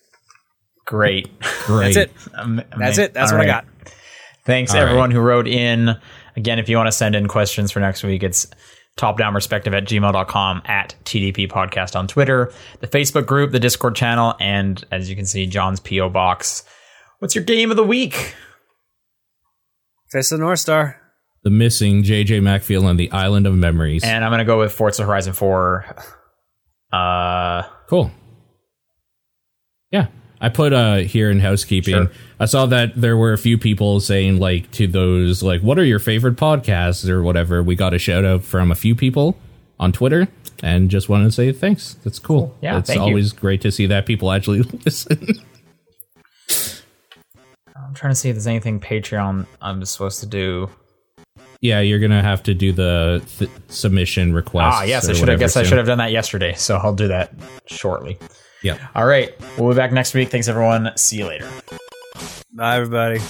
Speaker 3: Great.
Speaker 1: Great.
Speaker 2: That's it.
Speaker 3: Am-
Speaker 2: That's
Speaker 3: amazing.
Speaker 2: it. That's
Speaker 3: All
Speaker 2: what
Speaker 3: right.
Speaker 2: I got.
Speaker 3: Thanks
Speaker 1: All right.
Speaker 3: everyone who wrote in. Again, if you want to send in questions for next week, it's topdownperspective at gmail.com at TDP podcast on Twitter, the Facebook group, the Discord channel, and as you can see, John's P.O. box. What's your game of the week?
Speaker 2: Fist of the North Star.
Speaker 1: The missing JJ Macfield on the Island of Memories.
Speaker 3: And I'm gonna go with Forza Horizon 4. Uh
Speaker 1: Cool. Yeah. I put uh here in housekeeping.
Speaker 3: Sure.
Speaker 1: I saw that there were a few people saying like to those like what are your favorite podcasts or whatever. We got a shout out from a few people on Twitter and just wanted to say thanks. That's cool.
Speaker 3: Yeah,
Speaker 1: It's
Speaker 3: thank you.
Speaker 1: always great to see that people actually listen.
Speaker 3: I'm trying to see if there's anything Patreon I'm supposed to do.
Speaker 1: yeah, you're going to have to do the th- submission request.
Speaker 3: Ah, yes, I should have guess I should have done that yesterday, so I'll do that shortly.
Speaker 1: Yeah.
Speaker 3: All right. We'll be back next week. Thanks everyone. See you later.
Speaker 2: Bye, everybody.